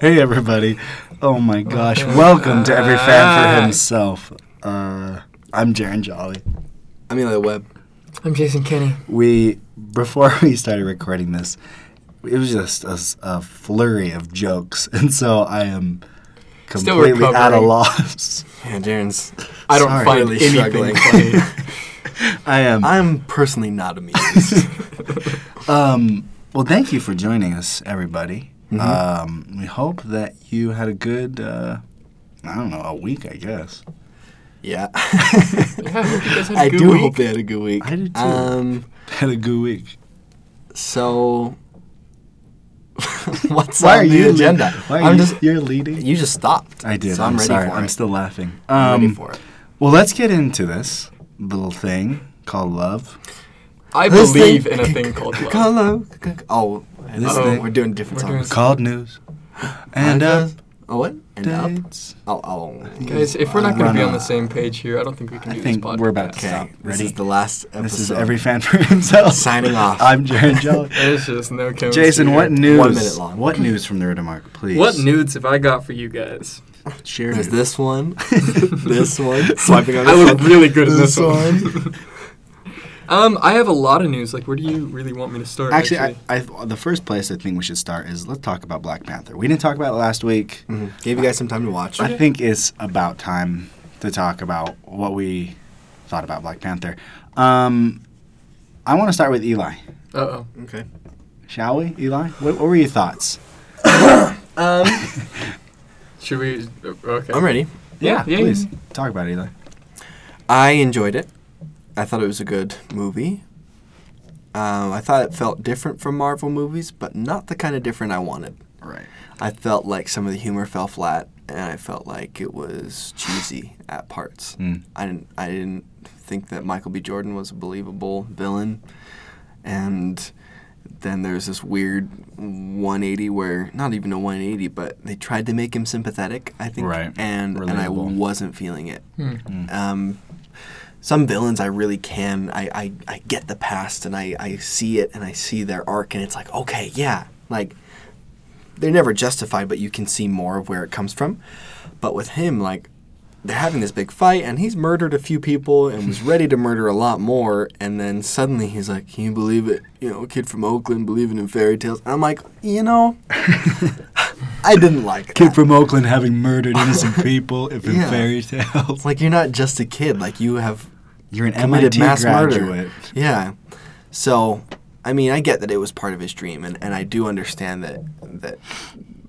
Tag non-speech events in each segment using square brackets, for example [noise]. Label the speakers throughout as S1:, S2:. S1: Hey everybody! Oh my gosh! Welcome to Every Fan for Himself. Uh, I'm Jaren Jolly.
S2: Amelia Webb.
S3: I'm Jason Kenny.
S1: We before [laughs] we started recording this, it was just a, s- a flurry of jokes, [laughs] and so I am
S3: Still
S1: completely at a
S3: recovering.
S1: loss. [laughs]
S2: Yeah, Jaren's.
S3: I don't
S1: Sorry.
S3: find
S2: Really
S3: anything
S2: struggling.
S3: funny.
S1: I am. [laughs]
S2: I'm personally not amused.
S1: Um, well, thank you for joining us, everybody.
S3: Mm-hmm.
S1: Um, we hope that you had a good, uh, I don't know, a week, I guess. [laughs]
S2: [laughs] yeah.
S3: [laughs] yeah, I hope you guys had a
S2: I
S3: good
S2: do
S3: week.
S2: hope they had a good week.
S1: I do too.
S2: Um,
S1: Had a good week.
S2: so, [laughs] what's on the
S1: lea-
S2: agenda?
S1: [laughs] Why are
S2: I'm
S1: you,
S2: just.
S1: you're leading.
S2: You just stopped.
S1: I did.
S2: So
S1: I'm,
S2: I'm, ready
S1: sorry.
S2: for it.
S1: I'm still laughing.
S2: I'm ready
S1: Um,
S2: for it.
S1: Well, let's get into this little thing called love.
S3: I
S2: This
S3: believe
S2: thing-
S3: in a thing
S2: [laughs]
S3: called love.
S2: Hello. Oh,
S1: This
S2: oh,
S1: thing-
S2: we're doing different
S3: We're doing
S2: songs.
S1: Called news and
S2: Oh, what? And up.
S1: updates.
S2: Oh, oh.
S3: Guys, if we're not going
S1: Why
S3: to be on
S1: not?
S3: the same page here, I don't think we can
S1: I
S3: do
S1: think
S3: this podcast.
S1: we're about to-
S2: Okay.
S1: Stop.
S2: This
S1: Ready?
S2: is the last episode.
S1: This is every fan for himself.
S2: Signing off.
S1: I'm Jared [laughs] Jolly.
S3: There's just no chemistry.
S1: Jason, what
S3: here.
S1: news?
S2: One minute long.
S1: What news from the Ritamark, please?
S3: What nudes have I got for you guys?
S1: Share
S2: There's
S1: news.
S2: this one. [laughs] this one. Swiping on
S3: I
S2: this
S3: look
S2: one.
S3: really good in this
S2: This
S3: one.
S2: one.
S3: [laughs] Um, I have a lot of news. Like, where do you really want me to start?
S1: Actually, I, I, the first place I think we should start is let's talk about Black Panther. We didn't talk about it last week.
S2: [laughs] Mhm. Gave you guys some time to watch.
S1: I think it's about time to talk about what we thought about Black Panther. Um, I want to start with Eli.
S3: Uh oh.
S2: Okay.
S1: Shall we, Eli? What, what were your thoughts?
S2: Um,
S3: Should we? Okay.
S2: I'm ready.
S3: Yeah, yeah,
S1: please
S3: yeah,
S1: talk about it, Eli.
S2: I enjoyed it. I thought it was a good movie. Um, I thought it felt different from Marvel movies, but not the kind of different I wanted.
S1: Right.
S2: I felt like some of the humor fell flat, and I felt like it was cheesy at parts.
S1: Mm.
S2: I didn't. I didn't think that Michael B. Jordan was a believable villain, and then there's this weird 180 where not even a 180, but they tried to make him sympathetic. I think,
S1: Right.
S2: and and I
S1: Relatable.
S2: wasn't feeling it.
S3: Hmm.
S2: Um, some villains I really can I, I, I get the past and I, I see it and I see their arc and it's like okay yeah like they're never justified but you can see more of where it comes from but with him like they're having this big fight and he's murdered a few people and was ready to murder a lot more and then suddenly he's like can you believe it you know a kid from Oakland believing in fairy tales and I'm like you know I didn't like that.
S1: Kid from Oakland having murdered [laughs] innocent people if in
S2: Yeah.
S1: fairy tales.
S2: it's like you're not just a kid like you have
S1: [laughs] You're an
S2: committed
S1: MIT
S2: mass
S1: graduate.
S2: murder. Yeah. So, I mean, I get that it was part of his dream, and, and I do understand that that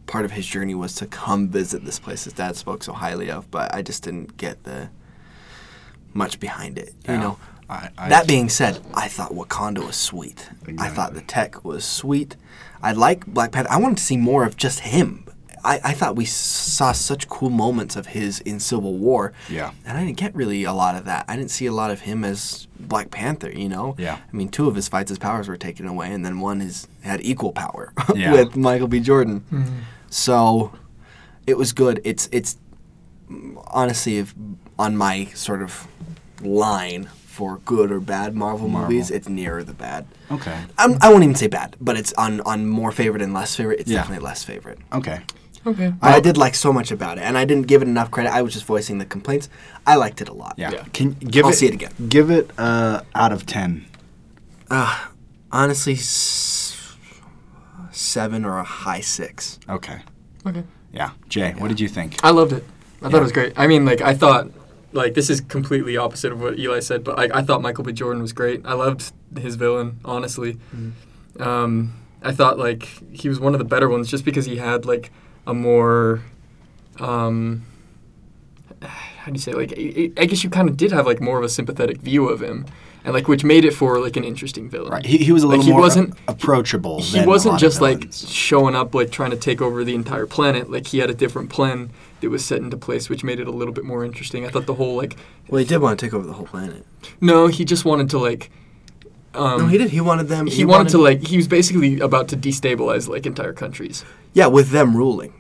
S2: part of his journey was to come visit this place his dad spoke so highly of, but I just didn't get the much behind it. You
S1: Yeah.
S2: know.
S1: I, I,
S2: that being said, I thought Wakanda was sweet. I thought the tech was sweet. I like Black Panther. I wanted to see more of just him. I, I thought we saw such cool moments of his in Civil War.
S1: Yeah.
S2: And I didn't get really a lot of that. I didn't see a lot of him as Black Panther, you know?
S1: Yeah.
S2: I mean, two of his fights, his powers were taken away, and then one is had equal power [laughs]
S1: Yeah.
S2: with Michael B. Jordan. So it was good. It's it's honestly if on my sort of line for good or bad Marvel, movies, it's nearer the bad.
S1: okay.
S2: I'm, I won't even say bad, but it's on, on more favorite and less favorite. It's
S1: Yeah.
S2: definitely less favorite.
S1: Okay.
S3: Okay.
S2: But I did like so much about it, and I didn't give it enough credit. I was just voicing the complaints. I liked it a lot.
S1: Yeah.
S3: Yeah.
S1: Can give
S2: I'll
S1: it,
S2: see it again.
S1: Give it uh, out of ten.
S2: Uh, honestly, s- seven or a high six.
S1: Okay.
S3: Okay.
S1: Yeah. Jay, what did you think?
S3: I loved it. I thought it was great. I mean, like I thought, like this is completely opposite of what Eli said, but like I thought Michael B. Jordan was great. I loved his villain, honestly.
S1: Mm.
S3: Um, I thought like he was one of the better ones, just because he had like a more, um, how do you say? Like I, I guess you kind of did have like more of a sympathetic view of him, and like which made it for like an interesting villain.
S1: Right. He, he was a
S3: Like,
S1: little
S3: he
S1: more
S3: wasn't-
S1: approachable.
S3: He
S1: than a lot
S3: wasn't
S1: of
S3: just like
S1: villains.
S3: showing up, like trying to take over the entire planet. Like he had a different plan that was set into place, which made it a little bit more interesting. I thought the whole like,
S2: Well, he did want to take over the whole planet.
S3: no, he just wanted to like, um,
S2: No, he did. He wanted them.
S3: he wanted to like, he was basically about to destabilize like entire countries.
S2: Yeah, with them ruling.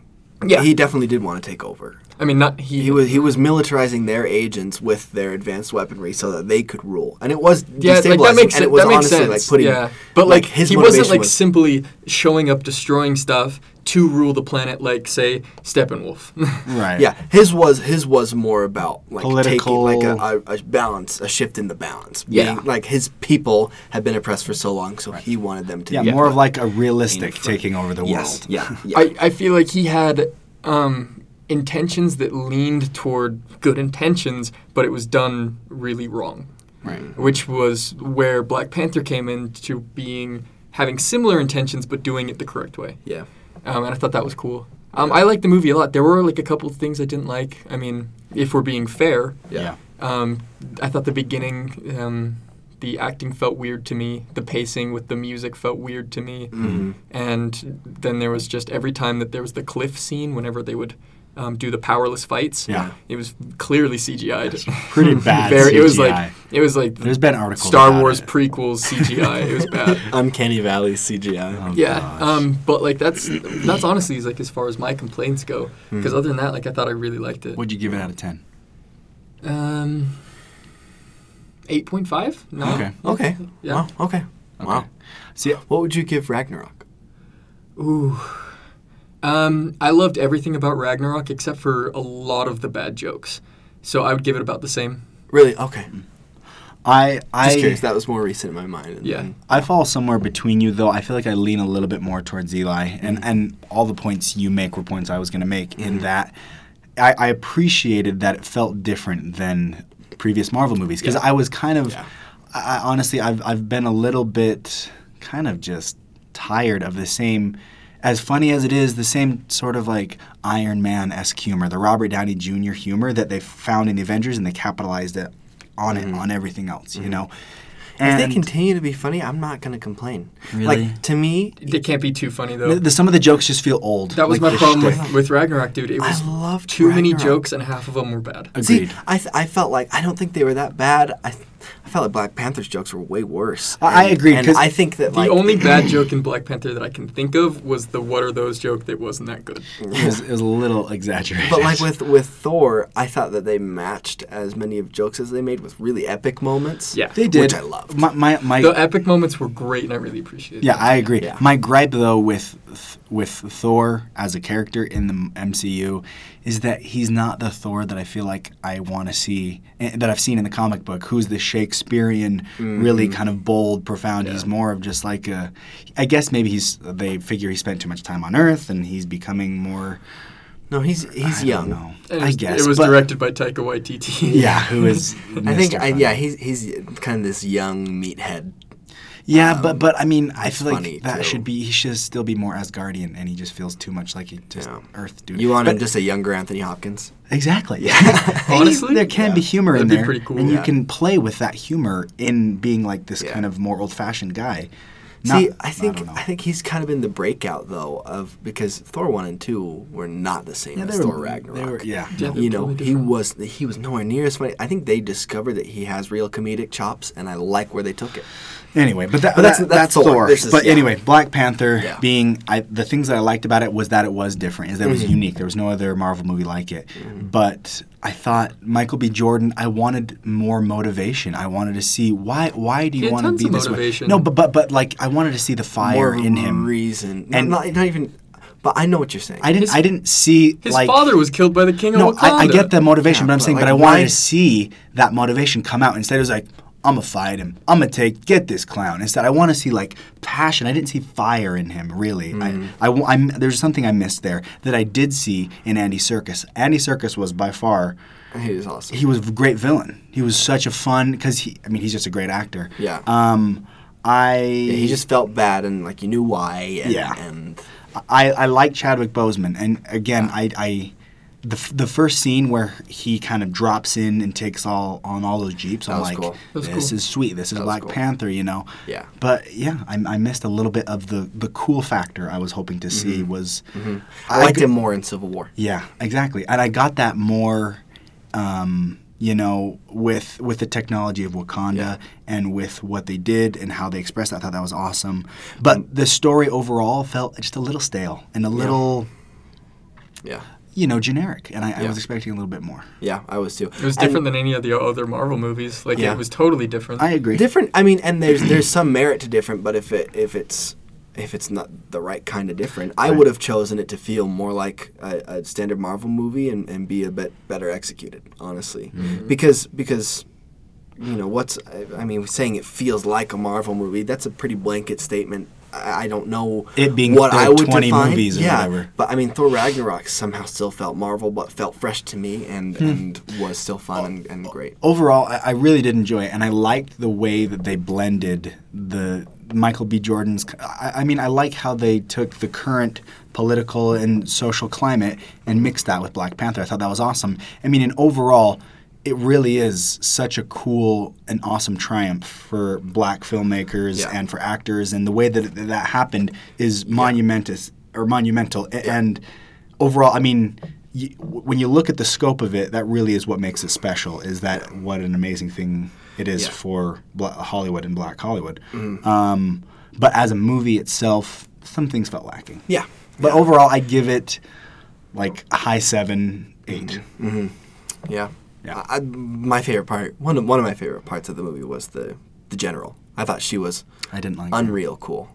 S3: Yeah.
S2: He definitely did want to take over.
S3: I mean, not he.
S2: He was he was militarizing their agents with their advanced weaponry so that they could rule, and it was destabilizing. and it was honestly like putting,
S3: yeah, but like,
S2: his
S3: he wasn't
S2: motivation
S3: like
S2: was-
S3: simply showing up destroying stuff to rule the planet, like say Steppenwolf. [laughs]
S1: Right.
S2: yeah, his was his was more about like
S1: Political-
S2: taking like a, a, a balance, a shift in the balance.
S3: Yeah.
S2: Being- like his people had been oppressed for so long, so he wanted them to.
S1: Yeah,
S2: be
S1: more of
S2: like
S1: like a realistic taking over the
S2: yes,
S1: world.
S3: [laughs]
S2: yeah, yeah.
S3: I, I feel like he had um, intentions that leaned toward good intentions, but it was done really wrong.
S1: Right.
S3: Which was where Black Panther came into being, having similar intentions but doing it the correct way.
S2: yeah.
S3: Um, and I thought that was cool. Um, I liked the movie a lot. There were like a couple of things I didn't like. I mean, if we're being fair,
S1: Yeah.
S3: um, I thought the beginning, um, the acting felt weird to me. The pacing with the music felt weird to me.
S1: Mm-hmm.
S3: And then there was just every time that there was the cliff scene, whenever they would um, do the powerless fights,
S1: Yeah.
S3: it was clearly CGI'd.
S1: [laughs] Pretty
S3: [laughs]
S1: bad.
S3: Very- It was
S1: CGI.
S3: like it was like
S1: There's been articles.
S3: Star
S1: about
S3: Wars
S1: it. [laughs]
S3: prequels CGI. it was bad.
S2: Uncanny Valley CGI.
S1: Oh,
S3: Yeah,
S1: gosh.
S3: um, but like that's that's honestly like as far as my complaints go. Because
S1: Hmm.
S3: other than that, like I thought I really liked it.
S1: What'd you give it out of ten?
S3: Um, eight point five. No.
S1: Okay.
S2: Okay.
S3: Yeah.
S2: Wow. Okay. Wow.
S1: See,
S2: What would you give Ragnarok?
S3: Ooh. Um, I loved everything about Ragnarok except for a lot of the bad jokes. So I would give it about the same.
S2: Really? Okay.
S1: I
S2: Just
S1: I
S2: curious. That was more recent in my mind. and
S3: Yeah.
S2: then-
S1: I fall somewhere between you, though. I feel like I lean a little bit more towards Eli, and
S2: Mm-hmm.
S1: and all the points you make were points I was going to make. In that, I, I appreciated that it felt different than previous Marvel movies because I was kind of, I, I honestly, I've I've been a little bit kind of just tired of the same. As funny as it is, the same sort of like Iron Man esque humor, the Robert Downey Jr. humor that they found in the Avengers, and they capitalized it on it on everything else, you know. And
S2: Mm-hmm. if they continue to be funny, I'm not going to complain.
S1: Really?
S2: Like to me,
S3: They can't be too funny though.
S1: Uh, The, the- some of the jokes just feel old.
S3: that was
S1: like the
S3: my problem with,
S1: shtick.
S3: with Ragnarok, dude. It
S2: I
S3: was
S2: loved
S3: too many
S2: Ragnarok.
S3: jokes and half of them were bad.
S1: Agreed.
S2: See, I, th- I felt like I don't think they were that bad. I, th- I felt like Black Panther's jokes were way worse.
S1: I- I agree,
S2: And
S1: 'cause
S2: I think that
S3: The
S2: like
S1: [laughs]
S3: only bad joke in Black Panther that I can think of was the "What are those?" joke that wasn't that good.
S1: it, was, it was a little exaggerated.
S2: But
S1: [laughs]
S2: like with with Thor, I thought that they matched as many of jokes as they made with really epic moments.
S3: Yeah.
S1: they did.
S2: which I loved.
S1: My my, my
S3: The epic moments were great, and I really appreciated.
S1: yeah,
S3: it.
S1: I agree.
S2: Yeah.
S1: My gripe though with Th- with Thor as a character in the m- MCU is that he's not the Thor that I feel like I want to see eh, that I've seen in the comic book. Who's the Shakespearean,
S3: Mm-hmm.
S1: really kind of bold, profound? He's more of just like a. I guess maybe he's. They figure he spent too much time on Earth, and he's becoming more.
S2: No, he's he's
S1: I
S2: young.
S1: Don't know.
S3: And it
S1: I
S3: was,
S1: guess
S3: it was
S1: but-
S3: directed by Taika Waititi.
S1: Yeah, who [laughs] is?
S2: I think I,
S1: Mr.
S2: yeah, he's he's kind of this young meathead.
S1: Yeah, but but I mean, I feel
S2: funny,
S1: like that
S2: too.
S1: should be he should still be more Asgardian, and he just feels too much like he just
S2: Yeah.
S1: Earth dude.
S2: You want him
S1: But-
S2: just a younger Anthony Hopkins?
S1: exactly? [laughs] Yeah.
S3: Honestly,
S1: there can be humor in
S3: That'd be
S1: there,
S3: pretty cool.
S1: and you
S3: Yeah.
S1: can play with that humor in being like this
S2: Yeah.
S1: kind of more old-fashioned guy.
S2: See,
S1: Not-
S2: I think
S1: don't know.
S2: I, think he's kind of been the breakout though of because Thor one and two were not the same
S1: Yeah,
S2: as
S1: they were-
S2: Thor Ragnarok.
S1: they were- yeah.
S3: Yeah, they're
S2: you know
S3: totally
S2: he
S3: different.
S2: was he was nowhere near as funny. I think they discovered that he has real comedic chops, and I like where they took it.
S1: Anyway, but, that,
S2: But
S1: that's,
S2: that's-
S1: that's,
S2: that's Thor.
S1: Thor.
S2: This is-
S1: but
S2: yeah.
S1: anyway, Black Panther
S2: Yeah.
S1: being I, the things that I liked about it was that it was different, is that it
S2: Mm-hmm.
S1: was unique. There was no other Marvel movie like it. But I thought Michael B. Jordan. I wanted more motivation. I wanted to see why. Why do
S3: He
S1: you
S3: had
S1: want to
S3: tons
S1: be
S3: of
S1: this
S3: motivation.
S1: way? No, but but but like I wanted to see the fire
S2: More
S1: in him.
S2: reason,
S1: And-
S2: and not, not even. But I know what you're saying.
S1: I didn't.
S3: His-
S1: I didn't see
S3: His
S1: like
S3: father was killed by the king of
S1: no,
S3: Wakanda.
S1: I, I get the motivation,
S2: Yeah,
S1: but I'm
S2: but,
S1: saying, but
S2: like,
S1: I wanted
S2: why-
S1: to see that motivation come out. Instead, it was like, I'm gonna fight him. I'm gonna take get this clown. Instead, I want to see like passion. I didn't see fire in him really.
S2: Mm.
S1: I, I, w- I'm- there's something I missed there that I did see in Andy Circus. Andy Circus was by far
S2: he was awesome.
S1: he was a great villain. He was such a fun because he. I mean, he's just a great actor.
S2: Yeah.
S1: Um, I
S2: he just felt bad, and like you knew why. And,
S1: Yeah.
S2: and
S1: I, I like Chadwick Boseman, and again, I, I the, f- the first scene where he kind of drops in and takes all on all those jeeps. I'm
S2: was
S1: like,
S2: cool.
S3: That was
S1: this
S3: cool.
S1: is sweet. This is
S2: was
S1: Black
S2: cool.
S1: Panther, you know.
S2: Yeah.
S1: But yeah, I, I missed a little bit of the the cool factor I was hoping to see was.
S2: I liked
S1: g-
S2: him more in Civil War.
S1: Yeah, exactly, and I got that more. Um, you know, with with the technology of Wakanda
S2: Yeah.
S1: and with what they did and how they expressed, it, I thought that was awesome. But the story overall felt just a little stale and a little
S2: Yeah.
S1: you know, generic, and I, I
S2: Yeah.
S1: was expecting a little bit more.
S2: Yeah, I was too.
S3: It was different than any of the other Marvel movies. Like
S2: Yeah.
S3: it was totally different.
S1: I agree.
S2: different. I mean, and there's there's some merit to different, but if it if it's if it's not the right kind of different, I
S1: Right.
S2: would have chosen it to feel more like a, a standard Marvel movie and, and be a bit better executed, honestly,
S1: Mm-hmm.
S2: because because you know what's I, I mean saying it feels like a Marvel movie that's a pretty blanket statement. I, I don't know
S1: It being
S2: what
S1: there
S2: I
S1: are
S2: would
S1: 20
S2: define.
S1: movies or
S2: yeah,
S1: whatever.
S2: but I mean Thor Ragnarok somehow still felt Marvel, but felt fresh to me and
S1: Hmm.
S2: and was still fun and, and great.
S1: overall, I, I really did enjoy it, and I liked the way that they blended the Michael B. Jordan's. I, I mean, I like how they took the current political and social climate and mixed that with Black Panther. I thought that was awesome. I mean, and overall, it really is such a cool and awesome triumph for black filmmakers
S2: Yeah.
S1: and for actors, and the way that that that happened is monumentous or monumental. A- And overall, I mean, y w when you look at the scope of it, that really is what makes it special. Is that what an amazing thing it is
S2: Yeah. Mm-hmm.
S1: for bla- Hollywood and Black Hollywood. Um, but as a movie itself, some things felt lacking.
S2: Yeah,
S1: But overall, I give it like a high seven, eight.
S2: Mm-hmm. Yeah.
S1: Yeah.
S2: I, I- my favorite part, one of, one of my favorite parts of the movie was the, the general. I thought she was
S1: I didn't like. it.
S2: unreal cool.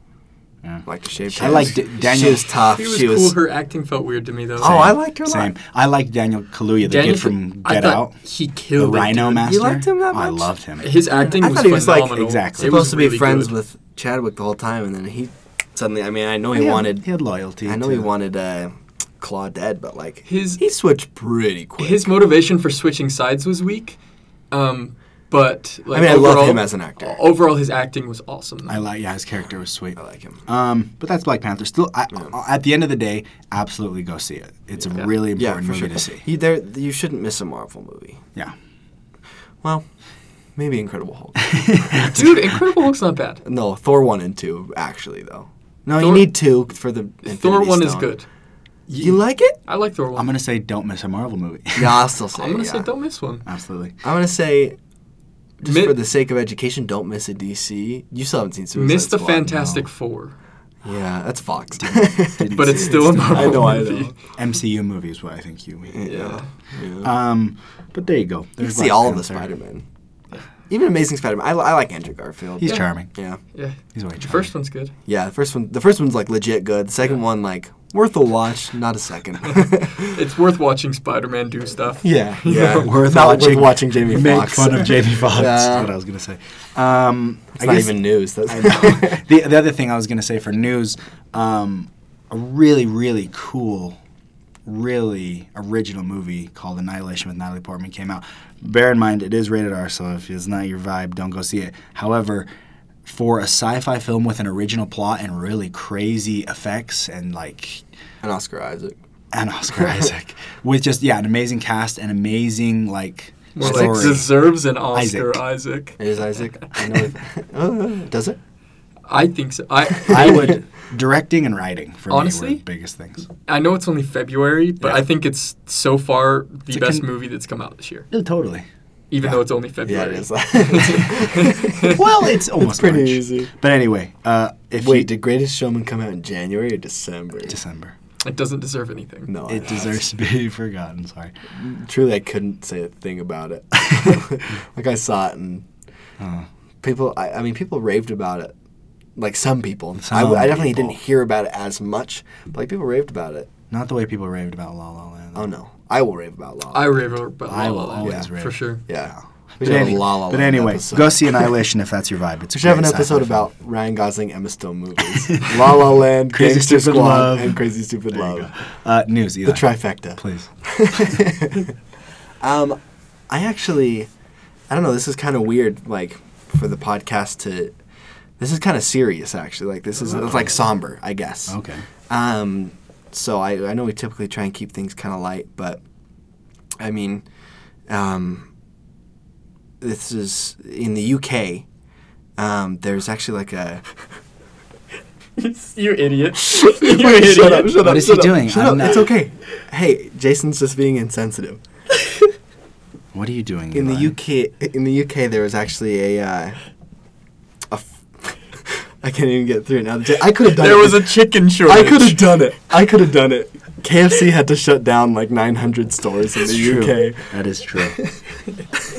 S1: Yeah.
S2: Like the shape.
S1: I liked it. Daniel-
S2: She was tough.
S3: She was
S2: she
S3: cool.
S2: was.
S3: Her acting felt weird to me though.
S2: Oh, I liked her a lot.
S1: Same. I like Daniel Kaluuya, the
S3: Daniel-
S1: kid from
S3: I
S1: Get
S3: thought
S1: Out,
S3: He
S1: the
S3: killed it,
S1: Rhino
S3: dude.
S1: Master.
S2: liked him that
S1: I
S2: much?
S1: loved him.
S3: His acting
S2: I
S3: was
S2: thought he was, like,
S3: phenomenal.
S1: exactly.
S3: It was
S2: supposed to be
S3: really
S2: friends
S3: good.
S2: with Chadwick the whole time, and then he suddenly. I mean, I know he
S1: He had-
S2: wanted.
S1: He had loyalty.
S2: I know
S1: to-
S2: he wanted uh, Claw dead, but like
S3: His-
S2: he switched pretty quick.
S3: his motivation for switching sides was weak. Um, but like,
S2: I mean, I
S3: overall,
S2: love him as an actor.
S3: Overall, his acting was awesome.
S1: I like. Yeah, his character was sweet.
S2: I like him.
S1: Um, but that's Black Panther. Still, I, I- at the end of the day, absolutely go see it. It's a really
S2: Yeah,
S1: important
S2: for
S1: movie
S2: sure.
S1: to see.
S2: You, there, you shouldn't miss a Marvel movie.
S1: Yeah.
S2: Well, maybe Incredible Hulk.
S3: Dude, Incredible Hulk's not bad.
S2: No, Thor one and two actually though. No, you
S3: Thor-
S2: need two for the Infinity
S3: Thor one is
S2: Stone.
S3: good.
S2: You like it?
S3: I like Thor one.
S1: I'm gonna say don't miss a Marvel movie. [laughs]
S2: Yeah, I'll still
S3: [laughs]
S2: say.
S3: I'm gonna
S2: yeah.
S3: say don't miss one.
S1: absolutely.
S2: I'm gonna say, just
S3: Mi-
S2: for the sake of education, don't miss a DC. You still haven't seen Suicide
S3: miss the
S2: Squad.
S3: Fantastic Four,
S2: Yeah, that's [laughs] Fox.
S1: Didn't
S3: but
S1: see
S3: it's
S1: it.
S3: still a Marvel
S2: I know, I
S3: movie. [laughs]
S2: know.
S1: MCU movie is what I think you mean.
S2: yeah. yeah.
S1: Um, but there you go.
S2: you
S1: There's
S2: can see
S1: Black
S2: all of the
S1: Panther.
S2: Spider Man, even Amazing Spider Man. I, li- I like Andrew Garfield.
S1: He's
S3: Yeah.
S1: charming.
S2: yeah,
S3: Yeah,
S1: He's way
S3: the
S1: charming.
S3: first one's good.
S2: yeah. The first one, the first one's like legit good. The second one, like worth a watch, not
S3: [laughs]
S2: a second.
S3: It's worth watching Spider-Man do stuff.
S2: yeah,
S1: Yeah, [laughs]
S2: yeah.
S1: worth
S2: not worth
S1: watching.
S2: watching Jamie
S1: Make
S2: Foxx.
S1: fun of
S2: [laughs]
S1: Jamie Foxx.
S2: Yeah.
S1: That's what I was gonna say. Um,
S2: It's
S1: I
S2: not
S1: guess-
S2: even news. That's [laughs]
S1: the, the other thing I was going to say for news, um, a really, really cool, really original movie called Annihilation with Natalie Portman came out. Bear in mind, it is rated R, so if it's not your vibe, don't go see it. However, for a sci-fi film with an original plot and really crazy effects and like
S2: and Oscar Isaac.
S1: and Oscar Isaac with just yeah an amazing cast and amazing like
S3: More
S1: story.
S3: like deserves an Oscar, Isaac.
S2: It is Isaac. I know it- Uh, [laughs] Does it?
S3: I think so. I [laughs]
S1: I would directing and writing for me
S3: Honestly?
S1: were the biggest things.
S3: I know it's only February, but
S1: Yeah.
S3: I think it's so far the
S1: a
S3: best
S1: con-
S3: movie that's come out this year.
S1: Yeah, totally.
S3: Even
S1: Yeah.
S3: though it's only
S2: Yeah,
S3: February.
S2: it is. [laughs] Wait,
S1: well, it's almost
S2: pretty
S1: March.
S2: easy.
S1: But anyway, uh, if you
S2: did Greatest Showman come out in January or December?
S1: December,
S3: It doesn't deserve anything.
S2: no,
S1: it deserves to be [laughs] forgotten. Sorry,
S2: Truly, I couldn't say a thing about it. [laughs] like I saw it, and
S1: Uh.
S2: people. I, I mean, people raved about it. Like some people, I
S1: Some
S2: w- I, definitely
S1: people.
S2: didn't hear about it as much. But like people raved about it.
S1: not the way people raved about La La Land.
S2: Oh no, I will rave about Law.
S3: I rave about La
S1: I
S3: La
S1: will
S3: Land,
S1: always
S3: yeah,
S1: rave.
S3: for sure.
S2: yeah.
S1: But,
S2: We should have
S1: any-
S2: a La La
S1: but
S2: Land
S1: anyway,
S2: episode.
S1: go see Annihilation if that's your vibe. It's a
S2: We should have an
S1: great sci-fi
S2: episode
S1: film.
S2: about Ryan Gosling Emma Stone movies: [laughs] La La Land,
S1: Crazy
S2: Gangster
S1: Stupid
S2: Squad,
S1: Love.
S2: and Crazy Stupid
S1: There
S2: Love.
S1: you go. Uh, news. Eli,
S2: The trifecta.
S1: please.
S2: Um, I actually, I don't know. This is kind of weird, like for the podcast to. This is kind of serious, actually. Like this is it's like somber, I guess.
S1: Okay.
S2: Um, so I I know we typically try and keep things kind of light, but I mean, um, this is in the UK. Um, there's actually like a.
S3: you idiot. you
S2: Wait,
S3: idiot.
S2: shut up! Shut up!
S1: What is he
S2: shut up,
S1: doing?
S2: Shut
S1: I'm
S2: up!
S1: not-
S2: It's okay. Hey, Jason's just being insensitive.
S1: What are you doing
S2: In
S1: Eli?
S2: the UK, in the UK, there was actually a. Uh, a f- [laughs] I can't even get through it now. I could have done
S3: There
S2: it.
S3: was a chicken shortage.
S2: I could have done it. I could have done it. KFC had to shut down like 900 stores in
S1: It's
S2: the
S1: true.
S2: UK.
S1: That is true.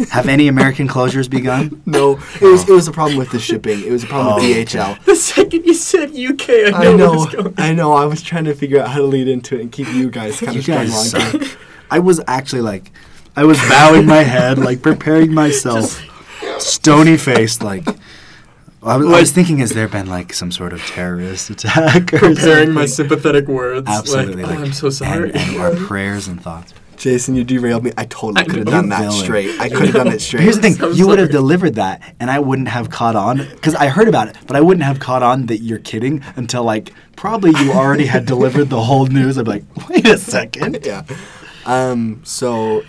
S1: Have any American closures
S2: [laughs]
S1: begun?
S2: No, it was it was a problem with the shipping. It was a problem
S1: Oh,
S2: with
S1: okay.
S3: [laughs]
S2: DHL.
S3: The second you said UK, I
S2: [laughs] I
S3: know,
S2: know,
S3: what's going.
S2: I know. I was trying to figure out how to lead into it and keep you guys kind
S1: You
S2: of strung
S1: guys
S2: along.
S1: suck. I was actually like, I was bowing my head, like preparing myself, stony faced, like. I was, I was thinking, has there been like some sort of terrorist attack? Or
S3: Preparing my
S1: something?
S3: sympathetic words.
S1: Absolutely.
S3: Like, oh, I'm so sorry.
S1: And, and
S3: [laughs]
S1: our prayers and thoughts.
S2: Jason, you derailed me. I totally
S3: I
S2: could have
S3: know.
S2: done
S1: You
S2: that
S1: villain.
S2: straight. I could have done it straight.
S1: Here's the thing:
S3: I'm
S1: you would have
S3: sorry.
S1: delivered that, and I wouldn't have caught on because I heard about it, but I wouldn't have caught on that you're kidding until like probably you already had delivered the whole news. I'd be like, wait a second.
S2: yeah. Um. So,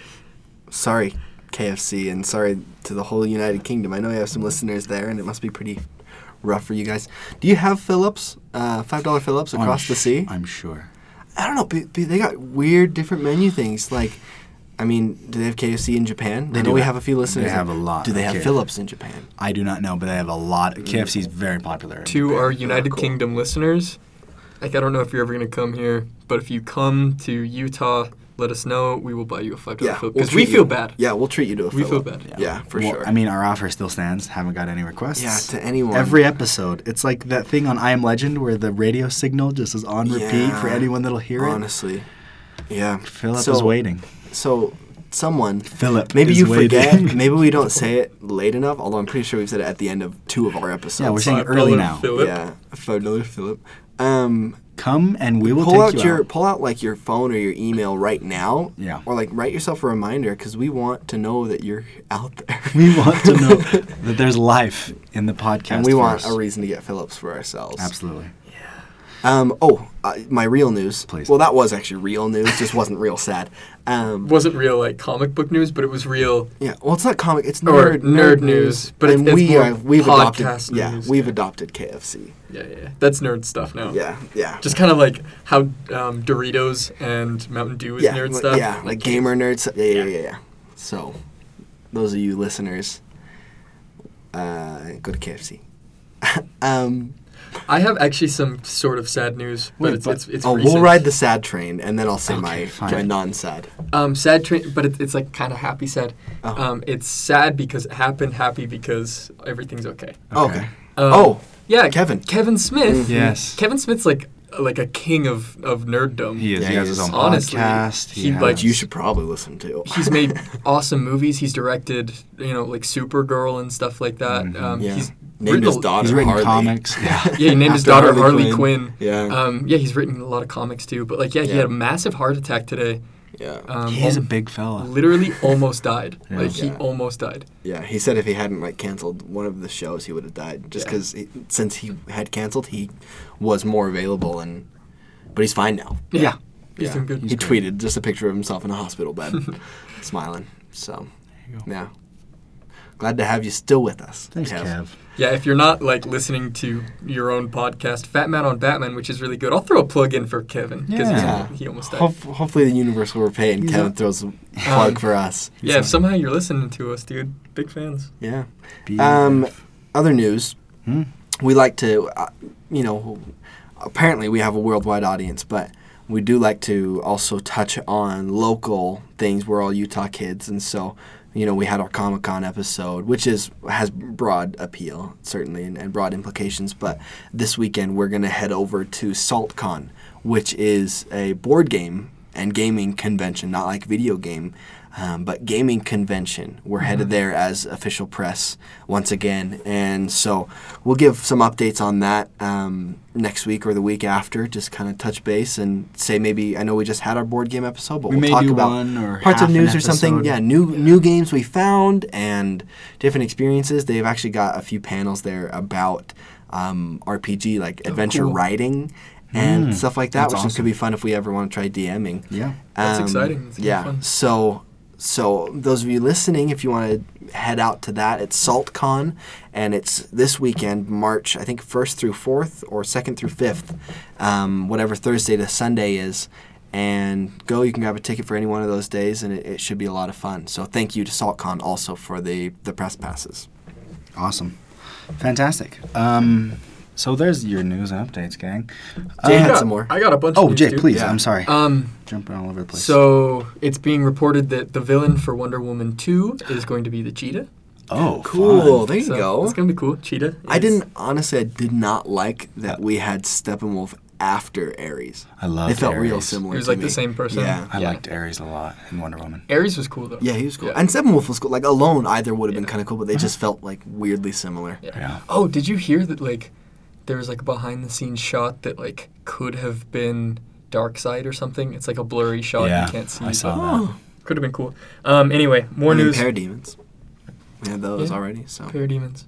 S2: sorry, KFC, and sorry to the whole United Kingdom. I know you have some listeners there, and it must be pretty rough for you guys. Do you have Phillips? Uh, Five dollar Phillips
S1: I'm
S2: across the
S1: Oh, sh-
S2: sea.
S1: I'm sure.
S2: I don't know. But, but they got weird different menu things. Like, I mean, do they have KFC in Japan? I know
S1: do
S2: we
S1: ha-
S2: have a few
S1: they
S2: listeners.
S1: have
S2: in-
S1: a lot
S2: Do they
S1: of
S2: have
S1: K-
S2: Phillips in Japan?
S1: I do not know, but they have a lot. KFC is very popular. in
S3: to
S1: Japan.
S3: our United
S2: cool.
S3: Kingdom listeners, like I don't know if you're ever gonna come here, but if you come to Utah, let us know. We will buy you a five dollar flip
S2: we'll
S3: because we
S2: treat
S3: feel
S2: you-
S3: bad.
S2: Yeah, we'll treat you to a
S3: We feel
S2: Phillips.
S3: bad.
S2: Yeah, for
S1: Well,
S2: sure.
S1: I mean, our offer still stands. Haven't got any requests.
S2: yeah, to anyone.
S1: Every episode, it's like that thing on I Am Legend where the radio signal just is on repeat for
S2: Yeah.
S1: anyone that'll hear
S2: honestly. Yeah.
S1: it. Philip
S2: so,
S1: is waiting.
S2: So, someone.
S1: Philip,
S2: Maybe
S1: is
S2: you
S1: waiting. [laughs]
S2: forget. Maybe we don't say it late enough. Although I'm pretty sure we've said it at the end of two of our episodes.
S1: Yeah, we're saying it
S3: $5
S1: early now.
S3: Philip.
S2: Yeah, phone number, Philip. Um,
S1: Come and we will
S2: pull
S1: take
S2: out
S1: you
S2: your
S1: out.
S2: pull out like your phone or your email right now.
S1: Yeah.
S2: Or like write yourself a reminder because we want to know that you're [laughs] out there.
S1: We want to know that there's life in the podcast.
S2: [laughs] and we want a
S1: reason.
S2: reason to get Phillips for ourselves.
S1: Absolutely.
S2: Um. Oh, uh, my real news.
S1: Please.
S2: Well, that was actually real news. just wasn't real sad. Um.
S3: wasn't real like comic book news, but it was real.
S2: Yeah, well, it's not comic. It's
S3: Or
S2: nerd,
S3: nerd news, but it's-
S2: and
S3: it's
S2: we
S3: more
S2: are we've
S3: podcast
S2: adopted. Yeah,
S3: news,
S2: we've
S3: yeah.
S2: adopted KFC.
S3: Yeah, yeah, yeah. that's nerd stuff now.
S2: Yeah, yeah.
S3: Just kind of like how um, Doritos and Mountain Dew is
S2: yeah,
S3: nerd
S2: like-
S3: stuff.
S2: Yeah, like gamer nerd stuff. Yeah, yeah,
S3: Yeah.
S2: yeah, yeah. So, those of you listeners, uh, go to KFC. [laughs] um,
S3: I have actually some sort of sad news, but
S1: Wait,
S3: it's,
S1: but-
S3: it's it's
S2: oh, we'll
S3: recent.
S2: ride the sad train, and then I'll say
S1: Okay,
S2: my,
S1: fine.
S2: my non-sad.
S3: um sad train, but it, it's like kind of happy sad.
S2: Oh.
S3: Um, it's sad because it happened, happy because everything's okay.
S2: Oh,
S1: Okay.
S2: okay.
S3: Um,
S1: Uh,
S2: oh,
S3: yeah,
S2: Kevin. Mm-hmm.
S3: Kevin Smith.
S1: Yes.
S3: Kevin Smith's like like a king of of nerddom.
S1: He is.
S2: Yeah,
S1: he
S2: he
S1: has his
S2: is.
S1: own
S3: Honestly,
S1: podcast.
S3: he
S1: has-
S3: likes-
S2: you should probably listen to.
S3: He's made [laughs] awesome movies. He's directed, you know, like Supergirl and stuff like that.
S1: Mm-hmm.
S3: Um,
S2: yeah.
S3: He's
S2: named
S3: written
S2: his
S3: a-
S2: daughter
S1: He's written
S2: Harley.
S1: comics. Yeah.
S3: [laughs] yeah, he named his
S2: After
S3: daughter
S2: Harley
S3: Harley, Quinn.
S2: Quinn. Yeah.
S3: Um, yeah, he's written a lot of comics too. But like, yeah, he
S2: Yeah.
S3: had a massive heart attack today.
S2: Yeah,
S3: Um,
S1: He's a
S3: al-
S1: big fella.
S3: Literally almost died.
S1: Yeah.
S3: Like he
S2: Yeah.
S3: almost died.
S2: yeah. He said if he hadn't like canceled one of the shows, he would have died. Just
S3: Yeah.
S2: because since he had canceled, he was more available, and but he's fine now.
S1: Yeah.
S3: He's
S2: Yeah.
S3: doing good.
S2: he
S1: great.
S2: tweeted just a picture of himself in a hospital bed, smiling. So,
S1: you go.
S2: yeah. Glad to have you still with us.
S1: Thanks, Kev.
S3: Yeah, if you're not like listening to your own podcast, Fat Man on Batman, which is really good, I'll throw a plug in for Kevin because
S1: Yeah.
S3: he almost died.
S2: Ho- hopefully, the universe will repay and
S1: He's
S2: Kevin
S1: up.
S2: throws a plug for us.
S3: yeah, if somehow you're listening to us, dude, big fans.
S2: Yeah.
S1: Be-
S2: Um, other news.
S1: Hmm?
S2: We like to, uh, you know, apparently we have a worldwide audience, but we do like to also touch on local things. We're all Utah kids, and so you know we had our Comic Con episode, which is has broad appeal certainly and, and broad implications. But this weekend we're gonna head over to SaltCon, which is a board game and gaming convention, not like video game, um, but gaming convention. We're
S1: Mm-hmm.
S2: headed there as official press once again, and so we'll give some updates on that um, next week or the week after. Just kind of touch base and say maybe I know we just had our board game episode, but
S1: We
S2: will
S1: may
S2: talk
S1: do
S2: about
S1: one or
S2: parts
S1: half
S2: of
S1: an
S2: news or something.
S1: episode.
S2: Yeah, new new games we found and different experiences. They've actually got a few panels there about um, RPG like adventure
S3: cool.
S2: writing. And stuff like
S1: Oh, Hmm.
S2: that,
S1: that's
S2: which is-
S1: awesome.
S2: could be fun if we ever want to try DMing.
S1: yeah.
S3: That's
S2: Um,
S3: exciting. It's gonna be
S2: yeah.
S3: fun.
S2: So, so those of you listening, if you want to head out to that, it's SaltCon, and it's this weekend, March I think first through fourth or second through fifth, um, whatever Thursday to Sunday is. And go, you can grab a ticket for any one of those days, and it, it should be a lot of fun. So thank you to SaltCon also for the the press passes.
S1: Awesome. Fantastic. Um, So there's your news and updates, gang.
S2: Jay
S1: Uh,
S2: had
S3: got-
S2: some more.
S3: I got a bunch. of
S1: oh,
S3: news,
S1: Jay,
S3: dude.
S1: please.
S2: Yeah.
S1: I'm sorry.
S3: Um,
S1: Jumping all over the place.
S3: so it's being reported that the villain for Wonder Woman two is going to be the cheetah.
S1: oh,
S2: Cool.
S1: fun.
S2: There you
S3: So
S2: go.
S3: It's gonna be cool. Cheetah.
S2: I
S3: is-
S2: didn't honestly. I did not like that we had Steppenwolf after Ares.
S1: I love.
S2: it felt real
S1: Ares.
S2: similar.
S3: It was
S2: to
S3: like
S2: me.
S3: the same person.
S2: Yeah.
S1: I
S3: Yeah.
S1: liked Ares a lot in Wonder Woman.
S3: Ares was cool though.
S2: Yeah, he was cool.
S3: Yeah.
S2: And Steppenwolf was cool. Like alone, either would have been
S3: Yeah.
S2: kind of cool, but they
S1: Uh-huh.
S2: just felt like weirdly similar.
S3: Yeah.
S1: Yeah.
S3: Oh, did you hear that? Like, there was like a behind the scenes shot that like could have been Dark Side or something. It's like a blurry shot
S1: yeah.
S3: you can't see.
S1: I saw
S3: but
S1: that.
S3: Could have been cool. Um. Anyway, more
S2: And then
S3: news.
S2: Parademons. We had those
S3: Yeah.
S2: already. So
S3: Parademons.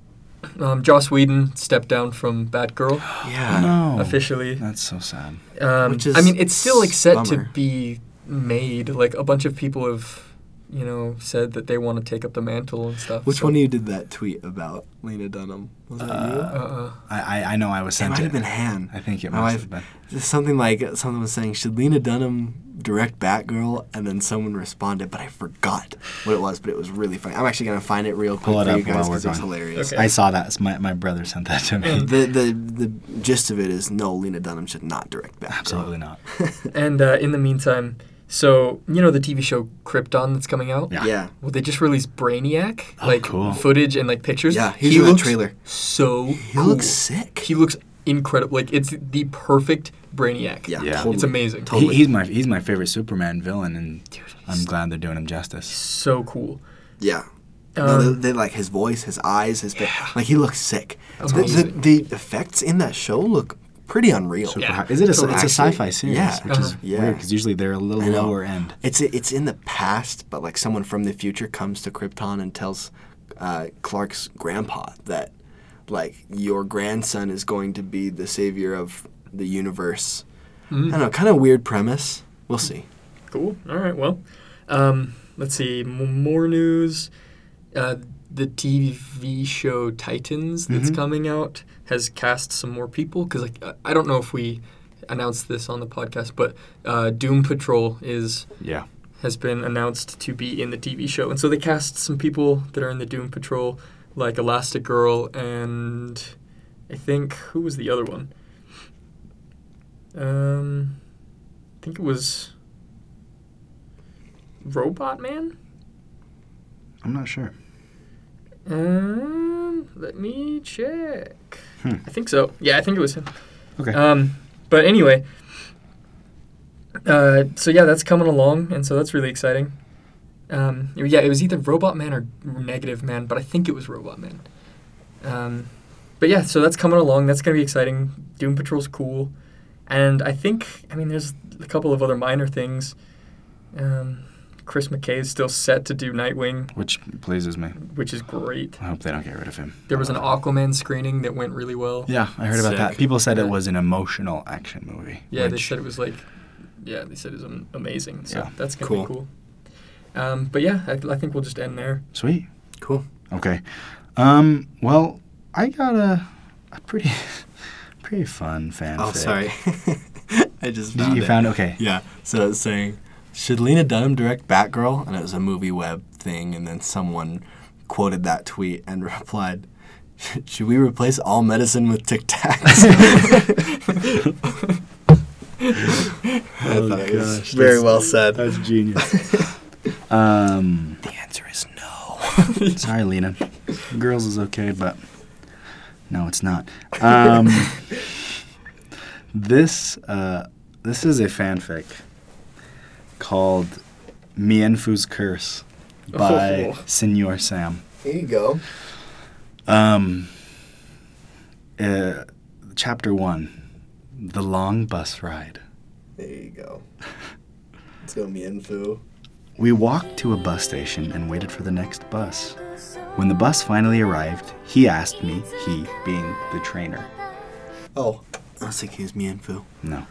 S3: Um, Joss Whedon stepped down from Batgirl
S2: yeah.
S1: no.
S3: officially.
S1: That's so sad.
S3: Um,
S2: Which is
S3: I mean, it's still like set
S2: bummer.
S3: to be made. Like a bunch of people have, you know, said that they want to take up the mantle and stuff.
S2: Which
S3: so-
S2: one of you did that tweet about Lena Dunham? Was that
S1: Uh,
S3: Uh,
S1: I, I, I know I was
S2: you? It
S1: sent
S2: might
S1: it.
S2: have been
S1: I
S2: Han.
S1: think it
S2: My
S1: must
S2: wife-
S1: have been.
S2: Just Something like someone was saying, should Lena Dunham direct Batgirl? And then someone responded, but I forgot what it was. But it was really funny. I'm actually gonna find it real quick
S1: Pull it
S2: for you
S1: up while
S2: guys
S1: we're
S2: because it's
S1: going.
S2: hilarious.
S3: Okay.
S1: I saw that. It's My, my brother sent that to me.
S2: The, the the gist of it is no, Lena Dunham should not direct Batgirl.
S1: Absolutely not.
S3: and uh, in the meantime, so you know the TV show Krypton that's coming out.
S1: Yeah.
S2: Yeah.
S3: Well, they just released Brainiac,
S1: Oh,
S3: like
S1: cool.
S3: footage and like pictures.
S2: Yeah, here's that
S3: looks
S2: trailer.
S3: So
S2: He
S3: cool.
S2: looks sick.
S3: He looks incredible. Like it's the perfect Brainiac.
S2: yeah,
S1: Yeah.
S2: Totally.
S3: It's amazing.
S2: Totally.
S1: He, he's my he's my favorite Superman villain, and
S3: Dude, he's
S1: I'm glad they're doing him justice.
S3: so cool.
S2: Yeah. no,
S3: Um,
S2: they, they like his voice, his eyes, his face. Like he looks sick. The,
S3: Amazing.
S2: the, the effects in that show look pretty unreal.
S1: Super
S3: Yeah.
S1: high. Is it a, it's
S3: Totally.
S1: a sci-fi series,
S2: Yeah.
S1: which is
S3: Uh-huh.
S1: weird
S2: Yeah.
S1: 'cause because usually they're a little
S2: I know.
S1: lower end.
S2: It's it's in the past, but like someone from the future comes to Krypton and tells uh, Clark's grandpa that like your grandson is going to be the savior of the universe.
S3: Mm-hmm.
S2: I don't know, kind of weird premise. We'll see.
S3: Cool. All right. Well, um, let's see. M- more news. Uh, the TV show Titans that's
S2: Mm-hmm.
S3: coming out has cast some more people because like, I- I don't know if we announced this on the podcast, but uh, Doom Patrol is
S1: Yeah.
S3: has been announced to be in the TV show, and so they cast some people that are in the Doom Patrol, like Elastigirl and I think who was the other one? Um, I think it was Robot Man.
S1: I'm not sure.
S3: Um, let me check.
S1: Hmm.
S3: I think so. Yeah, I think it was him.
S1: Okay.
S3: Um, but anyway, uh, so yeah, that's coming along, and so that's really exciting. Um, yeah, it was either Robot Man or Negative Man, but I think it was Robot Man. Um, but yeah, so that's coming along. That's gonna be exciting. Doom Patrol's cool, and I think I mean there's a couple of other minor things. Um, Chris McKay is still set to do Nightwing,
S1: Which pleases me.
S3: which is great.
S1: I hope they don't get rid of him.
S3: There was an Aquaman screening that went really well.
S1: Yeah, I heard about that.
S2: Sick.
S1: People said
S3: Yeah.
S1: it was an emotional action movie.
S3: Yeah, they
S1: which-
S3: said it was like, yeah, they said it was am- amazing. So
S1: Yeah.
S3: that's gonna
S2: Cool.
S3: be cool. Um, but yeah, I, I think we'll just end there.
S1: Sweet.
S2: Cool.
S1: Okay. Um. Well, I got a, a pretty, [laughs] pretty fun fanfic.
S2: Oh, sorry. [laughs] I just
S1: Did
S2: found
S1: you
S2: it.
S1: found
S2: [laughs]
S1: okay?
S2: Yeah. So it's saying, should Lena Dunham direct Batgirl? And it was a movie web thing. And then someone quoted that tweet and [laughs] replied, should we replace all medicine with Tic Tacs? [laughs] I
S1: Oh,
S2: thought it was
S1: gosh,
S2: very
S1: that's-
S2: well said. [laughs]
S1: That's genius. um.
S2: The answer is no.
S1: [laughs] Sorry, Lena. Girls is okay, but no, it's not. Um, this uh, this is a fanfic called Mienfu's Curse by
S3: Oh.
S1: Senor Sam.
S2: Here you go.
S1: Um, uh, chapter one, the long bus ride.
S2: There you go. It's gonna be info.
S1: We walked to a bus station and waited for the next bus. When the bus finally arrived, he asked me, he being the trainer.
S2: Oh. I was thinking it was me info.
S3: [laughs]
S1: No.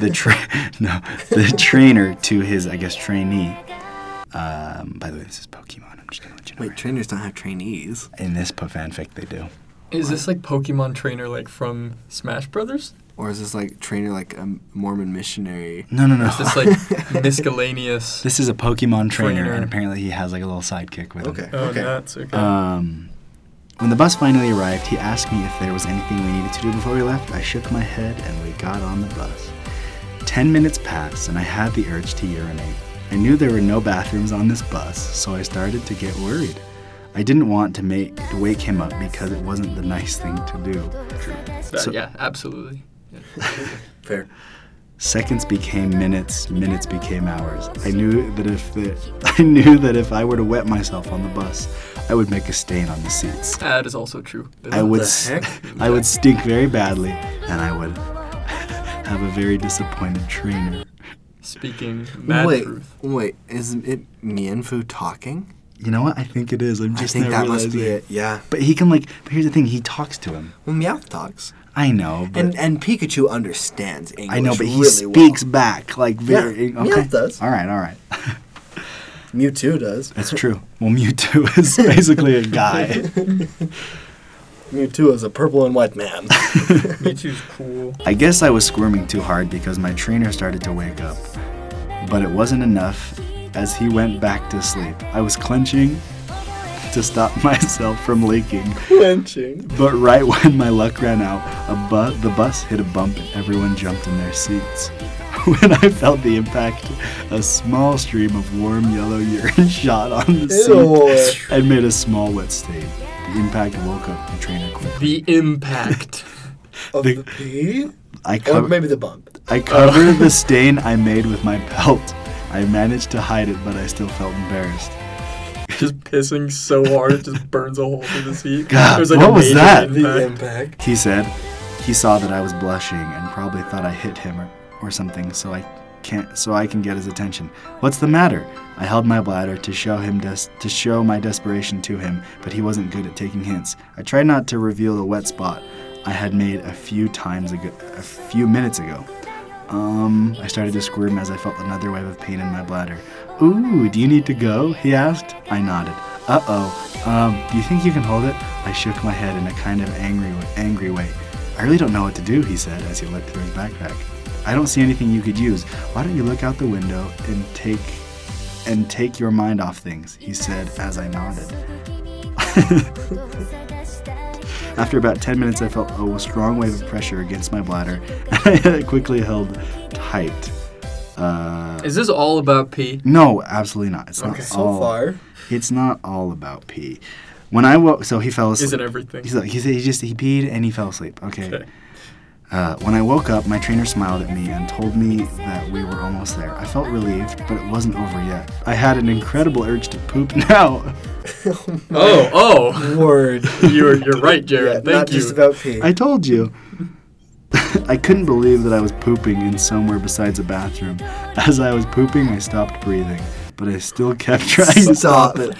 S1: The tra- [laughs] no, the trainer to his, I guess, trainee. Um, by the way, this is Pokemon. I'm just gonna let you know.
S2: Wait,
S1: right
S2: trainers don't have trainees.
S1: now. In this po- fanfic, they do.
S3: Is this like Pokemon Trainer like from Smash Brothers?
S2: Or is this like trainer like a Mormon missionary?
S1: No, no, no. [laughs]
S3: Is this like miscellaneous?
S1: this is a Pokemon trainer,
S3: Trainer.
S1: and apparently he has like a little sidekick with him.
S2: Okay.
S3: oh, nuts. Okay.
S1: Um, When the bus finally arrived, he asked me if there was anything we needed to do before we left. I shook my head and we got on the bus. Ten minutes passed and I had the urge to urinate. I knew there were no bathrooms on this bus, so I started to get worried. I didn't want to make to wake him up because it wasn't the nice thing to do.
S3: That-
S1: So-
S3: yeah, absolutely.
S2: Fair.
S1: Seconds became minutes, minutes became hours. I knew that if the, [laughs] I knew that if I were to wet myself on the bus, I would make a stain on the seats.
S3: That is also true.
S1: I would,
S2: the
S1: s- [laughs]
S2: heck?
S1: I would stink very badly, and I would [laughs] have a very disappointed trainer.
S3: Speaking mad
S2: wait,
S3: truth.
S2: wait, is it Mianfu talking?
S1: You know what? I think it is. I'm
S2: I
S1: just
S2: think
S1: now
S2: that must be
S1: realizing.
S2: it. Yeah.
S1: But he can like. But here's the thing. He talks to him.
S2: Well, Meowth talks,
S1: I know, but
S2: and and Pikachu understands English.
S1: I know, but he
S2: really
S1: speaks back like very.
S2: Yeah,
S1: okay.
S2: Meowth does.
S1: All right, all right.
S2: Well. Mewtwo
S1: [laughs]
S2: does.
S1: That's true. Well, Mewtwo [laughs] is
S2: [laughs]
S1: basically a guy.
S2: Mewtwo is a purple and white man.
S1: [laughs]
S3: Mewtwo's cool.
S1: I guess I was squirming too hard because my trainer started to wake up. But it wasn't enough as he went back to sleep. I was clenching to stop [laughs] myself from leaking.
S2: Clenching.
S1: But right when my luck ran out, a bu- the bus hit a bump and everyone jumped in their seats. [laughs] When I felt the impact, a small stream of warm yellow urine [laughs] shot on the seat and made a small wet stain. The impact woke up the trainer quickly. [laughs]
S3: The impact.
S2: Of
S1: The-
S2: the pee?
S1: I
S2: Or
S1: covered,
S2: maybe the bump.
S1: I covered the stain I made with my pelt. I managed to hide it, but I still felt embarrassed.
S3: just pissing so hard it just burns a hole through the seat.
S1: God,
S3: There's
S1: what was
S3: major
S1: that?
S2: The
S3: impact.
S2: impact.
S1: He said he saw that I was blushing and probably thought I hit him or, or something so I can't so I can get his attention. What's the matter? I held my bladder to show him des- to show my desperation to him, but he wasn't good at taking hints. I tried not to reveal the wet spot I had made a few times ago a few minutes ago. Um, I started to squirm as I felt another wave of pain in my bladder. Ooh, do you need to go? He asked. I nodded. Uh oh. Um, do you think you can hold it? I shook my head in a kind of angry, angry way. I really don't know what to do, he said as he looked through his backpack. I don't see anything you could use. Why don't you look out the window and take, and take your mind off things? He said as I nodded. After about 10 minutes, I felt a strong wave of pressure against my bladder, [laughs] and I quickly held tight. Uh,
S3: Is this all about pee?
S1: no, absolutely not. It's
S3: Okay.
S1: not
S2: So
S1: all. [laughs]
S2: far.
S1: It's not all about pee. When I woke, so he fell asleep.
S3: Isn't everything?
S1: He's like, he said he just he peed and he fell asleep. Okay.
S3: Okay.
S1: Uh, when I woke up, my trainer smiled at me and told me that we were almost there. I felt relieved, but it wasn't over yet. I had an incredible urge to poop [laughs] now.
S3: Oh, oh.
S2: [laughs] Word.
S3: You're you're right,
S2: yeah,
S3: Jared.
S2: not
S3: Thank you.
S2: just about pee.
S1: I [laughs] told you. I couldn't believe that I was pooping in somewhere besides a bathroom. As I was pooping, I stopped breathing, but I still kept [laughs] trying to stop
S2: [laughs] Stop.
S1: it.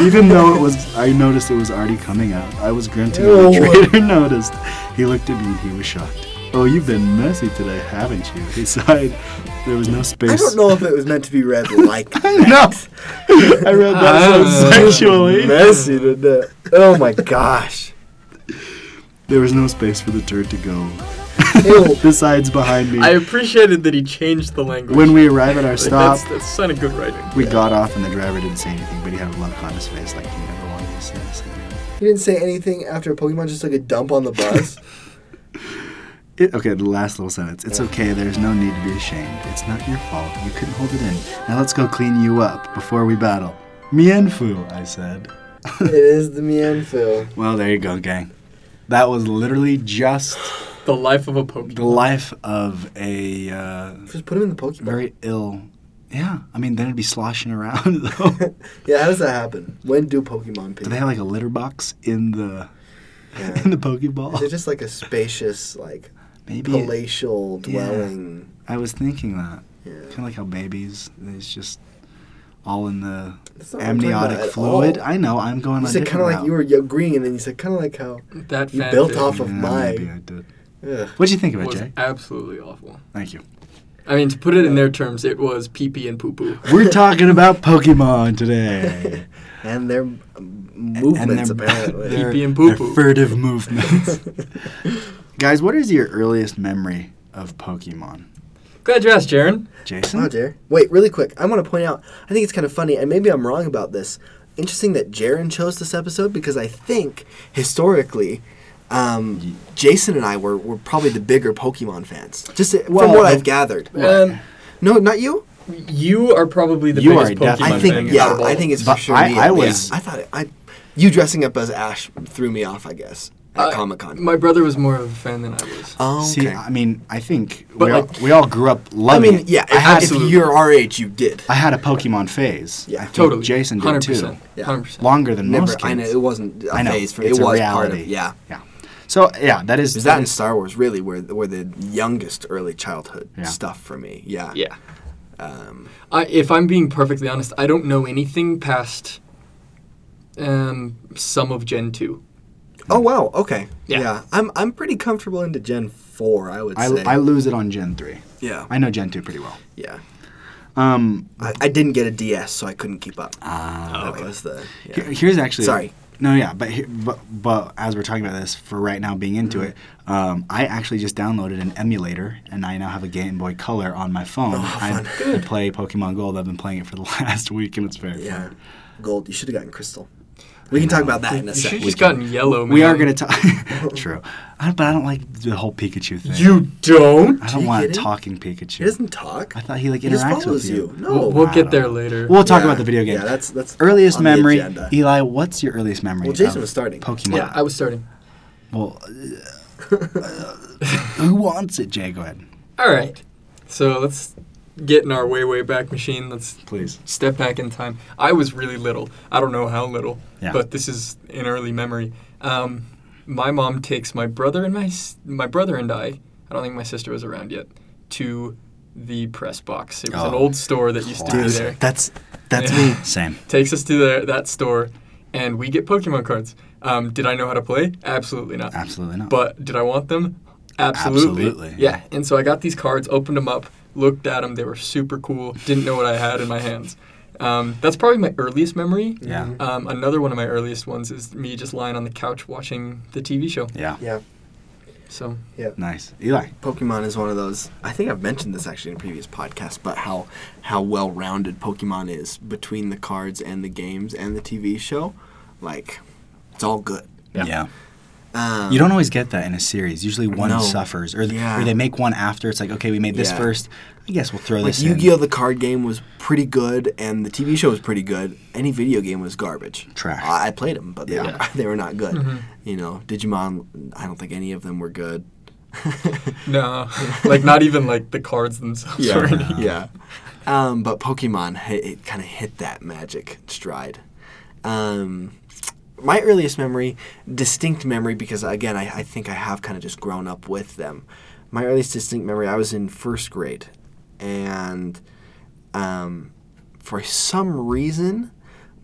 S1: Even though it was, I noticed it was already coming out. I was grunting.
S2: Ew.
S1: The [laughs] trader noticed. He looked at me and he was shocked. Oh, you've been messy today, haven't you? He sighed. There was no space. [laughs]
S2: I don't know if it was meant to be read like
S1: I know. I read that so
S3: Ah.
S1: sexually.
S2: messy to death. Oh my gosh.
S1: [laughs] There was no space for the turd to go. [laughs]
S2: Ew.
S1: Besides, behind me.
S3: I appreciated that he changed the language.
S1: When we arrive at our
S3: Like,
S1: stop,
S3: That's, that's a sign of good writing.
S1: we got off and the driver didn't say anything, but he had a look on his face like he never wanted to say this again.
S2: He didn't say anything after Pokemon just took a dump on
S1: [laughs]
S2: the bus.
S1: It, okay, the last little sentence. It's okay, there's no need to be ashamed. It's not your fault. You couldn't hold it in. Now let's go clean you up before we battle. Mienfu, I said. [laughs]
S2: it is the Mianfu.
S1: Well, there you go, gang. That was literally just
S3: The life of a Pokemon.
S1: the life of a uh,
S2: Just put him in the Pokeball.
S1: very ill. Yeah, I mean, then it'd be sloshing around, [laughs] though.
S2: yeah, how does that happen? When do Pokemon
S1: [laughs]
S2: pee?
S1: Do they have like a litter box in the
S2: Yeah.
S1: in the
S2: Is it
S1: Pokeball?
S2: just like a spacious, like
S1: Maybe it-
S2: palatial
S1: Yeah.
S2: dwelling?
S1: I was thinking that.
S2: Yeah.
S1: Kind of like how babies, it's just all in the
S2: That's not what I'm talking about
S1: amniotic
S2: at
S1: fluid.
S2: all.
S1: I know, I'm going
S2: You
S1: on a
S2: said
S1: different
S2: kind of like
S1: route.
S2: you were agreeing, and then you said kind of like how.
S3: that
S2: You
S3: fanfic
S2: built off of
S1: Yeah,
S2: mine.
S1: Maybe I did.
S2: Ugh.
S1: What'd you think of it,
S3: was
S1: Jay?
S3: absolutely awful.
S1: Thank you.
S3: I mean, to put it in their terms, it was pee pee and poo poo.
S1: We're talking about Pokemon
S2: [laughs]
S1: today.
S2: And their um, movements
S1: their-
S2: apparently.
S1: their-
S3: Pee-pee and
S1: their
S3: poo-poo.
S1: furtive
S2: [laughs]
S1: movements. Guys, what is your earliest memory of Pokemon?
S3: Glad you asked, Jaren.
S1: Jason?
S2: Wow, Jer. Wait, really quick. I want to point out. I think it's kind of funny, and maybe I'm wrong about this. interesting that Jaron chose this episode because I think historically, um, Jason and I were, were probably the bigger Pokemon fans. Just uh,
S1: Well,
S2: from what
S1: I-
S2: I've gathered.
S3: Um,
S2: no, not you.
S3: you are probably the
S1: You are
S3: biggest Pokemon
S1: definitely-
S2: I think
S3: fan out
S2: yeah.
S3: of all
S2: I
S3: of
S2: think
S3: us.
S2: it's
S1: But
S2: for sure
S1: I-
S2: me.
S1: I
S2: Yeah,
S1: was-
S2: I thought it, I. You dressing up as Ash threw me off. I guess at
S3: I-
S2: Comic Con.
S3: My brother was more of a fan than I was.
S2: Oh, okay.
S1: See, I mean, I think
S3: But,
S1: we,
S3: like-
S1: all, we all grew up
S2: I
S1: loving
S2: mean,
S1: it.
S2: yeah.
S1: I had,
S2: If,
S3: absolutely.
S2: if you're our age, you did.
S1: I had a Pokemon phase.
S2: Yeah,
S1: I think
S3: totally.
S1: Jason did
S3: 100%,
S1: too.
S2: Yeah.
S3: 100%.
S1: Longer than
S2: Never.
S1: most kids.
S2: I know it wasn't a
S1: I know,
S2: phase for
S1: it's
S2: it
S1: a
S2: was part of
S1: reality.
S2: yeah.
S1: Yeah. So yeah, that is
S2: Is that in Star Wars really where where the youngest early childhood
S1: Yeah.
S2: stuff for me? Yeah.
S3: Yeah.
S2: Um,
S3: I, if I'm being perfectly honest, I don't know anything past um, some of Gen 2.
S2: oh wow. Okay.
S3: Yeah.
S2: Yeah. I'm I'm pretty comfortable into Gen Four. I would
S1: I,
S2: say.
S1: I lose it on Gen three.
S2: yeah.
S1: I know Gen two pretty well.
S2: yeah.
S1: Um,
S2: I, I didn't get a DS, so I couldn't keep up.
S1: uh,
S2: that was the. yeah.
S1: here- here's actually
S2: Sorry.
S1: No, yeah, but, here, but but as we're talking about this for right now, being
S2: Mm-hmm.
S1: into it, um, I actually just downloaded an emulator, and I now have a Game Boy Color on my phone.
S2: Oh, fun.
S1: I, I play Pokemon Gold. I've been playing it for the [laughs] last week, and it's very
S2: Yeah.
S1: fun.
S2: Gold. You should have gotten crystal. We can talk about that in a
S3: You should have
S2: second.
S3: just gotten yellow, man.
S1: We
S2: Oh,
S1: are gonna talk. [laughs] True, I, but I don't like the whole Pikachu thing.
S3: You don't?
S1: I
S2: Are
S1: don't
S2: you
S1: want a
S2: kidding?
S1: talking Pikachu.
S2: He doesn't talk.
S1: I thought he like
S2: He just
S1: interacts with
S2: follows
S1: you.
S2: you. No.
S3: We'll, we'll
S1: I
S3: get
S1: don't
S3: there
S1: know.
S3: later.
S1: We'll talk
S2: Yeah.
S1: about the video game.
S2: Yeah, that's that's
S1: earliest
S2: on the
S1: memory.
S2: agenda.
S1: Eli, what's your earliest memory?
S2: Well, Jason
S1: of
S2: was starting.
S1: Pokemon.
S3: yeah, I was starting.
S1: Well, uh, who wants it, Jay? Go ahead,
S3: All right. So let's get in our way, way back machine. Let's
S1: please.
S3: step back in time. I was really little. I don't know how little,
S1: Yeah.
S3: but this is an early memory. Um, my mom takes my brother and my s- my brother and I. I don't think my sister was around yet. To the press box. It was an
S1: Oh,
S3: old store that used to be
S2: Dude,
S3: there.
S2: that's that's
S3: Yeah.
S1: [laughs]
S2: me.
S1: Same.
S3: Takes us to the, that store, and we get Pokemon cards. Um, did I know how to play? Absolutely not.
S1: Absolutely not.
S3: But did I want them? Absolutely.
S1: Absolutely.
S3: Yeah. And so I got these cards, opened them up, looked at them. They were super cool. Didn't know what I had in my hands. Um, that's probably my earliest memory.
S1: yeah,
S3: Um, another one of my earliest ones is me just lying on the couch watching the TV show.
S1: yeah,
S2: Yeah.
S3: So
S1: nice. Eli,
S2: Pokemon is one of those. I think I've mentioned this actually in a previous podcast, but how how well rounded Pokemon is between the cards and the games and the TV show, like it's all good.
S3: Yeah.
S2: Um,
S1: You don't always get that in a series. Usually one
S2: No.
S1: suffers, or, th-
S2: Yeah.
S1: or they make one after. It's like, okay, we made this
S2: Yeah.
S1: first. I guess we'll throw
S2: like
S1: this in.
S2: Yu-Gi-Oh. The card game was pretty good, and the TV show was pretty good. Any video game was garbage.
S1: Trash.
S2: I, I played them, but they,
S1: Yeah.
S2: were, they were not [laughs] good.
S3: Mhm.
S2: You know, Digimon. I don't think any of them were good. [laughs]
S3: no, like not even like the cards themselves. [laughs]
S2: Yeah,
S3: or anything.
S1: [laughs] anything.
S2: yeah. Um, but Pokemon, hi- it, kind of hit that magic stride. Um, my earliest memory, distinct memory, because again, I, I think I have kind of just grown up with them. My earliest distinct memory, I was in first grade, and um, for some reason,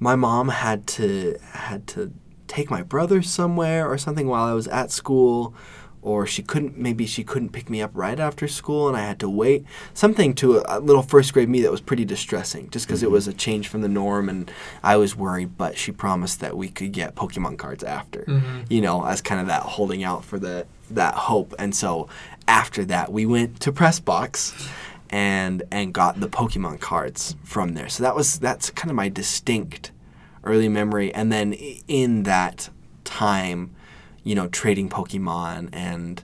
S2: my mom had to had to take my brother somewhere or something while I was at school, or she couldn't maybe she couldn't pick me up right after school, and I had to wait something to a, a little first grade me that was pretty distressing, just because it was a change from the norm, and I was worried. But she promised that we could get Pokemon cards after, you know, as kind of that holding out for the that hope, and so after that we went to press box and and got the Pokemon cards from there. So that was that's kind of my distinct early memory. And then i- in that time, you know, trading Pokemon and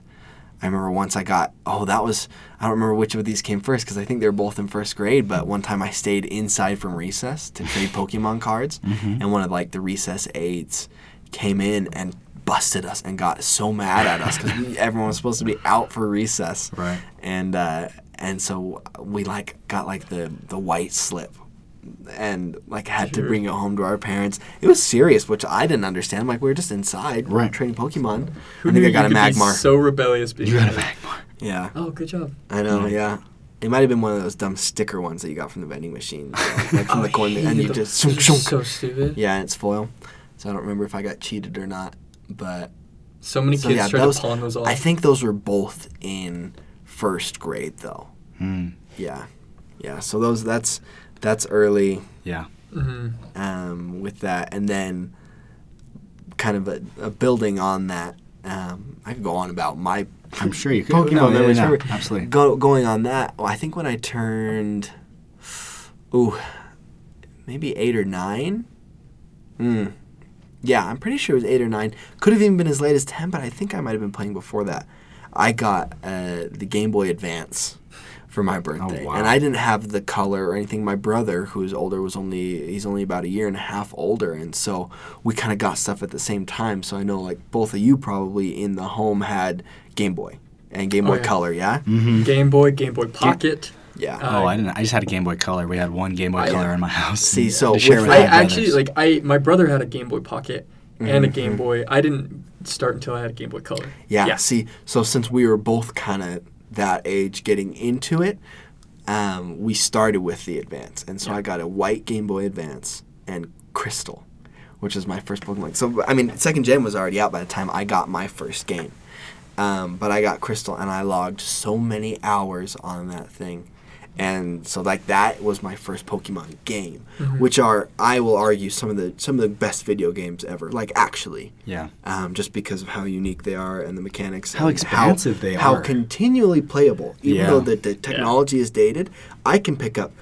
S2: I remember once I got oh that was I don't remember which of these came first because I think they were both in first grade. But one time I stayed inside from recess to trade Pokemon cards, and one of like the recess aides came in and busted us and got so mad at us [laughs] because everyone was supposed to be out for recess
S1: Right.
S2: and uh, and so we like got like the the white slip and like had to bring it home to our parents it was serious which i didn't understand like we were just inside
S1: Right.
S2: training pokemon
S3: Who
S2: i think
S3: knew
S2: i got a
S3: you could be
S2: magmar
S3: So rebellious. Being
S1: you got a
S3: like,
S1: Magmar.
S2: yeah
S3: Oh, good job.
S2: i know yeah it might have been one of those dumb sticker ones that you got from the vending machine
S3: [laughs]
S2: you know, like from the corner and you just shunk, shunk.
S3: Oh, so stupid.
S2: yeah and it's foil so i don't remember if i got cheated or not but
S3: So many
S2: so
S3: kids
S2: yeah
S3: try
S2: those,
S3: to pawn those off.
S2: i think those were both in first grade though
S1: Hmm.
S2: Yeah, yeah. So those that's that's early
S1: Yeah.
S3: Mhm.
S2: um, with that, and then kind of a, a building on that. Um, I could go on about my
S1: I'm sure you could.
S2: Pokemon
S1: No, yeah,
S2: memories.
S1: yeah,
S2: Remember-
S1: absolutely.
S2: Go, going on that. Well, I think when I turned, ooh, maybe eight or nine, Mm. Yeah, I'm pretty sure it was eight or nine. Could have even been as late as ten, but I think I might have been playing before that. I got uh, the Game Boy Advance for
S3: Oh,
S2: my birthday,
S1: wow.
S2: and I didn't have the color or anything. My brother, who's older, was only he's only about a year and a half older, and so we kind of got stuff at the same time. So I know like both of you probably in the home had Game Boy and Game
S3: Oh,
S2: Boy
S3: yeah.
S2: Color, yeah,
S1: Mm-hmm.
S3: Game Boy, Game Boy Pocket. Uh,
S2: yeah.
S1: Oh, I didn't. I just had a Game Boy Color. We had one Game Boy
S2: I-
S1: Color in my house.
S2: See, so
S1: to share
S2: with-
S1: with my
S3: I actually
S1: brothers.
S3: like I my brother had a Game Boy Pocket and
S2: Mm-hmm,
S3: a Game Boy. I didn't start until I had a Game Boy Color.
S2: Yeah. See, so since we were both kind of that age getting into it, um, we started with the Advance, and so I got a white Game Boy Advance and Crystal, which is my first Pokemon. So I mean, second gen was already out by the time I got my first game, um, but I got Crystal, and I logged so many hours on that thing. And so, like that was my first Pokemon game, which are I will argue some of the some of the best video games ever. Like actually,
S1: yeah.
S2: um, just because of how unique they are and the mechanics.
S1: How
S2: and
S1: expansive they
S2: how
S1: are.
S2: continually playable. Even
S1: Yeah.
S2: though the, the technology is dated, I can pick up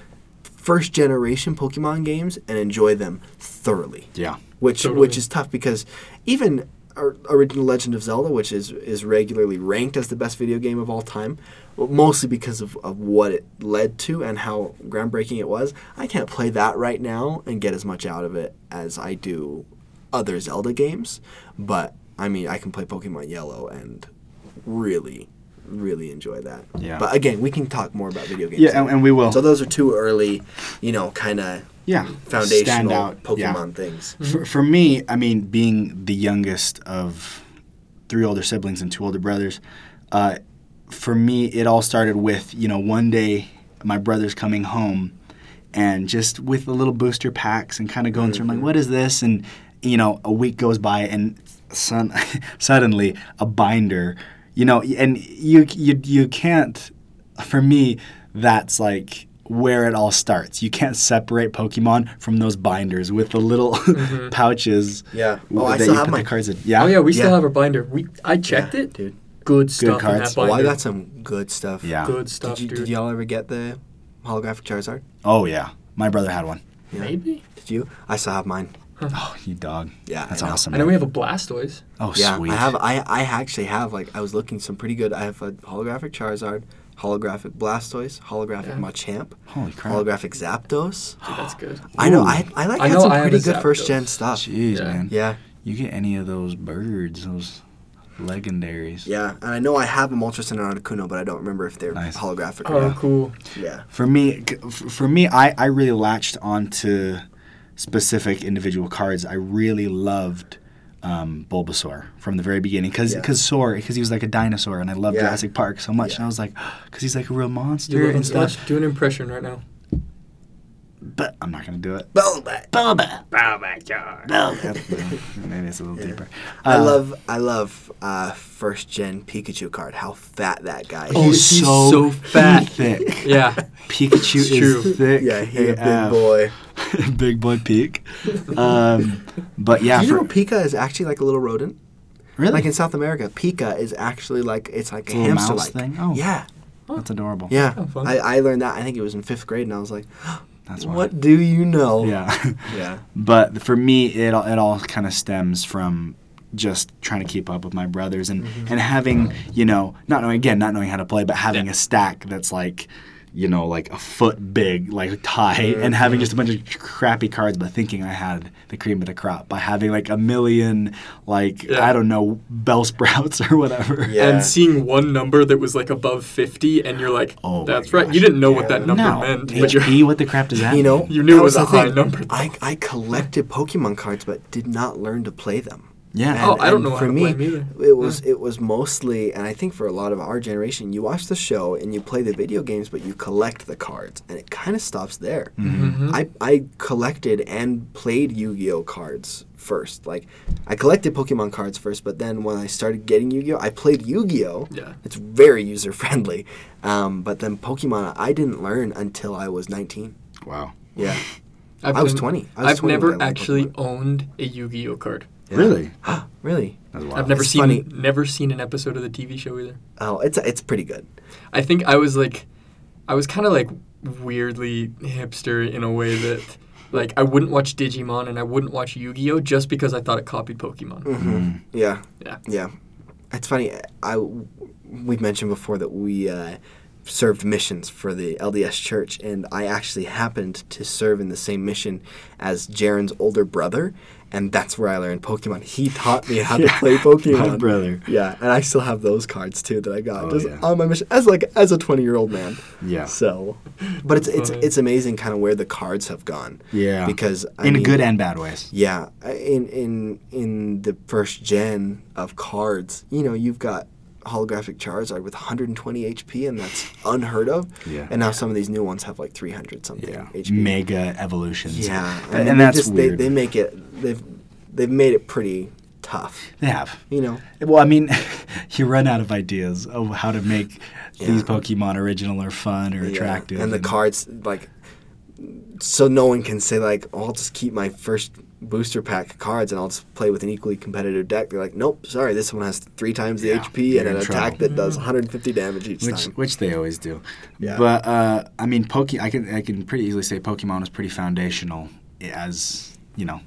S2: first generation Pokemon games and enjoy them thoroughly.
S1: Yeah.
S2: Which
S3: Totally.
S2: which is tough because even or- original Legend of Zelda, which is is regularly ranked as the best video game of all time, well, mostly because of, of what it led to and how groundbreaking it was. I can't play that right now and get as much out of it as I do other Zelda games, but I mean I can play Pokemon Yellow and really really enjoy that.
S1: Yeah.
S2: But again, we can talk more about video games.
S1: Yeah, and, and we will.
S2: so those are two early, you know, kind of
S1: yeah.
S2: foundational
S1: Stand out.
S2: Pokemon
S1: Yeah.
S2: things.
S1: For, for me, I mean, being the youngest of three older siblings and two older brothers, uh, for me, it all started with, you know, one day my brother's coming home and just with the little booster packs and kind of going
S2: Mm-hmm.
S1: through, I'm like, what is this? And, you know, a week goes by and sun [laughs] suddenly a binder, you know, and you, you, you can't, for me, that's like, where it all starts. You can't separate Pokemon from those binders with the little [laughs] pouches.
S2: Yeah.
S1: w-
S2: Mm-hmm. Oh, I
S1: that
S2: still
S1: you
S2: have
S1: put
S2: my-
S1: the cards in.
S3: Oh yeah, we still
S2: Yeah.
S3: have our binder. We I checked
S2: Yeah,
S3: it.
S2: dude.
S3: Good stuff
S1: cards.
S3: in that
S2: Well, I
S3: binder.
S2: got some good stuff.
S1: Yeah.
S3: Good stuff,
S2: Did, you,
S3: dude.
S2: did y'all ever get the holographic Charizard?
S1: Oh yeah, my brother had one.
S2: Yeah.
S3: Maybe.
S2: Did you? I still have mine.
S1: Oh, you dog.
S2: Yeah,
S1: that's
S2: I know.
S1: awesome.
S3: I know
S1: man.
S3: we have a Blastoise.
S1: oh,
S2: yeah,
S1: sweet.
S2: I have. I I actually have like I was looking some pretty good. I have a holographic Charizard, holographic Blastoise, holographic
S3: Yeah.
S2: Machamp,
S1: Holy crap.
S2: holographic Zapdos.
S3: Dude, that's
S2: [gasps]
S3: good.
S2: I know.
S1: Ooh.
S2: I I like
S3: I
S2: had
S3: know
S2: some
S3: I have
S2: pretty
S3: a
S2: good first gen
S3: Zapdos.
S2: stuff.
S1: Jeez,
S3: Yeah.
S1: man.
S2: Yeah.
S1: You get any of those birds, those legendaries?
S2: Yeah, and I know I have a Moltres and an Articuno, but I don't remember if they're
S1: Nice.
S2: holographic or
S3: Oh,
S2: not.
S3: cool.
S2: Yeah.
S1: For me, c- f- for me, I I really latched onto specific individual cards. I really loved. Um, Bulbasaur from the very beginning, because
S2: Yeah.
S1: because Sor because he was like a dinosaur, and I loved
S2: Yeah.
S1: Jurassic Park so much,
S2: Yeah.
S1: and I was like, [gasps] because he's like a real
S3: You
S1: monster
S3: love him
S1: and
S3: so
S1: stuff.
S3: much. Do an impression right
S2: [laughs]
S3: now.
S1: But I'm not gonna do it.
S2: Bulbasaur.
S1: Boba. Maybe it's a little deeper.
S2: I
S1: Uh,
S2: love I love uh, first gen Pikachu card. How fat that guy
S1: Oh,
S2: is.
S3: He's- he's
S1: so,
S3: so fat.
S1: thick.
S3: Yeah.
S1: Pikachu
S3: It's
S1: is
S3: true.
S1: thick.
S2: Yeah, he's a big
S1: AF.
S2: boy.
S1: [laughs] big boy peak. Um, but yeah,
S2: Do you
S1: for,
S2: know Pika is actually like a little rodent?
S1: really,
S2: Like in South America, Pika is actually like it's like a
S1: little mouse
S2: hamster like
S1: thing? Oh.
S2: Yeah,
S1: that's adorable.
S2: yeah.
S3: Oh, fun.
S2: I, I learned that. I think it was in fifth grade, and I was like, [gasps]
S1: That's wild.
S2: "What do you know?"
S1: Yeah.
S2: [laughs] yeah.
S1: but for me, it all, it all kind of stems from just trying to keep up with my brothers and
S2: Mm-hmm.
S1: and having you know not knowing again not knowing how to play, but having a stack that's like you know like a foot big like high
S2: Mm-hmm.
S1: and having just a bunch of crappy cards but thinking i had the cream of the crop by having like a million like
S3: Yeah.
S1: i don't know bell sprouts [laughs] or whatever
S3: [laughs]
S2: Yeah.
S3: And seeing one number that was like above 50, and you're like,
S1: Oh my
S3: that's right.
S1: gosh.
S3: You didn't know what
S2: Yeah.
S3: that number
S1: no
S3: meant,
S2: [laughs]
S3: but you're
S1: HP, what the crap does that
S2: You know,
S1: mean?
S3: You knew
S2: that
S3: it was a
S2: the
S3: high number.
S2: I, I collected Pokemon cards, but did not learn to play them.
S1: Yeah.
S3: Oh, I don't know how to play 'em either.
S2: It was it was mostly, and I think for a lot of our generation, you watch the show and you play the video games, but you collect the cards, and it kind of stops there.
S3: Mm-hmm.
S2: Mm-hmm.
S3: [laughs]
S2: I I collected and played Yu-Gi-Oh cards first. Like, I collected Pokemon cards first, but then when I started getting Yu-Gi-Oh, I played Yu-Gi-Oh.
S3: Yeah.
S2: it's very user friendly. Um, but then Pokemon, I didn't learn until I was 19.
S1: wow
S2: Yeah.
S3: I've
S2: I was
S3: been-
S2: 20. I was
S3: I've
S2: 20 when I
S3: never
S2: learned
S3: actually
S2: Pokemon.
S3: owned a Yu-Gi-Oh card.
S1: really
S2: Really?
S1: that's wild
S3: I've never
S2: It's
S3: seen
S2: funny.
S3: never seen an episode of the TV show either.
S2: Oh, it's it's pretty good.
S3: I think I was like, I was kind of like weirdly hipster in a way that Like I wouldn't watch Digimon and I wouldn't watch Yu-Gi-Oh just because I thought it copied Pokemon.
S1: Mm-hmm. Mm.
S2: Yeah.
S3: Yeah.
S2: Yeah. It's funny. I we've mentioned before that we uh, served missions for the LDS Church, and I actually happened to serve in the same mission as Jaron's older brother, and that's where I learned Pokemon. He taught me how
S1: [laughs]
S2: to
S1: Yeah,
S2: play
S1: my
S2: Pokemon.
S1: brother.
S2: Yeah, and I still have those cards too that I got
S1: Oh,
S2: just
S1: yeah.
S2: on my mission as like as a twenty year old man.
S1: Yeah.
S2: So, but it's it's
S3: Fine.
S2: it's amazing kind of where the cards have gone.
S1: Yeah.
S2: Because I
S1: in
S2: mean,
S1: good and bad ways.
S2: yeah, I- in in in the first gen of cards, you know, you've got holographic Charizard with 120 HP, and that's unheard of.
S1: Yeah.
S2: And now some of these new ones have like 300 something
S1: Yeah.
S2: HP.
S1: Mega evolutions.
S2: yeah, I
S1: And,
S2: mean,
S1: and
S2: they
S1: that's
S2: just,
S1: weird.
S2: They, they make it. They've they've made it pretty tough.
S1: they have.
S2: You know.
S1: Well, I mean, [laughs] you run out of ideas of how to make
S2: Yeah.
S1: these Pokemon original or fun or
S2: Yeah.
S1: attractive.
S2: And the cards like. So no one can say like, oh, I'll just keep my first booster pack cards and I'll just play with an equally competitive deck. They're like, nope, sorry, this one has three times the
S1: Yeah,
S2: HP
S1: you're
S2: and an
S1: in
S2: attack
S1: trouble.
S2: that does 150 damage each
S1: which
S2: time.
S1: which they always do.
S2: Yeah.
S1: But uh, I mean, Poke I can I can pretty easily say Pokemon is pretty foundational as you know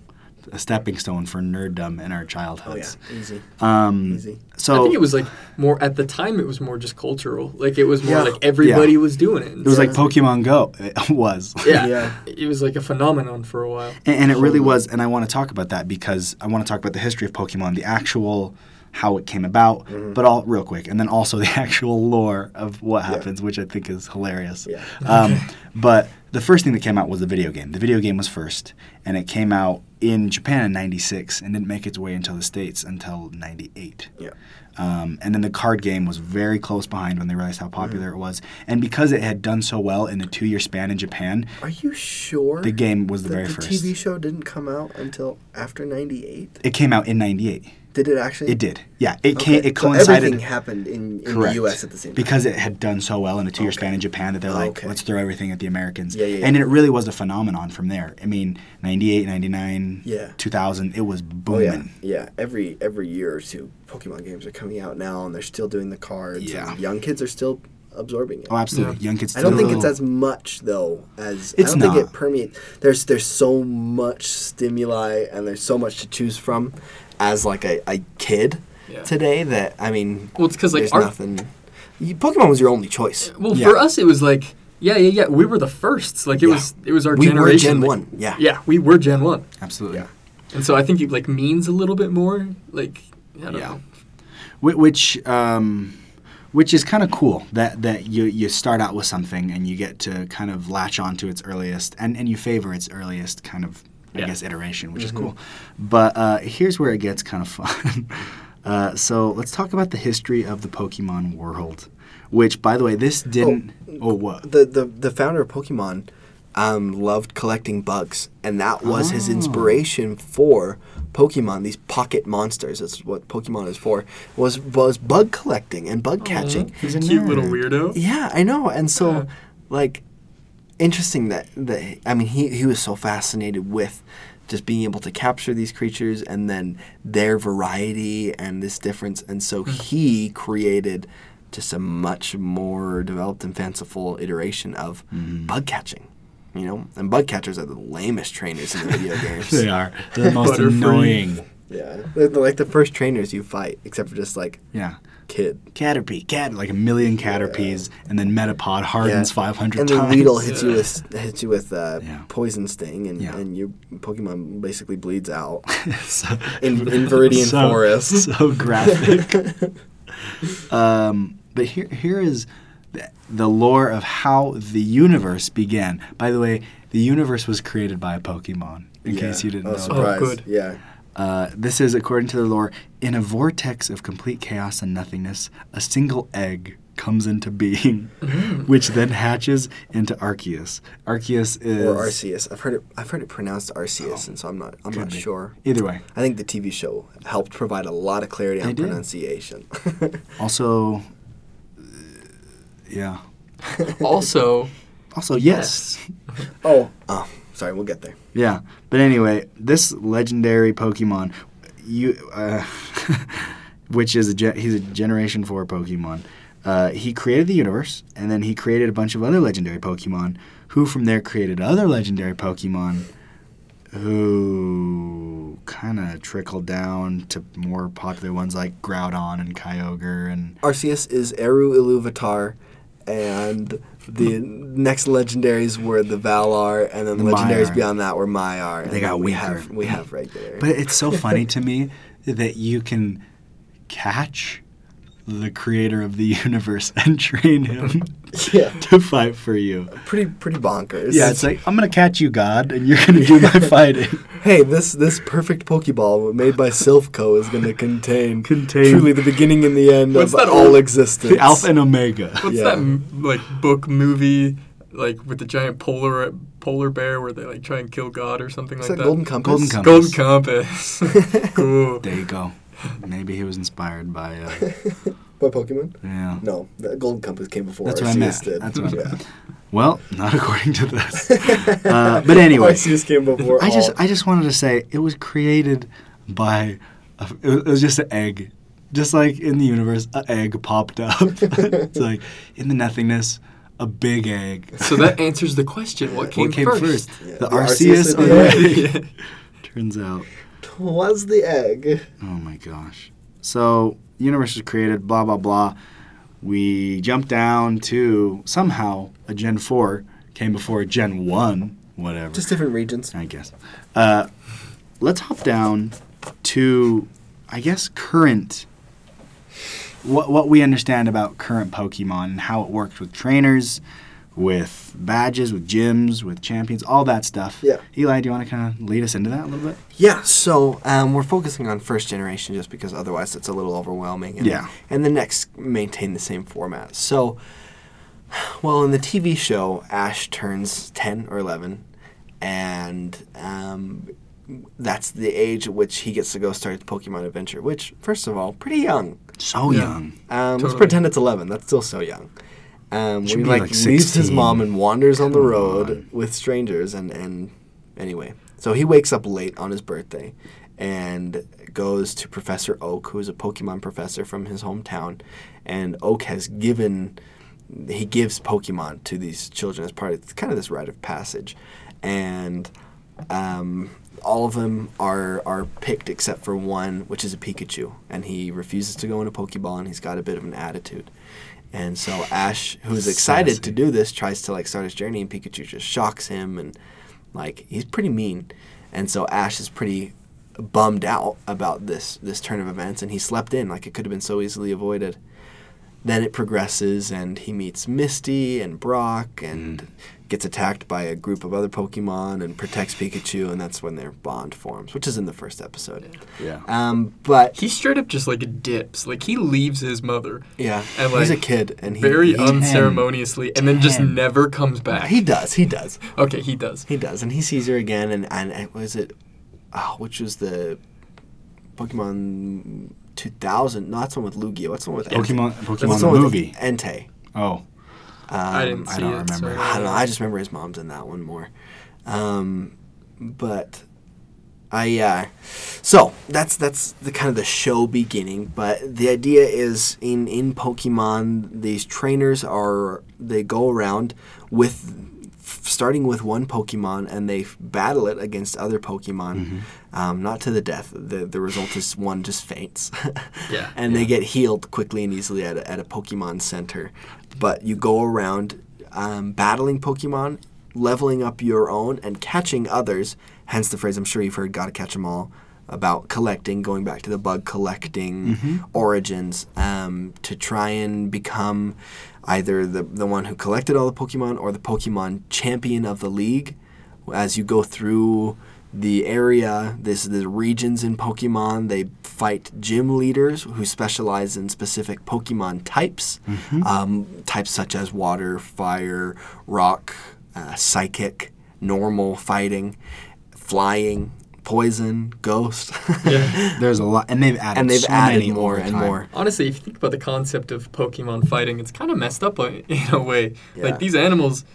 S1: a stepping stone for nerddom in our
S2: Oh,
S1: childhoods.
S2: easy,
S1: Um,
S2: easy.
S1: So
S3: I think
S2: Oh.
S3: it was like more at the time. It was more just cultural. Like it was more
S2: Yeah.
S3: like everybody was doing it.
S1: it was like Pokemon Go. [laughs] It was.
S3: yeah.
S2: Yeah.
S3: it was like a phenomenon for a while.
S1: And, and it really was, and I want to talk about that because I want to talk about the history of Pokemon, the actual how it came about,
S2: Mm-hmm.
S1: but all real quick, and then also the [laughs] actual lore of what happens, which I think is hilarious.
S2: Yeah.
S1: [laughs]
S2: [laughs]
S1: Um, but the first thing that came out was the video game. The video game was first, and it came out in Japan in '96 and didn't make its way into the states until '98.
S2: Yeah.
S1: Um, and then the card game was very close behind when they realized how popular
S2: Mm.
S1: it was. And because it had done so well in a two year span in Japan,
S2: Are you sure
S1: the game was the
S2: that
S1: very
S2: the
S1: first.
S2: TV show didn't come out until after '98?
S1: It came out in '98.
S2: Did it actually?
S1: It did. Yeah. It
S2: Okay.
S1: came. It
S2: So
S1: coincided.
S2: everything happened in, in the
S1: Correct.
S2: U.S. at the same time.
S1: because it had done so well in a two-year
S2: Okay.
S1: span in Japan that they're like,
S2: Okay.
S1: let's throw everything at the Americans.
S2: Yeah, yeah,
S1: And
S2: yeah.
S1: it really was a phenomenon from there. I mean, 98, 99,
S2: Yeah.
S1: 2000, it was
S2: Oh yeah,
S1: booming.
S2: yeah. Every every year or two, Pokemon games are coming out now, and they're still doing the cards.
S1: Yeah.
S2: and young kids are still absorbing it.
S1: Oh, absolutely. Young kids
S2: I don't think it's
S1: still-
S2: as much though as
S1: It's
S2: I don't think it
S1: not.
S2: permeates. There's there's so much stimuli and there's so much to choose from, as like a, a kid
S3: Yeah.
S2: today that I mean,
S3: Well, it's 'cause, like,
S2: there's
S3: our-
S2: nothing. You, Pokemon was your only choice.
S3: Well,
S1: Yeah.
S3: for us, it was like yeah, yeah, yeah. We were the first. Like it
S2: Yeah.
S3: was, it was our
S2: We were
S3: generation.
S2: Gen
S3: like-
S2: One, yeah.
S3: yeah, we were Gen One,
S1: Absolutely.
S2: Yeah.
S3: and so I think it like means a little bit more. Like I don't
S1: Yeah.
S3: know.
S1: Whi- Which, um, which is kind of cool that, that you, you start out with something and you get to kind of latch on to its earliest and, and you favor its earliest kind of, I
S3: Yeah.
S1: guess, iteration, which is cool. But uh, here's where it gets kind of [laughs] fun. uh, so let's talk about the history of the Pokemon world, which, by the way, this didn't. Oh, what?
S2: The the the founder of Pokemon, um, loved collecting bugs, and that was his inspiration for Pokemon. These pocket monsters. That's what Pokemon is for. Was was bug collecting and bug catching.
S1: He's a
S3: Cute little
S1: nerd.
S3: weirdo.
S2: Yeah, I know. And so,
S3: Yeah.
S2: like, interesting that that I mean, he he was so fascinated with just being able to capture these creatures and then their variety and this difference, and so he created just a much more developed and fanciful iteration of bug catching. You know, and bug catchers are the lamest trainers in the video games.
S1: They are. They're the most
S3: Butterfree.
S1: annoying.
S2: Yeah, they're the- like the first trainers you fight, except for just like
S1: Yeah.
S2: kid.
S1: Caterpie, cat, like a million Caterpies, and then Metapod hardens 500
S2: and
S1: times.
S2: then Weedle hits you
S3: Yeah.
S2: with hits you with uh,
S1: Yeah.
S2: poison sting, and,
S1: Yeah.
S2: and your Pokemon basically
S1: [laughs]
S2: bleeds out.
S1: so,
S2: In- in Viridian Forest.
S1: [laughs] So
S2: [laughs]
S1: graphic. um, but here, here is the, the lore of how the universe began. By the way, the universe was created by a Pokemon. In case you didn't
S2: oh,
S1: know, that.
S2: surprise.
S3: good.
S2: Yeah,
S1: Uh, this is according to the lore. In a vortex of complete chaos and nothingness, a single egg comes into being,
S2: Mm-hmm.
S1: which then hatches into Arceus. Arceus is
S2: or Arceus. I've heard it. I've heard it pronounced Arceus, and so I'm not. I'm not
S1: be.
S2: sure.
S1: Either way,
S2: I think the TV show helped provide a lot of clarity on
S1: They did.
S2: pronunciation. [laughs]
S1: also, uh, [laughs] yeah.
S3: Also,
S1: Also, yes.
S2: oh, oh, sorry. We'll get there.
S1: Yeah, but anyway, this legendary Pokemon, you, uh, [laughs] which is a gen- he's a Generation Four Pokemon. Uh, he created the universe, and then he created a bunch of other legendary Pokemon, who from there created other legendary Pokemon, who kind of trickled down to more popular ones like Groudon and Kyogre and [laughs]
S2: Arceus is Eru Iluvatar, and the next legendaries were the Valar, and then the
S1: The
S2: legendaries
S1: Maiar.
S2: beyond that were Maiar. and
S1: They got
S2: then we
S1: weaker.
S2: have we have regular.
S1: But it's so funny to me that you can catch the creator of the [laughs] universe and train him
S2: [laughs] yeah,
S1: [laughs] to fight for you.
S2: pretty pretty bonkers.
S1: Yeah, it's like I'm gonna catch you, God, and you're gonna do [laughs] my fighting.
S2: hey, this this perfect Pokeball made by Silphco is going to contain
S1: Contain-
S2: truly the beginning and the end
S3: What's
S2: of
S3: that
S2: all
S3: old-
S2: existence.
S1: The Alpha and Omega.
S3: What's
S2: Yeah.
S3: that m- like book movie like with the giant polar polar bear where they like try and kill God or something
S2: Is
S3: like that?
S2: that Golden Compass?
S1: Golden Compass.
S3: Golden
S1: [laughs]
S3: Compass. cool.
S1: There you go. Maybe he was inspired by. Uh,
S2: [laughs] by Pokemon.
S1: yeah.
S2: No, the Golden Compass came before.
S1: That's
S2: Arceus
S1: what I meant.
S2: Did.
S1: That's what I
S2: yeah.
S1: meant. Well, not according to
S2: [laughs]
S1: this. [laughs] Uh, but anyway,
S2: Arceus came before.
S1: I just
S2: all.
S1: I just wanted to say it was created by a, it was- it was just an egg, just like in the universe, an egg popped up. [laughs] it's like in the nothingness, a big egg.
S3: So that answers the question. What came,
S1: what came
S3: [laughs]
S1: first,
S2: Yeah,
S1: the
S2: the Arceus
S1: Arceus
S2: or
S1: or
S2: the [laughs]
S1: the [laughs] egg? [laughs] Turns out,
S2: was the egg.
S1: oh my gosh. So universe was created, blah blah blah. We jumped down to somehow a Gen four came before a Gen one, whatever.
S2: Just different regions.
S1: I guess. Uh, let's hop down to, I guess, current. What what we understand about current Pokemon and how it works with trainers, with badges, with gyms, with champions, all that stuff.
S2: Yeah.
S1: Eli, do you want to kind of lead us into that a little bit?
S2: Yeah, so um, we're focusing on first generation just because otherwise it's a little overwhelming. And,
S1: Yeah.
S2: And the next maintain the same format. So, well, in the TV show, Ash turns 10 or 11, and um, that's the age at which he gets to go start his Pokemon Adventure, which, first of all, pretty young.
S1: So
S3: Yeah.
S1: young.
S2: Um, Let's
S3: Totally.
S2: pretend it's 11. That's still so young. Um,
S1: Should
S2: when he,
S1: be
S2: like,
S1: like
S2: leaves his
S1: 16.
S2: mom and wanders on the
S1: Come
S2: road
S1: on.
S2: with strangers and, and anyway. So he wakes up late on his birthday and goes to Professor Oak, who is a Pokemon professor from his hometown. And Oak has given, he gives Pokemon to these children as part of, it's kind of this rite of passage. And um, all of them are are picked except for one, which is a Pikachu, and he refuses to go in a Pokeball, and he's got a bit of an attitude.
S3: [laughs]
S2: And so Ash, who's excited to
S1: Sassy.
S2: do this, tries to like start his journey, and Pikachu just shocks him, and like he's pretty mean. And so Ash is pretty bummed out about this this turn of events, and he slept in like it could have been so easily avoided then it progresses and he meets Misty and Brock
S3: Mm.
S2: and gets attacked by a group of other Pokemon and protects Pikachu and that's when their bond forms, which is in the first episode.
S1: Yeah.
S2: Um, but
S3: He straight up just like dips. Like he leaves his mother
S2: yeah,
S3: And,
S2: he's a
S3: like,
S2: kid and he
S3: very
S2: he,
S3: unceremoniously and then just
S1: Ten.
S3: never comes back.
S2: he does, he does,
S3: okay, he does.
S2: he does, and he sees her again and and it was it, oh, which was the Pokemon 2000? No, that's the one with Lugia. What's the one with Entei?
S1: Pokemon
S2: What's
S1: Pokemon
S2: the
S1: the
S2: one with
S1: movie.
S2: Entei.
S1: Oh,
S3: I didn't
S1: I
S3: see
S1: don't
S3: it.
S1: remember.
S3: sorry.
S2: I don't know. I just remember his mom's in that one more. Um, but I uh, so that's that's the kind of the show beginning. But the idea is in in Pokemon, these trainers are they go around with f- starting with one Pokemon and they f- battle it against other Pokemon, um, not to the death. The the result is one just faints. [laughs]
S3: Yeah,
S2: and they get healed quickly and easily at a, at a Pokemon center. But you go around um, battling Pokemon, leveling up your own, and catching others. Hence the phrase I'm sure you've heard, gotta catch 'em all, about collecting, going back to the bug collecting origins um, to try and become either the, the one who collected all the Pokemon or the Pokemon champion of the league as you go through the area, this the regions in Pokemon, they fight gym leaders who specialize in specific Pokemon types,
S1: Mm-hmm.
S2: um, types such as water, fire, rock, uh, psychic, normal, fighting, flying, poison, ghost,
S1: there's a lot, and they've added
S2: [laughs] and they've
S1: so
S2: added
S1: many
S2: more
S1: over
S2: and
S1: time.
S2: more.
S3: Honestly, if you think about the concept of Pokemon fighting, it's kind of messed up on- in a way.
S2: Yeah.
S3: Like these animals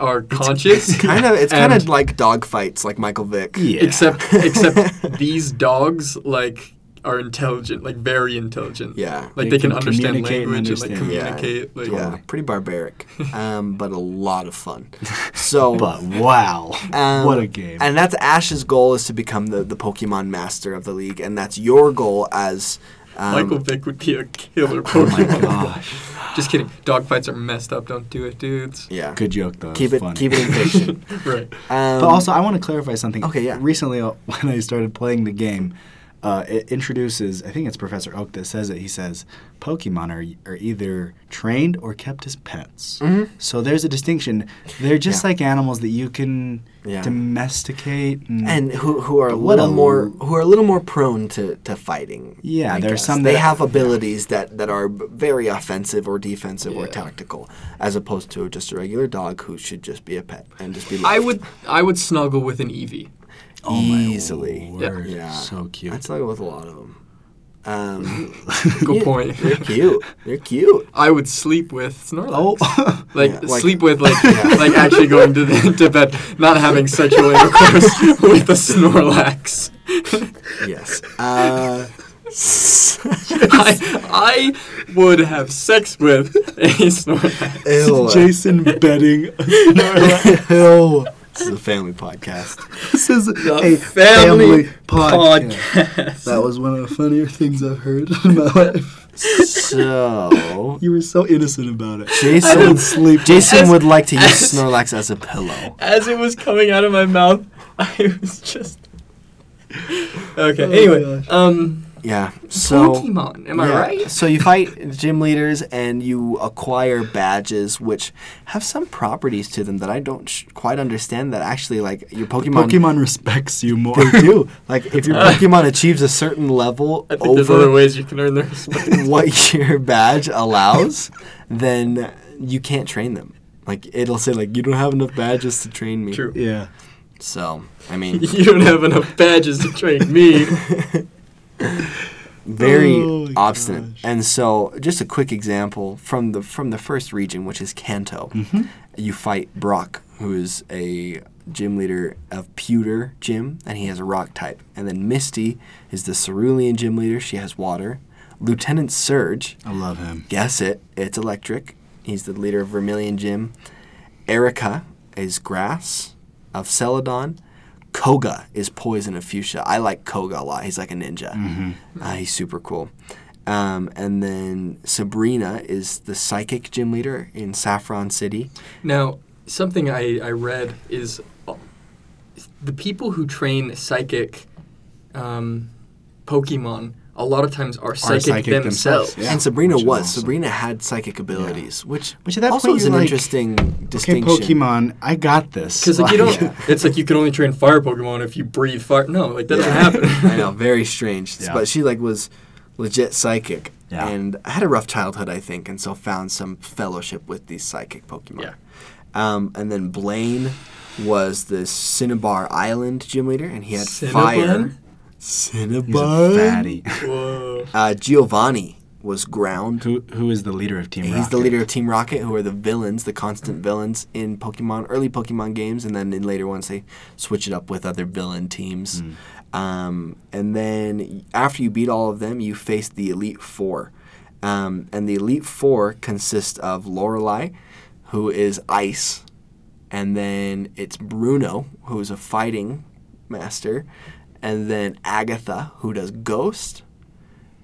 S3: are conscious.
S2: Kind of,
S1: [laughs]
S2: it's kind
S3: and-
S2: of like dog fights, like Michael Vick.
S1: Yeah.
S3: Except, except these dogs like are intelligent, like very intelligent.
S2: Yeah.
S3: Like
S1: They
S3: they can,
S1: can
S3: understand
S1: communicate and
S3: language and, like
S1: understand.
S3: communicate. Like
S2: Yeah,
S1: [laughs]
S2: pretty barbaric, um, but a lot of fun. So,
S1: But wow,
S2: um,
S1: what a game!
S2: And that's Ash's goal is to become the, the Pokemon master of the league, and that's your goal as um,
S3: Michael Vick would be a
S2: [laughs]
S3: killer
S1: oh my
S3: Pokemon.
S1: gosh,
S3: [laughs] Just kidding. Dogfights are messed up. Don't do it, dudes.
S2: Yeah,
S1: good joke though.
S2: keep it
S1: funny.
S2: keep it in fiction.
S3: Right.
S1: [laughs]
S2: Um,
S1: But also, I want to clarify something.
S2: Okay, yeah.
S1: Recently, uh, [laughs] when I started playing the game, uh, it introduces, I think it's Professor Oak that says it. He says, Pokemon are, are either trained or kept as pets. So there's a distinction. They're just
S2: Mm-hmm. Yeah.
S1: like animals that you can
S2: Yeah.
S1: domesticate. And,
S2: and who, who are a
S1: But what
S2: little
S1: a-
S2: more who are a little more prone to, to fighting.
S1: Yeah,
S2: I
S1: there are
S2: guess.
S1: some
S2: they
S1: that-
S2: have abilities that, that are b- very offensive or defensive or
S3: Yeah.
S2: tactical, as opposed to just a regular dog who should just be a pet and just be. Loved.
S3: I would I would snuggle with an Eevee.
S1: oh my
S2: easily.
S1: word,
S2: Yeah.
S1: So cute.
S2: I'd struggle with a lot of them.
S1: [laughs]
S2: Um,
S3: Good
S2: Yeah.
S3: point.
S2: they're cute. They're cute.
S3: I would sleep with Snorlax.
S1: oh, [laughs]
S3: Like,
S2: Yeah, like-
S3: sleep with like like actually going to the, to bed, not having sexual intercourse [laughs] with the Snorlax.
S2: Yes. Uh,
S3: I I would have sex with a Snorlax. [laughs]
S2: ew.
S1: Jason [laughs] betting.
S2: Ew. This is a family podcast.
S1: this is a
S3: family
S1: family, podcast.
S3: Podcast.
S1: That was one of the funnier things I've heard in my life.
S3: [laughs]
S2: So.
S1: You were so innocent about it. I
S2: Jason,
S1: would sleep with-
S2: Jason
S3: As-
S2: would like to use
S3: as-
S2: Snorlax as a pillow.
S3: As it was coming out of my mouth, [laughs] I was just Okay.
S1: Oh my
S3: anyway,
S1: gosh.
S3: um,
S2: Yeah. So
S3: Pokemon. Am I
S2: Yeah.
S3: right?
S2: So you fight gym leaders and you acquire badges, which have some properties to them that I don't sh- quite understand. That actually, like your Pokemon,
S1: Pokemon respects you more.
S3: [laughs]
S2: they do. Like if your Pokemon achieves a certain level
S3: I think there's other
S2: over
S3: ways you can earn their respect. [laughs]
S2: [laughs] what your badge allows, then you can't train them. Like it'll say, like you don't have enough badges to train me.
S3: True.
S1: yeah.
S2: So
S1: [laughs]
S2: I mean,
S3: You don't have enough badges to train me.
S2: very
S1: Oh my
S2: obstinate.
S1: gosh.
S2: And so, just a quick example from the from the first region, which is Kanto.
S1: Mm-hmm.
S2: You fight Brock, who is a gym leader of Pewter Gym, and he has a rock type. And then Misty is the Cerulean gym leader. She has water. Lieutenant Surge,
S1: I love him.
S2: guess it, it's electric. He's the leader of Vermilion Gym. Erica is grass of Celadon. Koga is poison of fuchsia. I like Koga a lot. He's like a ninja.
S1: Mm-hmm.
S2: Uh, he's super cool. Um, and then Sabrina is the psychic gym leader in Saffron City.
S3: Now, something I, I read is uh, the people who train psychic um, Pokemon a lot of times are psychic,
S1: psychic
S3: themselves.
S1: themselves, Yeah,
S2: and Sabrina
S1: which is
S2: was.
S1: awesome.
S2: Sabrina had psychic abilities, which
S1: Which at that
S2: also
S1: point
S2: is
S1: you're
S2: an
S1: like,
S2: interesting
S1: Okay,
S2: distinction.
S1: Pokemon, I got this.
S3: Because like you don't,
S1: Like, [laughs]
S3: it's like you can only train fire Pokemon if you breathe fire. No, like that
S2: Yeah.
S1: [laughs]
S3: doesn't happen.
S2: [laughs] I know, very strange.
S1: Yeah.
S2: But she like was legit psychic,
S1: Yeah.
S2: and had a rough childhood, I think, and so found some fellowship with these psychic Pokemon.
S3: Yeah.
S2: Um, and then Blaine was the Cinnabar Island gym leader, and he had fire.
S3: Cinnabon?
S2: Cinnabar.
S1: He's a fatty.
S3: Whoa.
S2: Uh, Giovanni was ground.
S1: Who who is the leader of Team
S2: He's
S1: Rocket?
S2: the leader of Team Rocket, who are the villains, the constant villains in Pokemon, early Pokemon games, and then in later ones they switch it up with other villain teams.
S1: Hmm.
S2: Um, and then y- after you beat all of them, you face the Elite Four, um, and the Elite Four consists of Lorelei, who is ice, and then it's Bruno, who is a fighting master, and then Agatha, who does ghost,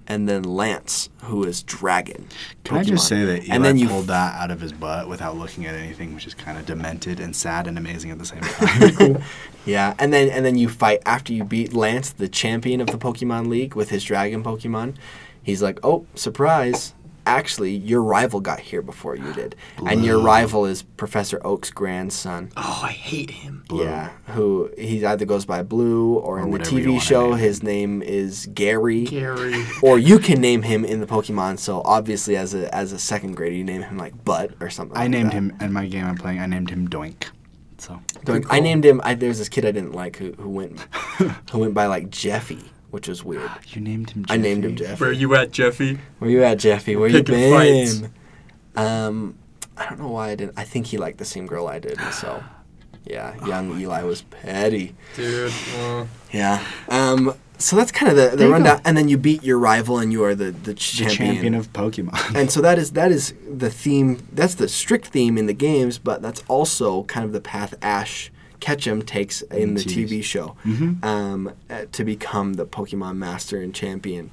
S2: and then Lance, who is dragon.
S1: Can I just
S2: Pokemon.
S1: say that Eli
S2: and then you
S1: pulled that out of his butt without looking at anything, which is kind of demented and sad and amazing at the same [laughs] time.
S2: yeah, and then and then you fight after you beat Lance, the champion of the Pokemon League, with his dragon Pokemon. He's like, oh, surprise. Actually, your rival got here before you did. And your rival is Professor Oak's grandson.
S3: Oh, I hate him.
S2: Yeah, who he either goes by Blue or, in the
S1: whatever you
S2: TV
S1: wanna
S2: show,
S1: name
S2: his name is
S1: [laughs]
S2: Gary.
S3: Gary.
S2: Or you can name him in the Pokemon. So obviously, as a as a second grader, you name him like Bud or something.
S1: I
S2: like
S1: named
S2: that.
S1: him in my game I'm playing. I named him Doink. So
S2: Doink. I named him. I, there was this kid I didn't like who,
S1: [laughs]
S2: who went who went by like Jeffy, which was weird.
S1: you named him.
S2: I named him
S1: Jeffy.
S2: Jeffy.
S3: Where are you at, Jeffy?
S2: Where you at, Jeffy? Where you
S3: Picking
S2: been?
S3: fights.
S2: Um, I don't know why I didn't. I think he liked the same girl I did. So, yeah, young Eli was petty.
S3: Dude. uh,
S2: Yeah. Um. so that's kind of the,
S1: There
S2: the
S1: you
S2: rundown,
S1: go.
S2: and then you beat your rival, and you are the the
S1: The
S2: champion.
S1: champion of Pokemon.
S2: [laughs] and so that is that is the theme. That's the strict theme in the games, but that's also kind of the path Ash Ketchum takes in the
S1: TVs.
S2: TV show um, uh, to become the Pokemon master and champion.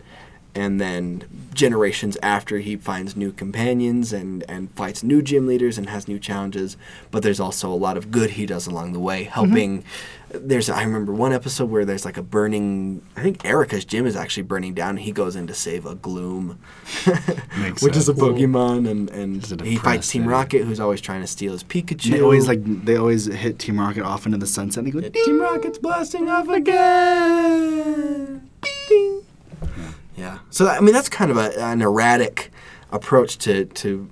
S2: And then generations after, he finds new companions and, and fights new gym leaders and has new challenges. But there's also a lot of good he does along the way, helping. There's I remember one episode where there's like a burning. I think Erica's gym is actually burning down. And he goes in to save a Gloom,
S1: [laughs]
S2: [laughs]
S1: Makes
S2: which is a
S1: sense.
S2: Pokemon, and and
S1: Just a
S2: he fights
S1: depressed
S2: Team
S1: thing.
S2: Rocket, who's always trying to steal his Pikachu.
S1: They always like they always hit Team Rocket off into the sunset. And they go,
S2: [laughs]
S1: Team Rocket's blasting off again. Beep.
S2: Yeah. So I mean, that's kind of a, an erratic approach to to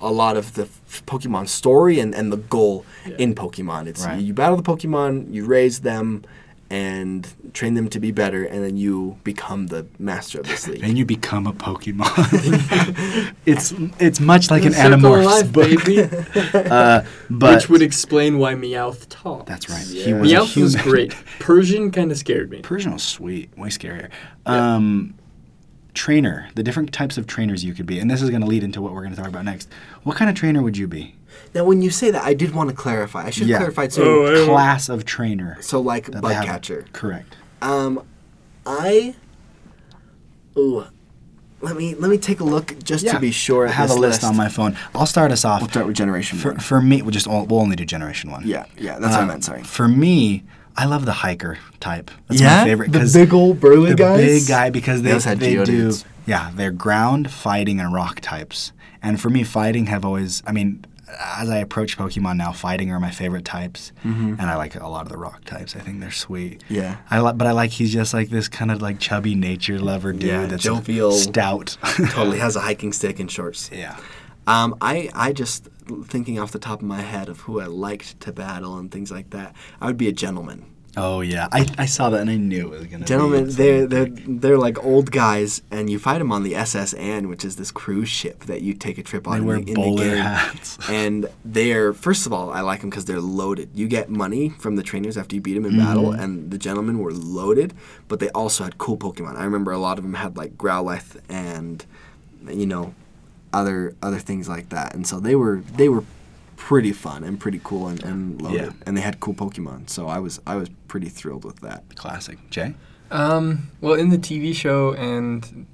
S2: a lot of the f- Pokemon story and, and the goal in Pokemon. It's
S1: Right.
S2: you battle the Pokemon, you raise them, and train them to be better, and then you become the master
S1: [laughs]
S2: of this league.
S1: Then you become a
S2: [laughs]
S1: Pokemon. it's it's much like an
S3: Circle of
S1: Animorphs [laughs]
S3: life,
S1: book,
S3: baby.
S1: uh, but
S3: Which would explain why Meowth talks.
S1: That's right.
S2: Yeah.
S1: He was a
S3: Meowth
S1: human. [laughs]
S3: was great. Persian kind of scared me.
S1: Persian was sweet, way scarier. Um, trainer, the different types of trainers you could be, and this is going to lead into what we're going to talk about next. What kind of trainer would you be?
S2: now, when you say that, I did want to clarify. I should
S1: Yeah.
S2: clarify too.
S3: Oh, I-
S1: Class of trainer.
S2: so, like
S1: that they
S2: bug
S1: have-
S2: catcher.
S1: Correct.
S2: Um, I. Ooh. Let me let me take a look just to be sure.
S1: I
S2: at
S1: have
S2: this
S1: a list, on my [laughs] phone. I'll start us off.
S2: We'll start with generation
S1: For,
S2: one.
S1: for me, we'll just all, we'll only do generation one.
S2: Yeah, yeah, that's what I
S1: Um,
S2: meant. Sorry.
S1: For me, I love the hiker type. That's
S2: Yeah?
S1: my favorite.
S2: The
S1: 'cause
S2: big ol' burly
S1: the
S2: guys?
S1: big guy because they,
S2: Those had
S1: they do.
S2: Geodudes.
S1: Yeah, they're ground, fighting, and rock types. And for me, fighting have always. I mean, as I approach Pokemon now, fighting are my favorite types, and I like a lot of the rock types. I think they're sweet.
S2: Mm-hmm. Yeah.
S1: I li- but I like he's just like this kind of like chubby nature lover dude
S2: Yeah,
S1: that's
S2: jovial.
S1: stout.
S2: [laughs]
S1: [laughs]
S2: totally has a hiking stick and shorts.
S1: yeah.
S2: Um, I, I just thinking off the top of my head of who I liked to battle and things like that. I would be a gentleman.
S1: Oh yeah, I, I saw that and I knew it was gonna.
S2: Gentlemen,
S1: be
S2: they're they're they're like old guys, and you fight them on the SS Anne, which is this cruise ship that you take a trip on.
S1: They
S2: in
S1: wear
S2: the, in
S1: bowler
S2: the game.
S1: hats. [laughs]
S2: and they're first of all, I like them because they're loaded. You get money from the trainers after you beat them in battle,
S1: Mm-hmm.
S2: and the gentlemen were loaded, but they also had cool Pokemon. I remember a lot of them had like Growlithe and you know other other things like that, and so they were they were pretty fun and pretty cool and, and loaded,
S1: Yeah.
S2: and they had cool Pokemon. So I was I was pretty thrilled with that.
S1: classic. Jay,
S3: Um, well, in the TV show, and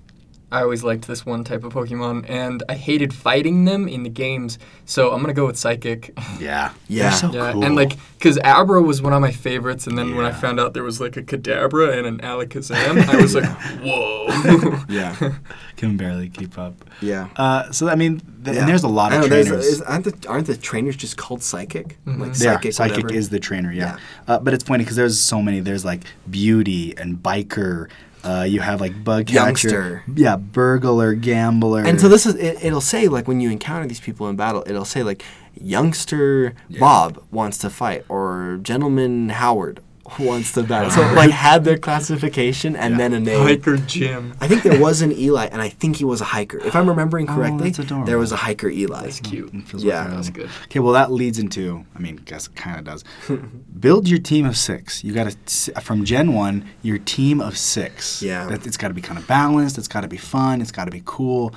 S3: I always liked this one type of Pokemon, and I hated fighting them in the games, so I'm gonna go with Psychic. [laughs]
S1: yeah,
S2: Yeah.
S1: they're so
S3: yeah,
S1: Oh, cool.
S3: and like, cause Abra was one of my favorites, and then when I
S1: Yeah.
S3: found out there was like a Kadabra and
S1: [laughs]
S3: an Alakazam, I was like, whoa.
S2: [laughs] Yeah,
S1: can barely keep up.
S2: yeah.
S1: Uh, so I mean, th-
S2: Yeah.
S1: and there's a lot
S2: I
S1: of
S2: know, there's-
S1: trainers.
S2: is- aren't, the, aren't the trainers just called psychic?
S3: Mm-hmm.
S2: Like
S1: They are.
S2: psychic,
S1: psychic
S2: whatever.
S1: is the trainer, yeah.
S2: Yeah.
S1: Uh, but it's funny because there's so many. There's like beauty and biker. Uh, you have like bug catcher,
S2: Youngster.
S1: yeah, burglar, gambler.
S2: And so this is it, it'll say like when you encounter these people in battle, it'll say like youngster Bob wants to fight or gentleman Howard wants to battle. so it,
S1: [laughs]
S2: like had their classification and then a name.
S3: Hiker Jim.
S2: I think there was an Eli, and I think he was a hiker. If I'm remembering correctly,
S1: Oh, that's adorable.
S2: there was a hiker Eli.
S3: That's cute.
S1: Feels
S2: yeah,
S1: like
S3: That's
S1: um,
S3: good.
S1: Okay, well that leads into. I mean, guess it kind of does. [laughs] Build your team of six. You got to from Gen One. Your team of six.
S2: Yeah.
S1: That, it's got to be kind of balanced. It's got to be fun. It's got to be cool.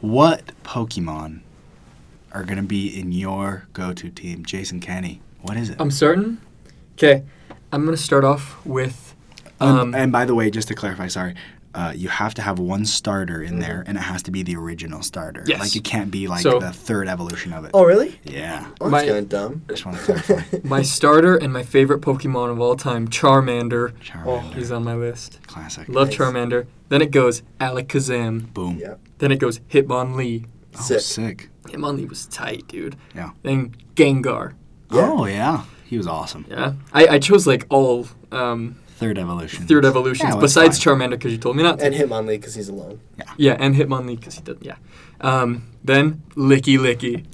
S1: What Pokemon are going to be in your go-to team, Jason Kenny? What is it?
S3: I'm certain. Okay, I'm gonna start off with.
S1: And-
S3: Um,
S1: and by the way, just to clarify, sorry. Uh, you have to have one starter in there,
S2: Mm-hmm.
S1: and it has to be the original starter.
S3: Yes.
S1: Like it can't be like
S3: So- Oh.
S1: the third evolution of it.
S2: really?
S1: Yeah.
S2: Oh,
S3: My-
S2: that's kind of dumb.
S1: Just want to
S2: [laughs]
S1: clarify.
S3: my starter and my favorite Pokemon of all time, Charmander. Oh,
S1: Charmander.
S3: he's on my list.
S1: Classic.
S3: Love
S2: Nice.
S3: Charmander. Then it goes Alakazam.
S1: Boom.
S2: Yeah.
S3: Then it goes Hitmonlee.
S1: Oh,
S2: Sick.
S1: sick.
S3: Hitmonlee was tight, dude.
S1: Yeah.
S3: Then Gengar.
S2: Yeah.
S1: Oh yeah, he was awesome.
S3: Yeah. I, I chose like all um,
S1: Third evolution.
S3: third evolutions
S1: Yeah, that's
S3: besides
S1: fine.
S3: Charmander because you told me not to.
S2: Hitmonlee because he's alone.
S3: yeah, and Hitmonlee because he did. Yeah. Um, then Licky Licky.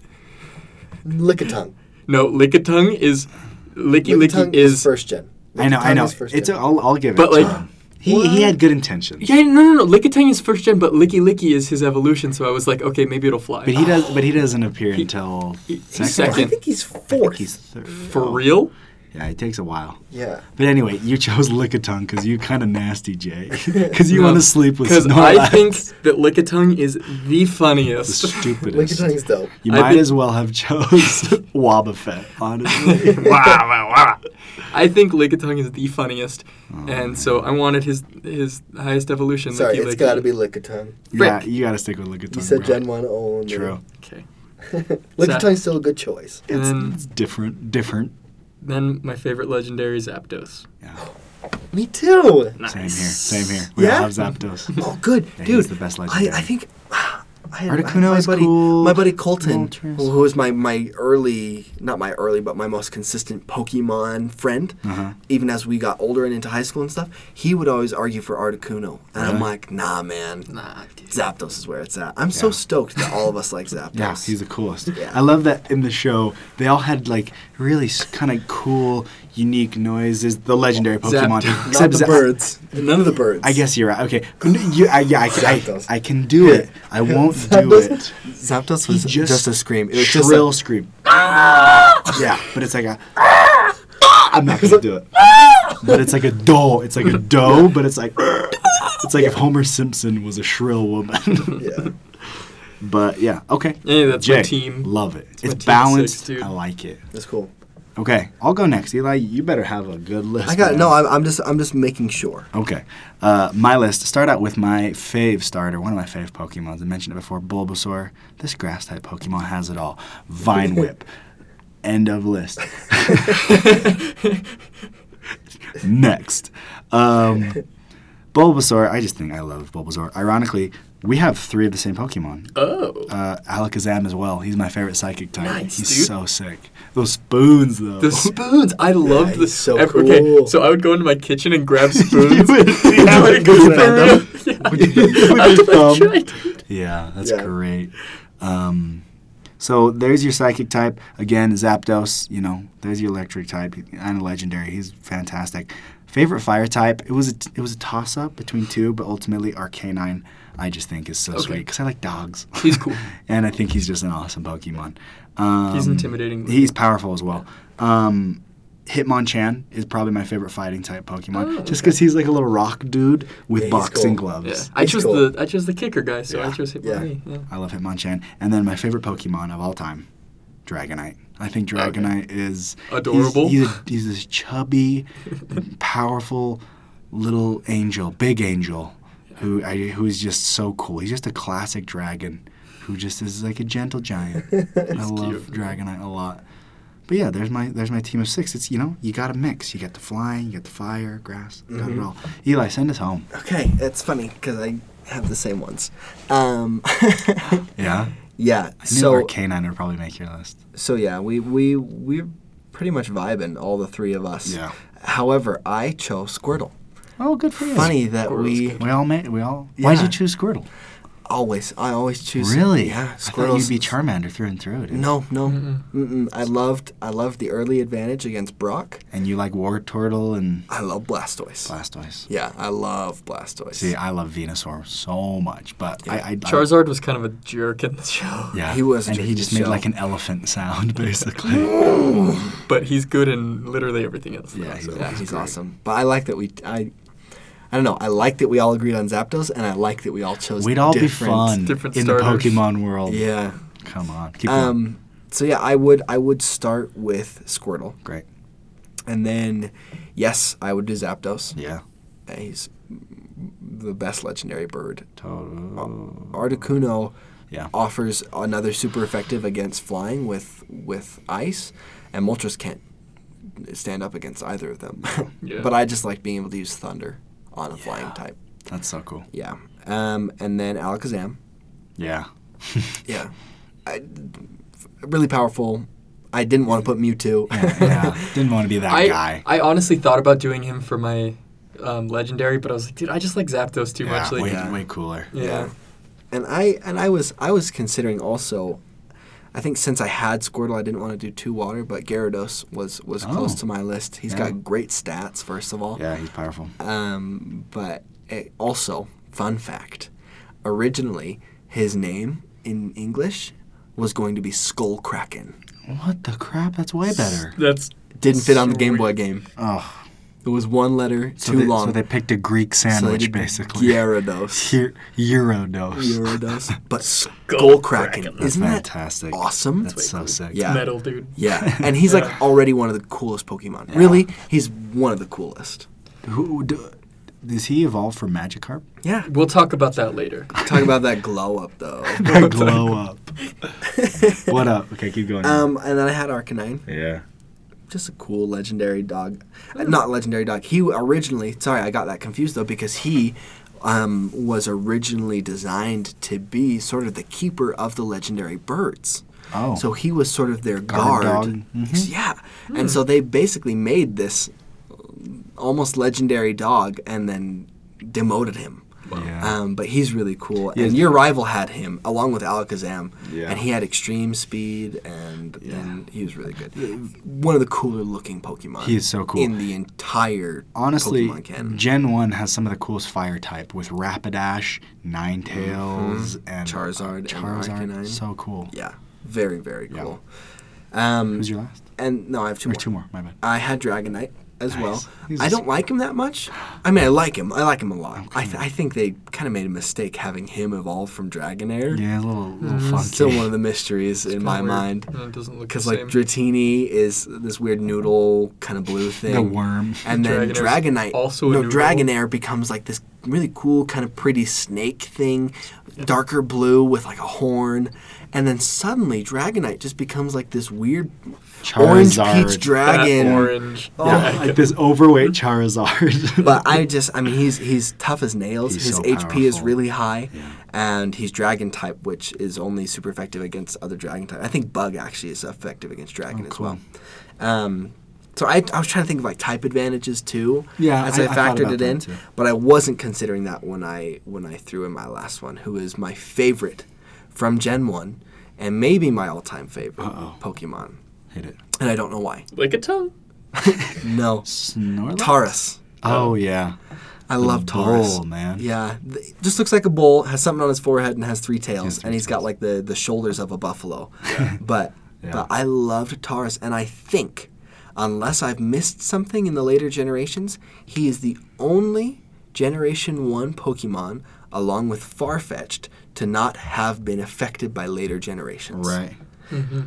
S2: Lick a tongue.
S3: No, Lickitung is Licky Licky is.
S2: first gen.
S1: I know. I know. It's. A, I'll, I'll give it.
S3: But,
S1: to
S3: like-
S1: him. he he had good intentions.
S3: Yeah, no, no, no. Lickitung is first gen, but Licky Licky is his evolution. So I was like, okay, maybe it'll fly.
S1: But he does. But he doesn't appear until
S3: He-
S1: [laughs]
S3: he's
S1: second.
S3: second.
S2: he's
S1: I think
S2: fourth.
S1: he's third.
S3: For real?
S1: Yeah, it takes a while.
S2: Yeah.
S1: But anyway, you chose Lickitung because you kind of nasty,
S3: [laughs]
S1: Jay. Because you
S3: No,
S1: want to sleep with
S3: Because
S1: Snorlax.
S3: I think that Lickitung is the
S1: [laughs] the
S3: funniest.
S1: stupidest.
S2: dope.
S1: You
S3: I've
S1: might
S3: been-
S1: as well have chose [laughs] Wobbuffet,
S3: [laughs]
S1: honestly.
S3: [laughs] I think Lickitung is the funniest,
S1: Oh,
S3: and so I wanted his his highest evolution.
S4: Sorry,
S3: Licky
S4: it's
S3: Licky.
S4: got to be Lickitung.
S1: yeah, you got to stick with Lickitung.
S4: You said
S1: bro.
S4: Gen 1 only.
S1: Oh, True.
S3: Okay.
S4: Lickitung's still a good choice.
S1: It's,
S3: And-
S1: it's different. Different.
S3: Then my favorite legendary is Zapdos.
S4: Me too.
S1: Same here. Same here. We all
S4: Yeah?
S1: have
S2: [laughs]
S1: Zapdos.
S2: Oh, good,
S1: Yeah,
S2: dude.
S1: he's the best legendary.
S2: I, I think [sighs] I had,
S1: Articuno
S2: I, my
S1: is
S2: buddy,
S1: cool.
S2: My buddy Colton,
S1: Moltres.
S2: who was my my early, not my early, but my most consistent Pokemon friend.
S1: Uh-huh.
S2: Even as we got older and into high school and stuff, he would always argue for Articuno, and I'm like, nah, man.
S3: Nah, dude.
S2: Zapdos is where it's at. I'm so stoked that all of
S1: [laughs]
S2: us like Zapdos.
S1: Yeah, he's the coolest.
S2: Yeah.
S1: I love that in the show they all had like really kind of cool, unique noises. The legendary Pokemon,
S3: Zapdos.
S4: Not the
S1: Zap-
S4: birds. None of the birds.
S1: I guess you're right. Okay, N- you- I, yeah, I, can-
S4: Zapdos.
S1: I, I can do it.
S2: [laughs]
S1: I won't do
S4: Zapdos.
S1: it.
S2: Zapdos
S1: He
S2: was just, a scream. It was just
S1: shrill [laughs]
S2: a, [laughs]
S1: scream. yeah, but it's like a. I'm not gonna do it. But it's like a doe. It's like a doe, but it's like it's like if Homer Simpson was a shrill woman. [laughs]
S4: Yeah.
S1: but yeah, okay.
S3: Yeah, that's my
S1: Jay,
S3: team.
S1: Love it.
S3: my
S1: It's
S3: team six,
S1: balanced.
S3: dude.
S1: I like it.
S2: That's cool.
S1: Okay, I'll go next. Eli, you better have a good list.
S2: I got
S1: man.
S2: no. I'm, I'm just I'm just making sure.
S1: Okay. Uh, my list. Start out with my fave starter, one of my fave Pokemons. I mentioned it before Bulbasaur. This grass type Pokemon has it all.
S2: [laughs]
S1: Vine Whip. End of
S3: [laughs]
S1: list. Next. Um, Bulbasaur. I just think I love Bulbasaur. Ironically, we have three of the same Pokemon.
S3: Oh,
S1: Uh, Alakazam as well. He's my favorite psychic type.
S3: Nice,
S1: He's
S3: dude.
S1: so sick. Those spoons, though. [laughs]
S3: the spoons! I loved the
S4: he's so
S3: ev- Okay,
S4: cool.
S3: so I would go into my kitchen and grab
S1: [laughs] You
S3: spoons.
S1: would-
S3: [laughs]
S1: yeah,
S3: Like,
S1: go
S3: for
S1: grab
S3: real.
S1: them.
S3: [laughs] Yeah.
S1: With your
S3: [laughs] I
S1: thumb.
S3: tried.
S1: Yeah, that's
S4: Yeah.
S1: great. Um, so there's your psychic type again, Zapdos. You know, there's your electric type and a legendary. He's fantastic. Favorite fire type? It was a t- it was a toss up between two, but ultimately Arcanine. I just think is so sweet 'cause sweet because I like dogs.
S3: He's cool.
S1: and I think he's just an awesome Pokemon. Um,
S3: He's intimidating.
S1: He's powerful as well. Um, Hitmonchan is probably my favorite fighting type Pokemon,
S3: Oh,
S1: Just 'cause just because he's like a little rock dude with
S4: he's
S1: boxing
S4: cool.
S1: gloves.
S3: Yeah. I
S4: He's
S3: chose
S4: cool.
S3: the I chose the kicker guy, so I
S1: Yeah.
S3: chose him.
S4: Yeah.
S3: Yeah.
S1: I love Hitmonchan. And then my favorite Pokemon of all time, Dragonite. I think Dragonite is he's-
S3: Adorable.
S1: He's, a- he's this chubby, powerful little angel, big angel, who I, who is just so cool. He's just a classic dragon, who just is like a gentle giant. I love Dragonite a lot. But yeah, there's my there's my team of six. It's you know you got to mix. You got the flying, you got the fire, grass, got it all. Eli, send us home.
S2: Okay, it's funny because I have the same ones. Um, [laughs]
S1: Yeah.
S2: yeah.
S1: I knew
S2: So
S1: Arcanine would probably make your list.
S2: so yeah, we we we're pretty much vibing all the three of us.
S1: Yeah.
S2: However, I chose Squirtle.
S1: Oh, good for you.
S2: Funny that
S3: Squirtle's
S2: we
S1: We all made. We all. Why'd you
S2: Yeah.
S1: choose Squirtle?
S2: always I always choose
S1: Really?
S2: yeah
S1: I thought
S2: Squirtle's
S1: you'd be Charmander through and through, dude.
S2: no no Mm-mm. I loved I loved the early advantage against Brock.
S1: And you like War Turtle and
S2: I love Blastoise.
S1: Blastoise.
S2: Yeah, I love Blastoise.
S1: See, I love Venusaur so much, but I, I
S3: Charizard was kind of a jerk in the [laughs] show,
S1: I, yeah,
S2: He was a
S1: and he
S2: jerky
S1: just made
S2: shell.
S1: like an elephant sound, [laughs] basically.
S3: but he's good in literally everything else.
S1: Yeah,
S3: though,
S1: he's
S3: so-
S2: Yeah,
S1: That's
S2: he's
S1: great.
S2: awesome. But I like that we I I don't know. I like that we all agreed on Zapdos, and I like that we all chose.
S1: We'd all
S2: different-
S1: be fun
S3: different
S1: in
S3: starters.
S1: the Pokemon world.
S2: Yeah.
S1: Come on, keep going.
S2: Um. So yeah, I would I would start with Squirtle,
S1: Great.
S2: and then yes, I would do Zapdos.
S1: Yeah.
S2: Uh, He's the best legendary bird.
S1: Total.
S2: Articuno
S1: Yeah.
S2: offers another super effective against flying with with ice, and Moltres can't stand up against either of
S1: [laughs]
S2: them.
S3: Yeah.
S2: but I just like being able to use thunder on a flying type.
S1: That's so cool.
S2: Yeah. Um, and then Alakazam.
S1: Yeah. [laughs]
S2: Yeah. I, really powerful. I didn't want to put Mewtwo. [laughs]
S1: Yeah. yeah. Didn't want to be that
S3: I
S1: guy.
S3: I honestly thought about doing him for my um, legendary, but I was like, dude, I just like Zapdos too
S1: yeah,
S3: much. Like,
S1: way,
S2: yeah.
S1: way cooler.
S3: yeah.
S2: Yeah. and I and I was I was considering also. I think since I had Squirtle, I didn't want to do two water, but Gyarados was was close
S1: Oh.
S2: to my list. He's
S1: Yeah.
S2: got great stats, first of all.
S1: Yeah, he's powerful.
S2: Um, but it, also, fun fact: originally, his name in English was going to be Skull Kraken.
S1: What the crap? That's way better.
S3: That's
S2: Didn't fit on the Game Boy
S3: Sweet.
S2: game.
S1: Oh,
S2: It was one letter
S1: so
S2: too
S1: they,
S2: long.
S1: So they picked a Greek sandwich,
S2: did
S1: basically. [laughs]
S2: Gyarados.
S1: Here, Eurodose.
S2: Gyarados.
S1: [laughs]
S2: But Skull Kraken.
S1: That's
S2: Isn't that
S1: fantastic.
S2: awesome?
S1: That's so sick.
S2: Yeah.
S3: Metal, dude.
S1: [laughs]
S2: Yeah, and he's like
S3: Yeah.
S2: already one of the coolest Pokemon. Really, he's one of the coolest.
S1: Who do, does he evolve from
S2: [laughs]
S1: Magikarp?
S2: Yeah.
S3: We'll talk about that later.
S2: Talk about that glow up
S1: [laughs]
S2: though.
S1: That glow up. what up? Okay, keep going.
S2: Um, and then I had Arcanine,
S1: yeah.
S2: just a cool legendary dog. Uh, Not legendary dog. He originally, sorry, I got that confused though because he um, was originally designed to be sort of the keeper of the legendary birds.
S1: Oh.
S2: So he was sort of their
S1: Guard
S2: guard.
S1: dog. Mhm.
S2: Yeah. And so they basically made this um, almost legendary dog and then demoted him.
S1: yeah.
S2: Um, but he's really cool.
S1: Yeah.
S2: And your rival had him along with Alakazam.
S1: Yeah.
S2: And he had extreme speed and, and he was really good. One of the cooler looking Pokemon.
S1: He is so cool.
S2: In the entire
S1: Honestly,
S2: Pokemon canon.
S1: Gen 1 has some of the coolest fire type with Rapidash, Ninetales, and
S2: Mm-hmm.
S1: uh,
S2: Charizard and
S1: Charizard.
S2: Arcanine.
S1: So cool.
S2: yeah. Very, very
S1: Yeah.
S2: cool. Um,
S1: Who's your last?
S2: and no, I have two
S1: Or
S2: more.
S1: two more, my bad.
S2: I had Dragonite as well.
S1: He's
S2: I
S1: a
S2: don't like him that much. I mean, I like him. I like him a lot. I, th- I think they kind of made a mistake having him evolve from Dragonair. Mm.
S1: Yeah, a little, little
S2: Mm-hmm. Still
S1: funky.
S2: one of the mysteries in my
S3: Kinda weird.
S2: mind.
S3: No, it doesn't look the
S2: Because like
S3: same.
S2: Dratini is this weird noodle kind of blue
S1: [laughs]
S2: thing.
S1: The worm.
S2: And then
S3: Dragonair's
S2: Dragonite,
S3: also a
S2: no,
S3: noodle.
S2: Dragonair becomes like this really cool kind of pretty snake thing, darker blue with like a horn, and then suddenly Dragonite just becomes like this weird orange
S1: Charizard.
S2: peach
S3: That
S2: dragon.
S3: orange.
S1: Yeah, like this overweight Charizard. [laughs]
S2: but I just, I mean, he's he's tough as nails.
S1: He's
S2: His
S1: so
S2: HP is
S1: powerful.
S2: really high, and he's dragon type, which is only super effective against other dragon type. I think bug actually is effective against dragon
S1: Oh, cool.
S2: as well. Um, so I, I was trying to think of like type advantages too.
S1: Yeah,
S2: as
S1: I-
S2: I,
S1: I thought
S2: factored
S1: about
S2: it
S1: that
S2: in,
S1: too.
S2: but I wasn't considering that when I when I threw in my last one, who is my favorite from Gen One, and maybe my all-time favorite
S1: Uh-oh.
S2: Pokemon,
S1: Hit it.
S2: and I don't know why.
S3: Like a tongue.
S2: No,
S1: Snorlax?
S2: Taurus.
S1: Oh, yeah.
S2: I love Taurus.
S1: Bull, man.
S2: Yeah, th- just looks like a bull. Has something on his forehead and has three tails,
S1: has three
S2: and he's got like the, the shoulders of a buffalo. [laughs] but
S1: Yeah.
S2: but I loved Taurus, and I think unless I've missed something in the later generations, he is the only Generation One Pokemon, along with Farfetch'd, to not have been affected by later generations
S1: Right.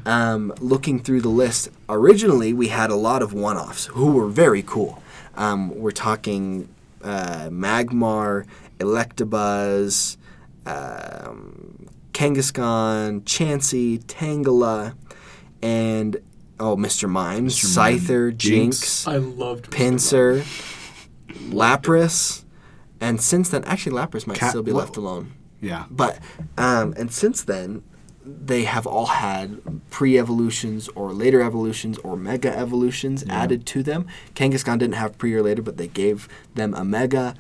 S2: um, looking through the list, originally we had a lot of one offs who were very cool. Um, we're talking uh, Magmar, Electabuzz, um, Kangaskhan, Chansey, Tangela, and oh, Mr. Mime,
S1: Mime,
S2: Scyther,
S1: Jinx.
S2: Jinx,
S3: I loved
S2: Pinsir, Lapras, and since then, actually, Lapras might
S1: Cat-
S2: still be
S1: wha-
S2: left alone.
S1: Yeah.
S2: But um, and since then, they have all had pre-evolutions or later evolutions or mega evolutions added to them. Kangaskhan didn't have pre or later, but they gave them a mega.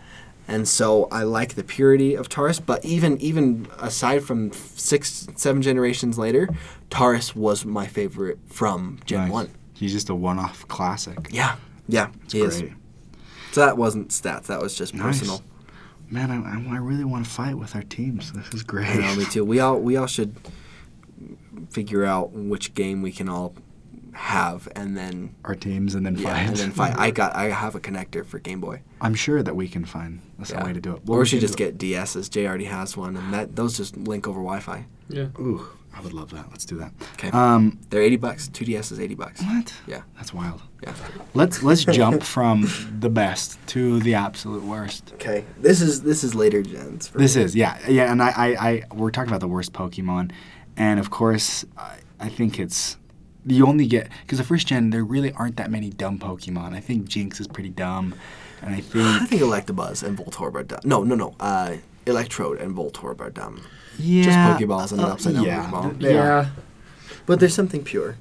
S2: And so I like the purity of Taurus, but even even aside from six, seven generations later, Taurus was my favorite from Gen
S1: Nice.
S2: One.
S1: He's just a one off classic.
S2: Yeah, yeah, he is.
S1: Great.
S2: So that wasn't stats; that was just
S1: Nice.
S2: personal.
S1: Man, I, I- I really want to fight with our teams. This is great.
S2: I know, me too. We all we all should figure out which game we can all have, and then
S1: [laughs] Our teams and then
S2: yeah,
S1: fight.
S2: and then fight. I got I have a connector for Game Boy.
S1: I'm sure that we can find us a way to do it. we
S2: or we should
S1: can
S2: just
S1: do-
S2: get DSs. Jay already has one, and that those just link over Wi-Fi.
S3: Yeah.
S1: Ooh, I would love that. Let's do that.
S2: 'Kay.
S1: Um,
S2: They're eighty bucks. Two DSs, eighty bucks.
S1: what?
S2: Yeah.
S1: That's wild.
S2: Yeah.
S1: Let's let's jump from the best to the absolute worst.
S2: Okay. This is this is later gens. For
S1: This
S2: me.
S1: is yeah yeah, and I, I, I we're talking about the worst Pokemon, and of course I, I think it's you only get because the first gen there really aren't that many dumb Pokemon. I think Jinx is pretty dumb, and I
S2: I [gasps]
S1: think
S2: think Electabuzz and Voltorb are dumb. No, no, no. Uh, Electrode and Voltorb are dumb.
S1: yeah, uh,
S2: Pokeballs and an upside down Pokeball.
S1: they are.
S3: yeah.
S2: But there's something pure.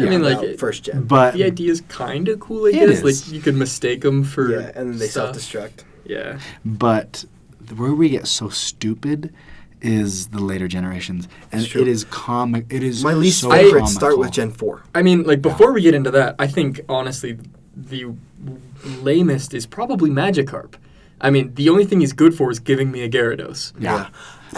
S3: I mean, like,
S2: about
S3: it-
S2: first gen.
S1: But
S3: The idea is kind of cool, I
S1: It is.
S3: guess. Like you could mistake them for
S2: yeah, and then they
S3: stuff.
S2: self-destruct.
S3: Yeah.
S1: but th- where we get so stupid is the later generations, and
S2: true.
S1: it is comic. It is
S2: My least
S1: so
S2: favorite
S1: comical.
S2: start with Gen Four.
S3: I mean, like before we get into that, I think honestly, the lamest is probably Magikarp. I mean, the only thing he's good for is giving me a Gyarados.
S1: Yeah.
S2: Yeah.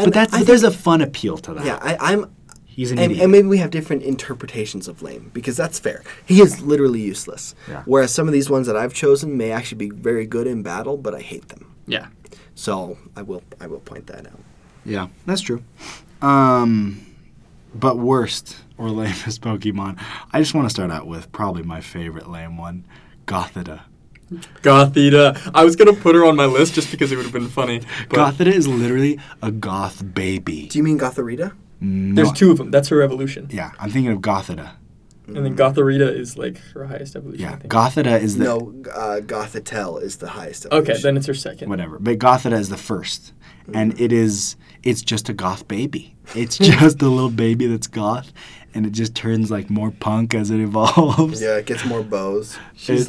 S1: But that's,
S2: I
S1: there's a fun appeal to that.
S2: Yeah, I, I'm.
S1: He's an
S2: and,
S1: idiot.
S2: and maybe we have different interpretations of lame because that's fair. He is literally useless.
S1: Yeah.
S2: Whereas some of these ones that I've chosen may actually be very good in battle, but I hate them.
S3: Yeah.
S2: So I will I will point that out.
S1: Yeah, that's true. Um, but worst or lamest [laughs] Pokemon, I just want to start out with probably my favorite lame one, Gothita.
S3: Gothita. I was gonna put her on my list just because it would have been funny. But
S1: Gothita is literally a goth baby.
S2: Do you mean Gotharita?
S1: No-
S3: there's two of them. That's her evolution,
S1: Yeah, I'm thinking of Gothita.
S3: and then Gotharita is like her highest evolution.
S1: Mm.
S3: I
S1: Yeah,
S3: think.
S1: Gothita is the
S2: No, uh, Gothitelle is the highest.
S3: okay,
S2: evolution.
S3: then it's her second.
S1: whatever. But Gothita is the first,
S3: Mm.
S1: and it is it's just a goth baby. It's [laughs] just a little baby that's goth, and it just turns like more punk as it [laughs] evolves.
S2: Yeah, it gets more bows.
S3: She's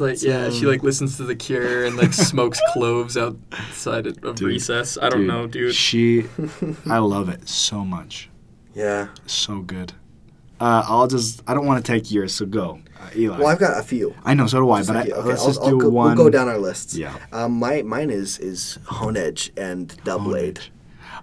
S1: It's,
S3: like, yeah, she
S1: um,
S3: like listens to The Cure and
S1: [laughs]
S3: like smokes cloves outside of of
S1: Dude.
S3: recess. I don't know, dude. [laughs]
S1: She, I love it so much.
S2: Yeah.
S1: So good. Uh, I'll just. I don't want to take yours, so go, uh, Eli.
S2: Well, I've got a few.
S1: I know, so do I. But
S2: Just like-
S1: I, let's just do
S2: go,
S1: one.
S2: We'll go down our lists.
S1: Yeah.
S2: Um, my mine is is Hone Edge and
S1: Oh,
S2: Double
S1: it-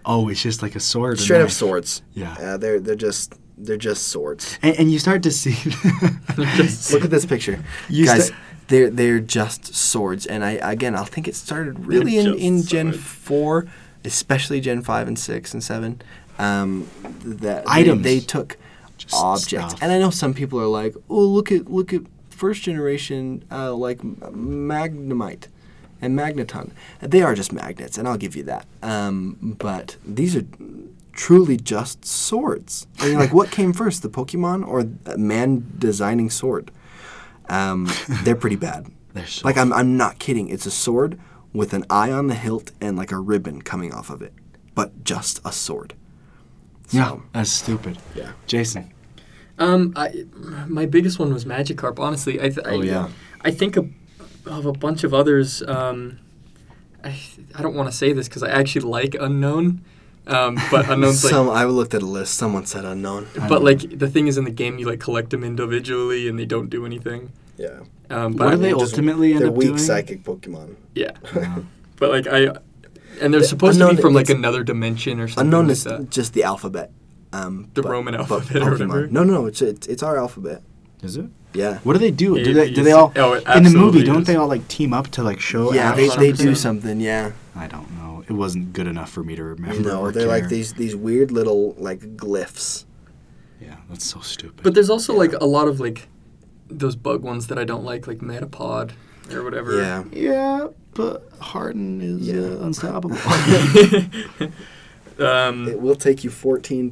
S1: Oh, it's just like a sword. and
S2: Straight up
S1: knife.
S2: swords.
S1: Yeah.
S2: Uh, they're they're just they're just swords.
S1: And, and you start to see. [laughs]
S3: Just-
S2: [laughs] Look at this [laughs] picture,
S1: You
S2: guys.
S1: sta-
S2: they're they're just swords, and I again I think it started really in,
S3: just
S2: in Gen
S3: swords.
S2: four, especially Gen five and six and seven. Um, that they-
S1: Items.
S2: they, took
S1: Just
S2: objects,
S1: stuff.
S2: and I know some people are like, oh look at look at first generation uh, like m- Magnemite and Magneton. They are just magnets, and I'll give you that. Um, but these are truly just swords.
S1: [laughs]
S2: And you're like, what came first, the Pokemon or a man designing sword?
S1: [laughs]
S2: Um, they're pretty bad.
S1: They're so
S2: like I'm, I'm not kidding. It's a sword with an eye on the hilt and like a ribbon coming off of it, but just a sword.
S1: yeah,
S2: So-
S1: that's stupid.
S2: Yeah. [laughs]
S1: Jason.
S3: Um, I my biggest one was Magikarp. Honestly, I th- I,
S1: Oh, yeah.
S3: I think of, of a bunch of others. Um, I I don't want to say this because I actually like Unknown, um, but Unknown's like.
S2: Some I looked at a list. Someone said unknown.
S3: but like the thing is in the game you like collect them individually and they don't do anything.
S4: Yeah.
S3: Um, but
S1: What
S3: I-
S1: do they
S4: Just-
S1: ultimately end
S4: they're
S1: up
S4: weak
S1: doing?
S4: psychic Pokemon.
S3: Yeah,
S2: [laughs]
S1: Yeah.
S3: but like I, and they're supposed to
S2: Unknown-
S3: be from like
S2: it's-
S3: another dimension or something.
S2: Unknown
S3: like
S2: is
S3: that.
S2: just the alphabet. Um,
S3: The
S2: but-
S3: Roman
S2: but
S3: alphabet or
S2: Pokemon.
S3: whatever.
S2: No, no, it's it's, it's our alphabet.
S1: Is it?
S2: Yeah.
S1: What do they do? Do
S3: It
S1: they do they
S3: is-
S1: all
S3: oh, it
S1: in the movie?
S3: absolutely
S1: Don't
S3: is.
S1: they all like team up to like show?
S2: Oh, Yeah, they,
S1: action?
S2: they do
S3: 100%.
S2: something. Yeah.
S1: I don't know. It wasn't good enough for me to remember.
S2: No,
S1: or
S2: they're like
S1: care.
S2: these these weird little like glyphs.
S1: Yeah, that's so stupid.
S3: But there's also like a lot of like those bug ones that I don't like, like Metapod or whatever.
S2: Yeah.
S1: yeah, but Harden is uh,
S2: Yeah.
S1: unstoppable.
S2: [laughs]
S1: [laughs]
S3: [laughs] um,
S2: It will take you 14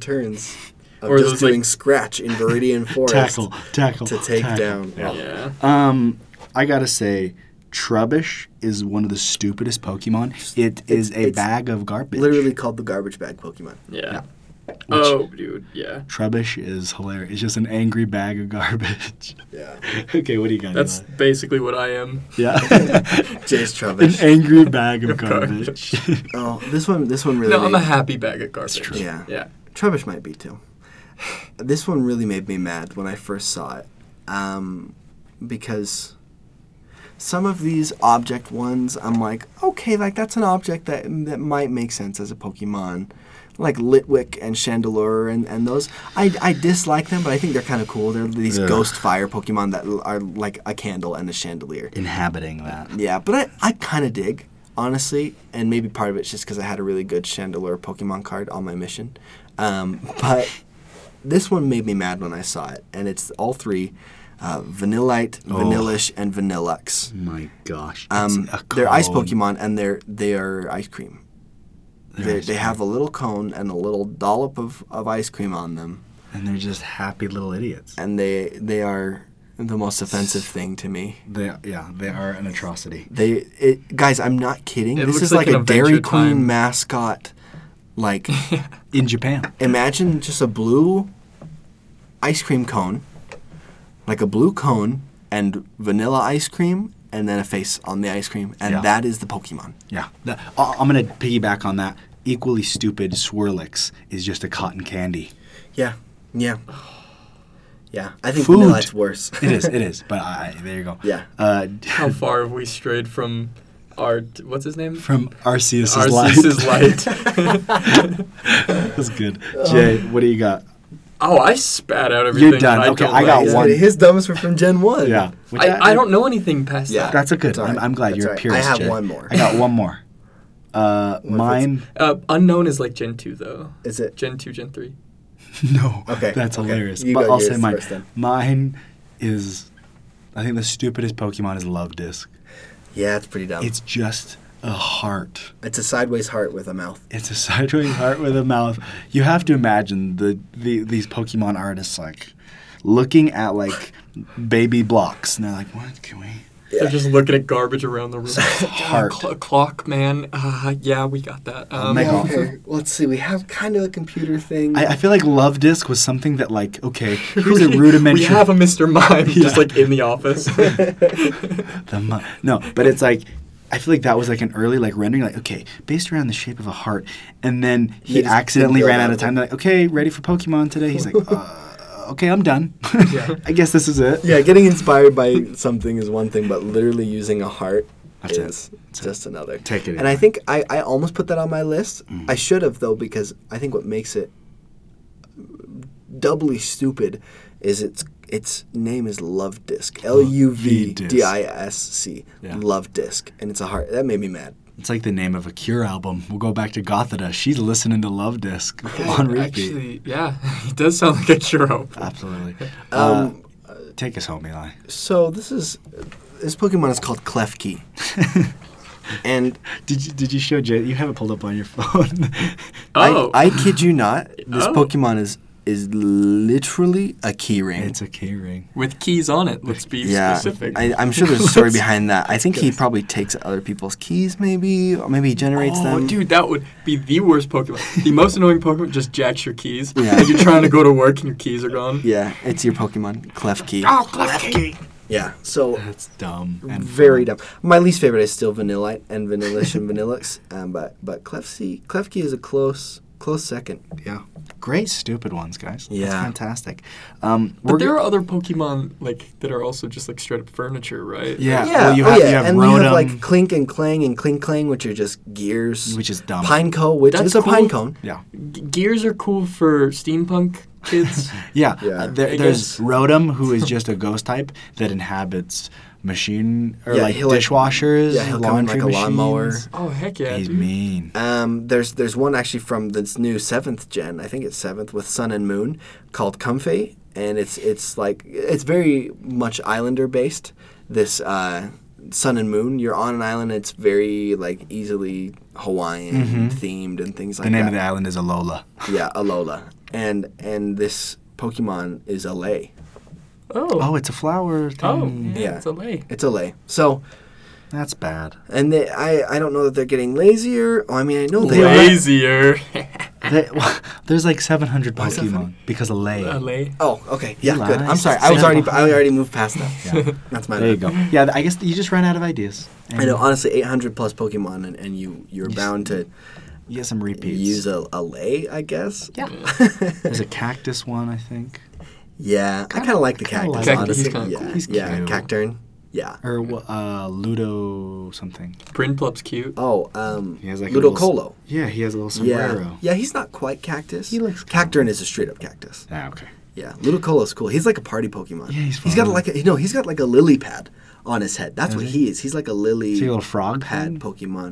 S3: [laughs]
S2: turns of
S3: Or
S2: just
S3: those, like-
S2: doing scratch in Viridian
S3: [laughs]
S2: Forest
S1: tackle, tackle
S2: to take
S1: tackle.
S2: down.
S3: yeah.
S1: Um, I gotta say, Trubbish is one of the stupidest Pokemon. It is a
S2: it's
S1: bag of garbage.
S2: Literally called the garbage bag Pokemon.
S3: Yeah. Oh, dude. Yeah.
S1: Trubbish is hilarious. It's just an angry bag of garbage. [laughs]
S4: Yeah.
S1: okay, what do you got?
S3: That's
S1: Eli?
S3: basically what I am.
S2: [laughs]
S1: yeah,
S2: Jace
S1: an
S2: Trubbish.
S1: angry bag of
S3: Of garbage.
S1: garbage. [laughs]
S2: oh, this one, this one really.
S3: No, I'm a
S2: made-
S3: happy bag of garbage.
S1: true.
S2: Yeah.
S3: Yeah.
S2: Trubbish might be too. This one really made me mad when I first saw it, um, because some of these object ones, I'm like, okay, like that's an object that that might make sense as a Pokemon, like Litwick and Chandelure and, and those. I, I dislike them, but I think they're kind of cool. They're these
S1: Ugh.
S2: ghost fire Pokemon that l- are like a candle and a chandelier.
S1: Inhabiting that.
S2: Yeah, but I, I kind of dig, honestly, and maybe part of it's just because I had a really good Chandelure Pokemon card on my mission. Um, [laughs] but this one made me mad when I saw it, and it's all three uh, Vanillite, Vanillish, and Vanillux.
S1: My gosh. it's
S2: Um,
S1: a
S2: they're ice
S1: cone.
S2: Pokemon, and they're they are ice cream.
S1: They're
S2: They,
S1: ice
S2: they have a little cone and a little dollop of, of ice cream on them,
S1: and they're just happy little idiots.
S2: and they they are the most offensive thing to me.
S1: They yeah, they are an atrocity.
S2: They it, guys, I'm not kidding.
S3: It
S2: this
S3: looks
S2: is
S3: like
S2: like,
S3: an
S2: a Dairy
S3: Adventure
S2: Queen
S3: Time.
S2: mascot. Like,
S1: In Japan.
S2: imagine just a blue ice cream cone, like a blue cone and vanilla ice cream, and then a face on the ice cream, and
S1: Yeah.
S2: that is the Pokemon.
S1: Yeah. The- I- I'm gonna piggyback on that. Equally stupid Swirlix is just a cotton candy.
S2: Yeah, yeah, yeah. I think
S1: Food.
S2: Vanillite's worse.
S1: It
S4: [laughs]
S1: is, it is. But I, I- there you go.
S2: Yeah.
S1: Uh, [laughs]
S3: How far have we strayed from our what's his name?
S1: from Arceus' light. [laughs]
S3: Arceus'
S4: [laughs]
S3: light.
S1: That's good. Jay, what do you got?
S3: Oh, I spat out everything.
S1: You're done.
S3: I
S1: Okay,
S3: don't
S1: I got
S3: like.
S1: one.
S4: His dumbest were from Gen 1.
S1: Yeah. Which
S3: I, I don't know anything past
S2: Yeah.
S3: that.
S1: That's a good.
S4: It's all
S1: I'm,
S4: right.
S1: I'm glad
S4: That's
S1: you're
S4: all
S1: a
S4: right. I
S1: purist.
S4: have
S1: Jay.
S4: one more.
S1: I got one more. Uh, mine.
S3: Uh, unknown is like Gen two though.
S4: Is it?
S3: Gen two, Gen three.
S1: [laughs] No.
S4: Okay,
S1: That's
S4: okay.
S1: hilarious.
S4: You
S1: But
S4: go
S1: I'll say
S4: yours
S1: mine.
S4: first then.
S1: Mine is. I think the stupidest Pokemon is Love Disc.
S4: Yeah, it's pretty dumb. It's,
S1: It's just a heart.
S4: a sideways heart with a mouth.
S1: It's a sideways heart with a mouth. You have to imagine the, the these Pokemon artists like looking at like baby blocks, and they're like, "What can we?"
S3: They're just looking at garbage
S1: [laughs]
S3: around the room.
S1: Heart.
S3: Cl- clock man. Uh, yeah, we got that. Um,
S1: Make
S4: Yeah,
S1: off.
S4: okay. Let's see. We have kind of a computer thing.
S1: I, I feel like Love Disc was something that like, okay, here's a rudimentary.
S3: [laughs] We have a Mr. Mime just
S1: Yeah.
S3: like in the office.
S1: [laughs] The mu- no, but it's like I feel like that was like an early like rendering, like okay, based around the shape of a heart, and then he
S4: just
S1: accidentally
S4: didn't go
S1: ran out
S4: that
S1: of time. They're like, okay, ready for Pokemon today?
S3: [laughs]
S1: He's like, uh, okay, I'm done.
S3: Yeah.
S1: [laughs] I guess this is it.
S2: Yeah, getting inspired by something is one thing, but literally using a heart
S1: That's it.
S2: is just another.
S1: Take it Mm.
S2: And
S1: in.
S2: I think I, I almost put that on my list. I should have though, because I think what makes it doubly stupid is its its name is Love Disc. L U V D I S C.
S1: Yeah.
S2: Love Disc, and it's a heart. That made me mad.
S1: It's like the name of a Cure album. We'll go back to Gothita. She's listening to Love
S2: [laughs]
S1: Disc on repeat.
S3: Actually, yeah, [laughs] he does sound like a Kuro.
S1: Absolutely.
S2: Um,
S1: Uh, take us home, Eli.
S2: So this is this Pokemon is
S1: [laughs]
S2: called Klefki, and
S1: Did you did you show Jay? You have it pulled up on your [laughs] phone.
S3: Oh,
S2: I, I kid you not, this
S3: Oh.
S2: Pokemon is is literally a key ring.
S1: it's a key ring.
S3: with keys on it. Let's be
S2: yeah,
S3: specific.
S2: I, I'm sure there's a [laughs] story behind that. I think he probably takes other people's keys, maybe, or maybe he generates
S3: Oh,
S2: them.
S3: dude, that would be the worst Pokemon. the most annoying Pokemon just jacks your keys.
S2: Yeah.
S3: Like you're trying to go to work and your keys are gone.
S2: Yeah, it's your Pokemon, Klefki.
S3: Oh, Klefki.
S2: Yeah, so
S1: That's dumb. And
S2: very
S1: fun.
S2: dumb. My least favorite is still Vanillite and Vanillish and Vanillix, [laughs] um, but but Klefki Klefki is a close close second.
S1: Yeah. Great stupid ones, guys. That's
S2: Yeah.
S1: fantastic. Um,
S3: But
S1: we're
S3: there
S1: go-
S3: are other Pokemon like that are also just like straight up furniture, right?
S1: yeah,
S2: Yeah,
S1: well, you
S2: oh
S1: have,
S2: yeah,
S1: you have
S2: and
S1: Rotom,
S2: you have like Clink and Clang and Clink Clang, which are just gears.
S1: which is dumb.
S2: Pineco, which
S3: That's
S2: is a
S3: cool.
S2: pine cone.
S1: Yeah.
S3: G- gears are cool for steampunk kids.
S1: Yeah.
S4: Yeah.
S1: uh, there,
S3: I
S1: there's
S3: guess.
S1: Rotom, who
S2: [laughs]
S1: is just a ghost type that inhabits machine or
S2: Yeah,
S1: like
S2: he'll, like-
S1: dishwashers,
S2: yeah, he'll come in
S1: laundry
S2: like a lawnmower.
S1: machines.
S3: oh heck yeah,
S1: He's
S3: dude.
S1: mean.
S2: Um, there's there's one actually from this new seventh gen, I think it's seventh, with Sun and Moon, called Comfey, and it's it's like it's very much Islander based. This uh, Sun and Moon, you're on an island. It's very like easily Hawaiian themed and things like
S1: Mm-hmm. The name of
S2: that.
S1: the island is Alola.
S2: Yeah, Alola, and and this Pokemon is Alay.
S3: Oh.
S1: Oh, it's a flower thing.
S3: Oh, yeah,
S2: Yeah.
S3: it's a lay.
S2: It's Alay. So
S1: That's bad.
S2: and they, I I don't know that they're getting lazier. Oh, I mean I know they are.
S3: Lazier. [laughs]
S1: They- [laughs] there's like 700
S2: is that
S1: Pokemon because of Lay.
S3: a lay.
S2: Oh, okay. Yeah,
S1: Eli,
S2: good. I'm sorry. I
S1: stand
S2: was already
S1: behind.
S2: I already moved past that.
S3: [laughs]
S1: Yeah.
S2: That's my
S1: There you
S2: bad.
S1: go. Yeah, th- I guess you just ran out of ideas. And
S2: I know, honestly, 800 plus Pokemon, and, and you you're bound to
S1: You get some repeats.
S2: use a, a lay, I guess. Yeah, [laughs]
S1: There's a cactus one, I think.
S2: yeah. I kind of like the
S1: kinda
S2: cactus,
S1: like
S3: Cactus,
S2: honestly.
S3: he's kinda
S2: yeah,
S3: cool.
S1: He's
S2: yeah,
S1: cute.
S2: Cacturne. Yeah.
S1: Or wh- uh, Ludo something.
S3: Prinplup's cute.
S2: Oh, um,
S1: He has like a little s-
S2: Ludicolo.
S1: Yeah, he has a little
S2: Yeah,
S1: sombrero.
S2: yeah. He's not quite cactus.
S1: He looks kinda-
S2: Cacturne is a straight up cactus.
S1: Ah, okay.
S2: Yeah, Ludicolo's cool. He's like a party Pokemon.
S1: Yeah, he's
S2: he's got
S1: fun.
S2: like a, you know he's got like a lily pad on his head. That's what he? is. He's like a lily.
S1: Is he a little frog
S2: pad
S1: thing?
S2: Pokemon.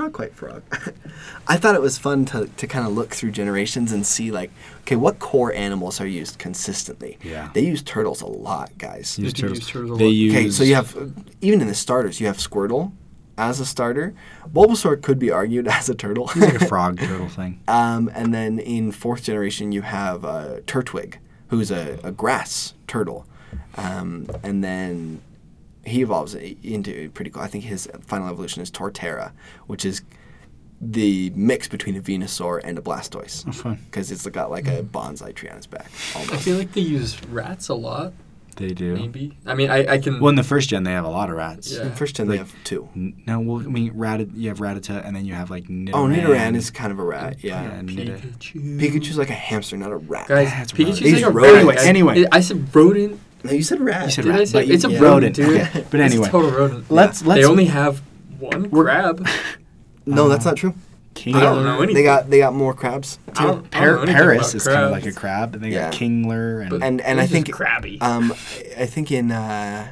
S2: Not quite frog. [laughs] I thought it was fun to to kind of look through generations and see like okay what core animals are used consistently.
S1: Yeah.
S2: they use turtles a lot, guys.
S3: Use turtles. use turtles a
S1: They
S3: lot.
S1: use.
S2: Okay, so you
S1: [laughs]
S2: have uh, even in the starters you have Squirtle as a starter. Bulbasaur could be argued [laughs] as a turtle.
S1: like a frog turtle thing.
S2: Um, and then in fourth generation, you have uh, Turtwig, who's a, a grass turtle. Um, and then he evolves i- into pretty cool. I think his final evolution is Torterra, which is the mix between a Venusaur and a Blastoise.
S3: Hmm.
S1: Oh, fun.
S2: Because it's got like a bonsai tree on
S3: [laughs]
S2: its back.
S3: I
S2: Almost.
S3: feel like they use rats a lot.
S1: They do.
S3: Maybe. I mean, I, I can.
S1: Well, in the first gen, they have a lot of rats.
S3: Yeah.
S2: In first gen, they
S1: Like-
S2: have two.
S1: N- No, well, I mean, ratat, you have Ratata, and then you have like Nidoran.
S2: Oh, Nidoran is kind of a rat, yeah.
S1: Yeah, Nidoran.
S2: Pikachu's like a hamster, not a rat.
S3: Guys,
S1: That's
S3: Pikachu's
S1: rodent.
S3: like a
S2: He's rodent.
S3: rodent.
S1: Anyway, anyway.
S3: I, I said rodent.
S2: no, you said rat.
S1: You said
S3: Did I
S1: rat,
S3: say
S1: but you,
S3: it's a
S1: yeah.
S3: rodent, dude?
S2: [laughs]
S1: Okay. But anyway,
S3: It's a total rodent.
S1: let's-
S3: they
S1: let's-
S3: only have one
S1: We're-
S3: crab.
S2: no, that's not true.
S1: King.
S3: I don't know anything.
S2: They got they got more crabs.
S3: I don't- I don't know
S1: Par-
S3: anything
S1: Paris
S3: about
S1: is kind of
S3: crabs.
S1: like a crab, and they got
S2: Yeah.
S1: Kingler and [laughs]
S3: But-
S2: And and
S3: They're
S2: I
S3: just
S2: think
S3: crabby.
S2: um I think in uh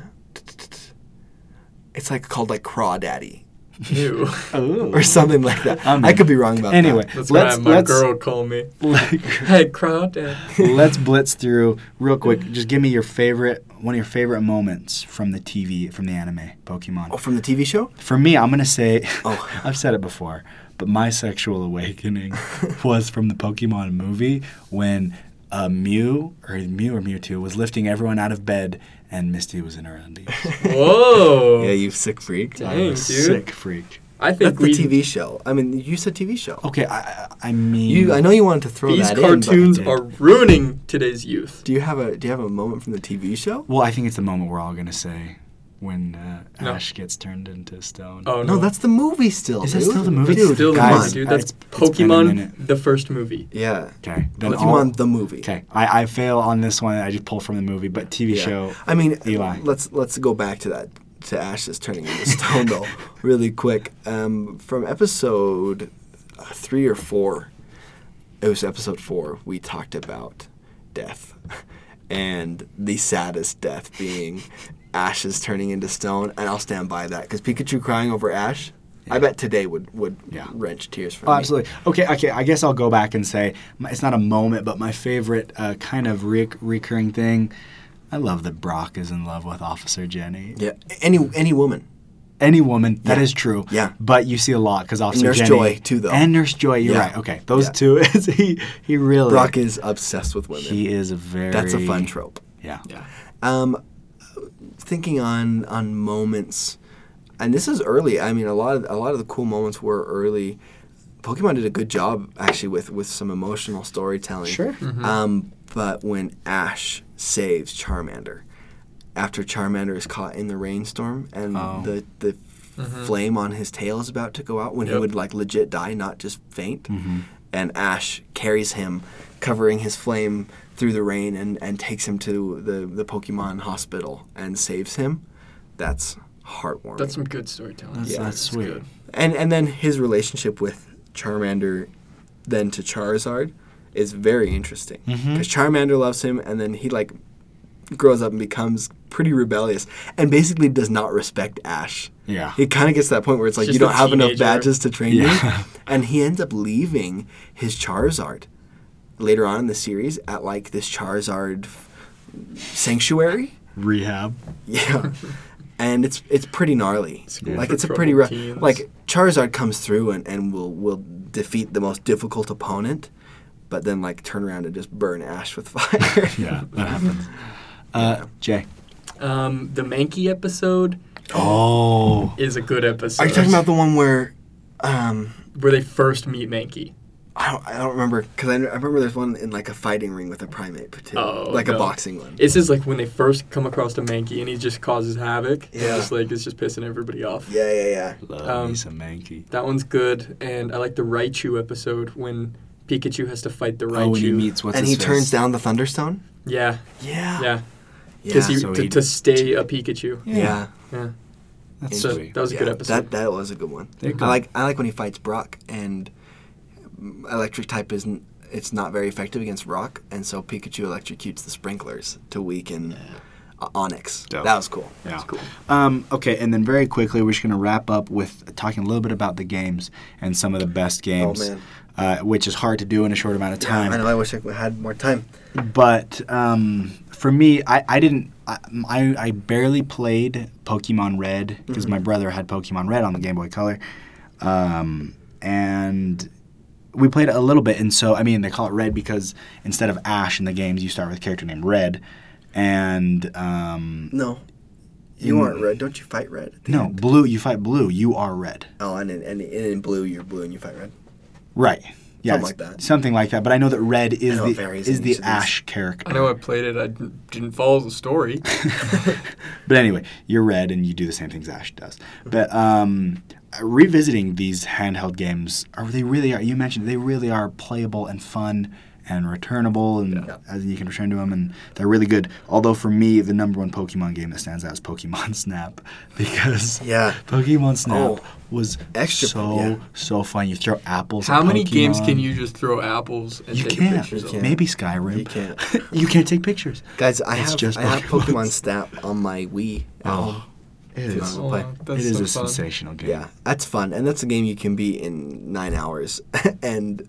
S2: it's like called like crawdaddy
S3: Ew.
S1: [laughs]
S2: or something like that.
S1: I'm
S2: I
S1: in.
S2: could be wrong about
S1: Anyway,
S2: that.
S3: That's
S1: let's
S3: why my
S1: let's
S3: girl called me. Head crowd.
S1: [laughs] let's blitz through real quick. Just give me your favorite one of your favorite moments from the TV from the anime Pokemon.
S2: Oh, from the TV show?
S1: For me, I'm gonna say
S2: Oh.
S1: [laughs] I've said it before, but my sexual
S2: [laughs]
S1: awakening was from the Pokemon movie when uh, Mew or Mew or Mewtwo was lifting everyone out of bed and Misty was in her undies.
S3: Whoa.
S2: Yeah, you sick freak.
S1: I
S3: Dang,
S1: was
S3: dude.
S1: sick freak.
S3: I think
S2: That's the
S3: we,
S2: TV show. I mean, you said TV show.
S1: Okay, I I- I mean
S2: You, I know you wanted to throw
S3: these
S2: that in.
S3: cartoons
S2: but-
S1: did.
S3: are ruining today's youth.
S2: Do you have a Do you have a moment from the TV show?
S1: Well, I think it's the moment we're all gonna say when uh,
S3: No.
S1: Ash gets turned into stone.
S3: Oh
S2: No,
S3: no,
S2: that's the movie still.
S1: Is that
S2: dude.
S1: still the movie?
S3: That's
S2: Dude,
S3: still the
S2: come
S1: guys,
S3: movie,
S2: on.
S3: dude. That's
S1: it's- it's been a
S3: Pokemon,
S1: minute.
S3: the first movie.
S2: Yeah.
S1: Okay, then all-
S2: Pokemon the movie.
S1: Okay, I, I fail on this one. I just pull from the movie, but TV
S2: Yeah.
S1: show.
S2: I mean,
S1: Eli.
S2: let's let's go back to that to Ash's turning into
S1: [laughs]
S2: stone though, really quick. Um, from episode uh, three or four, it was episode four. We talked about death, [laughs] and the saddest death being Ash's turning into stone, and I'll stand by that because Pikachu crying over Ash. I bet today would would
S1: Yeah.
S2: wrench tears from
S1: Oh,
S2: me.
S1: absolutely. Okay, okay. I guess I'll go back and say my, it's not a moment, but my favorite uh, kind of re- recurring thing. I love that Brock is in love with Officer Jenny.
S2: Yeah, any any woman.
S1: Any woman, that is
S2: Yeah.
S1: true.
S2: Yeah.
S1: But you see a lot because Officer
S2: Nurse
S1: Jenny
S2: Joy, too, though.
S1: and Nurse Joy. You're
S2: Yeah.
S1: right. Okay, those
S2: Yeah.
S1: two. [laughs] Is, he he really
S2: Brock is obsessed with women.
S1: he is a very
S2: That's a fun trope.
S1: Yeah.
S3: Yeah.
S2: Um, thinking on on moments, and this is early. I mean, a lot of a lot of the cool moments were early. Pokemon did a good job actually with with some emotional storytelling.
S1: Sure.
S3: Mm-hmm.
S2: Um, but when Ash saves Charmander, after Charmander is caught in the rainstorm and
S1: Oh.
S2: the the flame on his tail is about to go out, when he
S3: Yep.
S2: would like legit die, not just faint.
S1: Mm-hmm.
S2: And Ash carries him, covering his flame through the rain, and, and takes him to the the Pokemon hospital and saves him. That's heartwarming.
S3: That's some good storytelling.
S1: That's,
S2: Yeah,
S1: that's
S3: it's
S1: sweet.
S3: good.
S2: and and then his relationship with Charmander, then to Charizard, is very interesting because
S3: Mm-hmm.
S2: Charmander loves him, and then he like grows up and becomes pretty rebellious, and basically does not respect Ash.
S1: Yeah.
S2: It kind of gets to that point where it's like
S3: Just
S2: you don't
S3: a
S2: have enough
S3: teenager.
S2: badges to train
S1: Yeah.
S3: [laughs]
S2: you, and he ends up leaving his Charizard later on in the series at like this Charizard f- sanctuary.
S1: [laughs]
S2: [laughs]
S1: Rehab.
S2: Yeah. and it's it's pretty gnarly.
S1: good
S2: Like
S3: for
S2: it's a pretty rough
S3: troubled teens.
S2: like Charizard comes through and, and will will defeat the most difficult opponent, but then like turn around and just burn Ash with [laughs]
S3: [laughs]
S2: fire.
S1: Yeah, [laughs] that happens. Uh, Jay.
S3: Um, the Mankey episode
S1: Oh.
S3: is a good episode.
S2: Are you talking about the one where um
S3: where they first meet Mankey?
S2: I don't, I don't remember because I, I remember there's one in like a fighting ring with a primate, too,
S3: Oh,
S2: like a
S3: no.
S2: boxing one.
S3: This is like when they first come across a Mankey and he just causes havoc. Yeah.
S2: Yeah.
S3: just like it's just pissing everybody off.
S2: yeah, yeah, yeah.
S1: Love
S3: Um,
S1: me some Mankey.
S3: That one's good, and I like the Raichu episode when Pikachu has to fight the Raichu.
S1: Oh, when he meets what's
S2: and
S1: his
S2: he
S1: face?
S2: turns down the Thunderstone.
S3: Yeah,
S2: Yeah,
S3: yeah.
S2: yeah.
S3: Because
S1: so
S3: to,
S1: he-
S3: to stay a Pikachu.
S2: yeah.
S3: Yeah,
S1: That's
S3: so
S1: sweet.
S3: that was a good
S2: Yeah,
S3: episode.
S2: That that was a good one.
S1: They're good.
S2: I like I like when he fights Brock and mm, electric type isn't it's not very effective against rock and so Pikachu electrocutes the sprinklers to weaken uh, Onyx.
S1: Dope.
S2: That was cool.
S1: Yeah. Um, okay, and then very quickly, we're just going to wrap up with talking a little bit about the games and some of the best games.
S2: Oh, man.
S1: Uh, which is hard to do in a short amount of time.
S2: I wish I had more time.
S1: but um, for me, I, I didn't. I, I, I barely played Pokemon Red because
S2: Mm-hmm.
S1: my brother had Pokemon Red on the Game Boy Color, um, and we played it a little bit. And so I mean, they call it Red because instead of Ash in the games, you start with a character named Red, and um,
S2: No.
S1: Mm.
S2: You aren't red. Don't you fight red? at the
S1: no
S2: end?
S1: Blue. You fight Blue. You are Red.
S2: Oh, and in, and in in blue, you're blue and you fight red.
S1: Right. Yeah,
S2: Something
S1: it's
S2: like that.
S1: Something like that. But I know that red is
S2: know
S1: the
S2: it varies
S1: is
S2: in
S1: the
S2: each of these.
S1: Ash character.
S3: I know I played it. I didn't didn't follow the story.
S1: But anyway, you're red and you do the same things Ash does. But um, revisiting these handheld games, are they really are? You mentioned they really are playable and fun and returnable, and
S2: Yeah.
S1: as you can return to them, and they're really good. Although for me, the number one Pokemon game that stands out is Pokemon [laughs] Snap because
S2: Yeah.
S1: Pokemon Snap
S2: Oh.
S1: was
S2: Extra-
S1: so
S2: yeah.
S1: so fun. You throw apples.
S3: How
S1: at
S3: many games
S1: Pokemon.
S3: can you just throw apples and
S1: You
S3: take
S1: can't.
S3: pictures of?
S2: can't.
S1: Maybe Skyrim.
S2: You can't.
S1: [laughs] you can't take pictures.
S2: Guys, I
S1: It's
S2: have
S1: just
S2: I have
S1: [laughs] Pokemon.
S2: Pokemon Snap on my Wii. at home.
S1: Oh, it
S2: If you
S1: is.
S2: wanna
S3: Oh,
S2: play.
S3: that's
S1: it is
S3: so
S1: a
S3: fun.
S1: sensational game.
S2: Yeah, that's fun, and that's a game you can beat in nine hours [laughs] and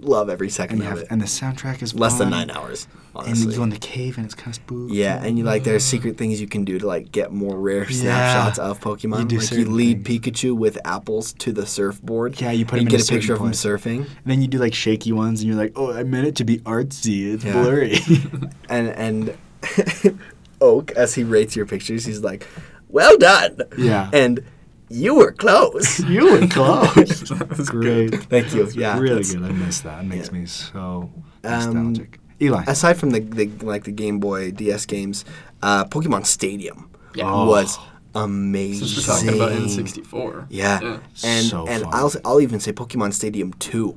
S2: love every second
S1: And you
S2: of
S1: have,
S2: it.
S1: and the soundtrack is
S2: Less than
S1: fun,
S2: nine hours,
S1: And
S2: honestly.
S1: you go in the cave, and it's kind of spooky.
S2: yeah, and you like there's secret things you can do to like get more rare snapshots of Pokemon.
S1: You do
S2: like you
S1: certain
S2: lead
S1: things.
S2: Pikachu with apples to the surfboard.
S1: Yeah, you put
S2: and
S1: him in
S2: you
S1: a
S2: get a, picture of
S1: certain
S2: him surfing,
S1: And then you do like shaky ones, and you're like, "Oh, I meant it to be artsy. It's
S2: Yeah. [laughs]
S1: blurry." [laughs]
S2: and [laughs] and Oak as he rates your pictures, he's like, "Well done."
S1: Yeah.
S2: and you were close.
S1: [laughs] you were [laughs] close.
S3: That's
S1: Great.
S3: good.
S2: Thank you. Yeah,
S1: really
S2: that's-
S1: good. I miss that. It makes
S2: Yeah.
S1: me so
S2: Um,
S1: nostalgic. Eli,
S2: aside from the, the like the Game Boy DS games, uh, Pokemon Stadium
S3: Yeah.
S2: was
S3: Oh. Since
S2: amazing.
S3: we're talking about N64.
S2: yeah. and
S1: So
S2: and
S1: fun.
S2: I'll I'll even say Pokemon Stadium Two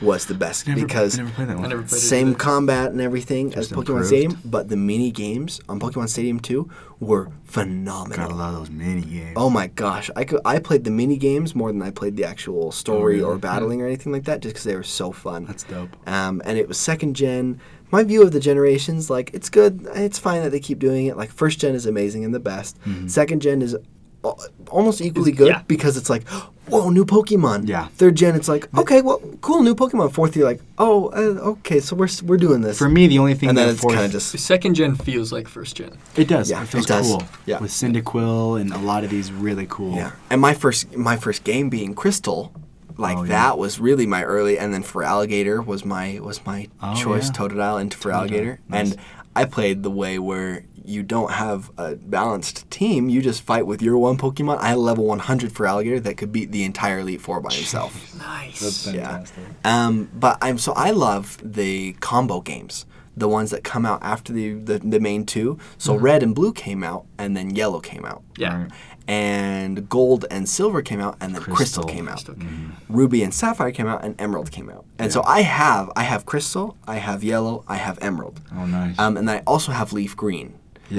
S2: was the best
S1: never,
S2: because
S1: I never played that one.
S3: I never played it.
S2: same
S3: either.
S2: combat and everything as
S1: Just
S2: Pokemon
S1: improved.
S2: Stadium, but the mini games on Pokemon Stadium Two were phenomenal.
S1: Got a lot of those mini games.
S2: Oh my gosh, I could I played the mini games more than I played the actual story
S1: really?
S2: or battling or anything like that, just because they were so fun.
S1: That's dope.
S2: Um, and it was second gen. My view of the generations, like it's good, it's fine that they keep doing it. Like first gen is amazing and the best.
S1: Mm-hmm.
S2: Second gen is al- almost equally good
S3: yeah.
S2: because it's like, whoa, new Pokemon.
S1: Yeah.
S2: Third gen, it's like, okay, well, cool, new Pokemon. Fourth, you're like, oh, uh, okay, so we're s- we're doing this.
S1: For me, the only thing
S2: and
S1: that
S2: then it's
S1: fourth-
S2: kind of
S3: The
S2: just
S3: second gen feels like first gen.
S1: It does.
S2: Yeah,
S1: it feels
S2: it does.
S1: cool.
S2: Yeah.
S1: With Cyndaquil and a lot of these really cool.
S2: Yeah. And my first my first game being Crystal, like
S1: Oh, yeah.
S2: that was really my early and then for Alligator was my was my
S1: Oh,
S2: choice
S1: yeah.
S2: Totodile into for Alligator.
S1: Nice.
S2: And I played the way where you don't have a balanced team, you just fight with your one Pokemon. I had a level 100 for Alligator that could beat the entire Elite 4 by himself.
S3: Nice.
S1: That's fantastic.
S2: Um, but I'm so I love the combo games, the ones that come out after the the, the main two. So
S1: Mm-hmm.
S2: red and blue came out, and then yellow came out.
S3: Yeah.
S1: Right.
S2: And gold and silver came out, and then crystal,
S1: Crystal.
S2: came out. Mm-hmm.
S3: Crystal came
S2: Ruby and sapphire came out, and emerald came out. And so I have I have crystal, I have yellow, I have emerald.
S1: Oh, nice.
S2: Um, and I also have leaf green.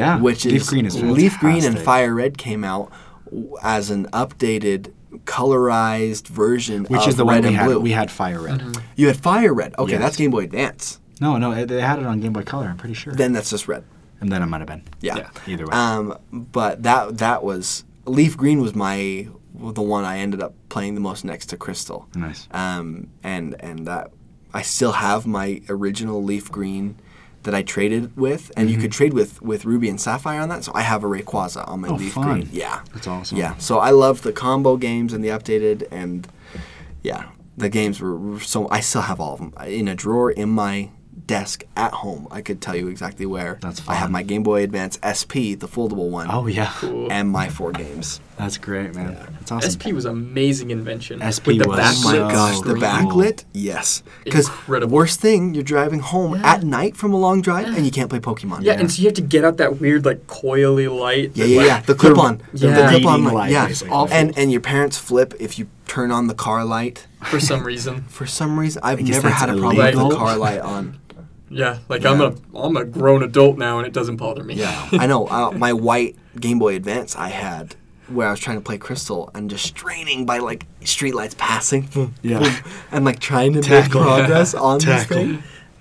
S1: Yeah,
S2: which
S1: leaf
S2: is
S1: green is
S2: leaf green and
S1: fantastic.
S2: fire red came out w- as an updated colorized version
S1: Which
S2: of
S1: is the
S2: red
S1: one we
S2: and
S1: had.
S2: blue
S1: We had Fire Red.
S2: you had Fire Red. Okay,
S1: Yes.
S2: that's Game Boy Advance.
S1: No, no, eh, they had it on Game Boy Color. I'm pretty sure.
S2: Then that's just red.
S1: and then it might have been.
S2: Yeah.
S3: Yeah.
S1: Either way.
S2: Um, but that that was Leaf Green was my the one I ended up playing the most next to Crystal.
S1: nice.
S2: Um, and and that I still have my original Leaf Green that I traded with, and
S1: Mm-hmm.
S2: you could trade with with Ruby and Sapphire on that. So I have a Rayquaza on my
S1: Oh,
S2: Leaf
S1: fun.
S2: Green. Yeah.
S1: That's awesome.
S2: Yeah. So I love the combo games and the updated and yeah, the games were were so I still have all of them in a drawer in my desk at home. I could tell you exactly where.
S1: That's
S2: I have
S1: fun.
S2: my Game Boy Advance SP, the foldable one,
S1: Oh yeah,
S3: Cool.
S2: and my four games.
S1: that's great, man. That's awesome.
S3: SP was an amazing invention.
S1: SP
S3: With the
S1: was
S2: Oh my
S1: so
S3: backlit
S2: gosh, the
S3: screen.
S2: backlit? Yes. Because
S3: Incredible.
S2: worst thing, you're driving home
S3: Yeah.
S2: at night from a long drive and you can't play Pokemon.
S3: Yeah, and so you have to get out that weird like coily light.
S2: Yeah,
S3: that,
S2: yeah,
S3: like,
S2: yeah. The clip on.
S3: yeah.
S2: The clip on
S1: Reading
S2: light.
S1: light,
S2: Yeah.
S1: basically.
S3: Awful.
S2: And and your parents flip if you turn on the car light.
S3: [laughs] For some reason.
S2: For some reason, I've
S1: guess
S2: never
S1: that's
S2: had a problem with the
S1: illegal.
S2: car light
S1: [laughs]
S2: on.
S3: Yeah, like I'm a I'm a grown adult now, and it doesn't bother me.
S2: Yeah, I know. Uh, my white Game Boy Advance I had where I was trying to play Crystal and just straining by like streetlights passing. boom,
S1: Hmm, Yeah.
S2: boom, [laughs] and like trying to
S1: Tackle.
S2: make progress on
S1: Tackle.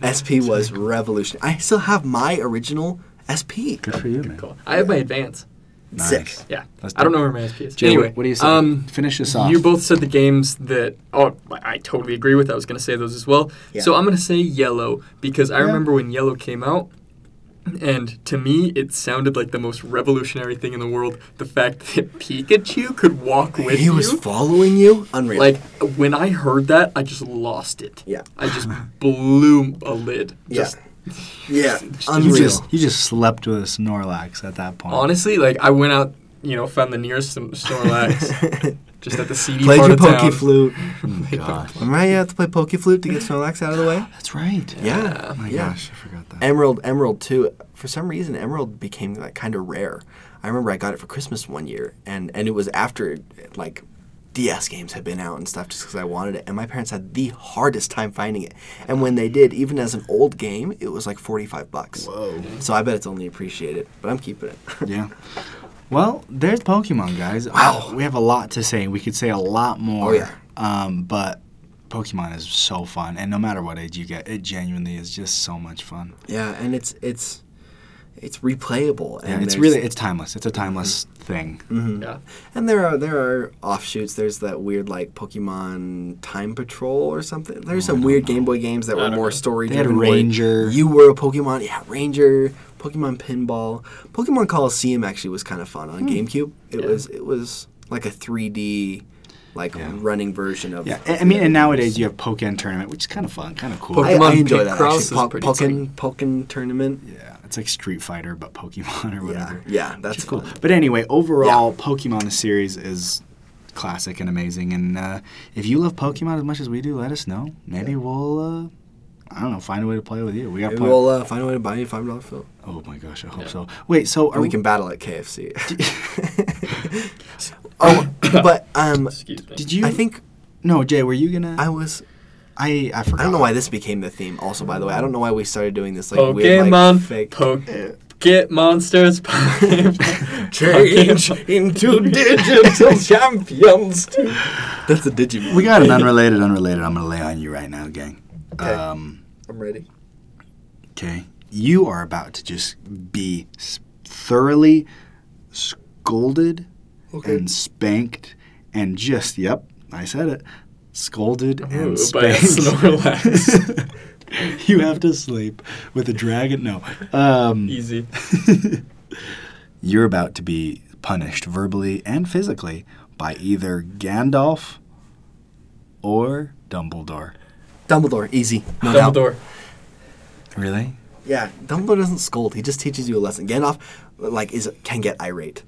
S2: this thing. SP was revolutionary. I still have my original SP.
S1: Good for you, man.
S3: Cool. I have my advance.
S1: Nice.
S2: Sick.
S3: Yeah.
S1: That's
S3: I
S1: dope.
S3: don't know where my SP is.
S1: Jay,
S3: anyway,
S1: what do you say?
S3: Um,
S1: Finish this off.
S3: You both said the games that oh, I I totally agree with. I was going to say those as well.
S2: Yeah.
S3: So I'm going to say yellow because I remember when yellow came out. And to me, it sounded like the most revolutionary thing in the world. The fact [laughs] that Pikachu could walk with
S2: He
S3: you.
S2: was following you? Unreal.
S3: like when I heard that, I just lost it.
S2: Yeah.
S1: [laughs]
S3: I just blew a lid.
S2: yeah.
S3: Just
S2: yeah.
S1: You [laughs]
S2: Unreal.
S1: just you just slept with a Snorlax at that point.
S3: honestly, like I went out, you know, found the nearest
S1: [laughs]
S3: Sn- Snorlax, just at the CD
S2: Played
S3: part
S2: your
S3: of town.
S2: Poke Flute.
S1: Oh, gosh.
S2: Remember how you have to play Poke Flute to get Snorlax out of the way?
S1: That's right.
S2: Yeah.
S1: Oh my
S2: yeah.
S1: gosh, I forgot that.
S2: Emerald, Emerald too. For some reason, Emerald became like kind of rare. I remember I got it for Christmas one year, and and it was after like DS games had been out and stuff just because I wanted it. And my parents had the hardest time finding it. And when they did, even as an old game, it was like 45 bucks.
S1: Whoa.
S2: So I bet it's only appreciated, but I'm keeping it. [laughs]
S1: Yeah. Well, there's Pokemon, guys. Wow. we have a lot to say. We could say a lot more.
S2: Oh, yeah.
S1: Um, but Pokemon is so fun, and no matter what age you get, it genuinely is just so much fun.
S2: yeah, and it's it's it's replayable. And
S1: Yeah, it's
S2: there's- Mm-hmm.
S1: really it's timeless. It's a timeless thing.
S3: Yeah.
S2: And there are there are offshoots. There's that weird like Pokemon Time Patrol or something. There's
S1: Oh,
S2: some weird Game Boy games that were
S3: don't
S2: more
S3: know.
S2: story.
S1: They had
S2: driven,
S1: Ranger.
S2: You were a Pokemon. Yeah, Ranger. Pokemon Pinball. Pokemon Coliseum actually was kind of fun
S1: Hmm.
S2: on GameCube. It was it was like a 3D like running version of.
S1: Yeah, I, I mean, and nowadays you have Pokemon tournament, which is kind of fun, kind of cool.
S2: I, I
S3: Pokemon
S2: enjoy
S3: Pit
S2: that
S3: Cross
S2: actually.
S3: is
S2: Po-
S3: pretty
S2: Pokken Pokken tournament.
S1: yeah, it's like Street Fighter but Pokemon or
S2: Yeah,
S1: whatever.
S2: yeah, that's
S1: It's cool.
S2: cool.
S1: But anyway, overall, Pokemon the series is classic and amazing. And uh, if you love Pokemon as much as we do, let us know. Maybe we'll, uh, I don't know, find a way to play with you. We got
S2: Maybe
S1: play.
S2: we'll uh, find a way to buy you a five dollar fill.
S1: oh my gosh, I hope so. Wait, so are
S2: we
S3: Oh.
S1: we?
S2: can battle
S3: [laughs]
S2: at KFC. [laughs] oh, but um,
S3: Excuse me.
S1: did you?
S2: I think
S1: no, Jay. Were you gonna?
S2: I was.
S1: I I forgot.
S2: I don't know why this became the theme. Also, by the way, I don't know why we started doing this like weird like
S3: Pokemon,
S2: fake.
S3: poke, get
S2: [laughs]
S3: monsters, [laughs] change. [laughs]
S2: into digital champions. That's a Digimon.
S1: We got an unrelated, unrelated. I'm gonna lay on you right now, gang.
S2: Okay.
S1: Um,
S2: I'm ready.
S1: okay. You are about to just be s- thoroughly scolded and spanked and just yep, I said it. Scolded and
S3: Ooh, Oh, by a
S1: spanked. [laughs]
S3: Snorlax.
S1: you have to sleep with a dragon. No. Um,
S3: Easy.
S1: [laughs] you're about to be punished verbally and physically by either Gandalf or Dumbledore.
S2: Dumbledore, easy. No doubt.
S3: Dumbledore.
S1: Really?
S2: Yeah, Dumbledore doesn't scold. He just teaches you a lesson. Gandalf, like, is can get irate.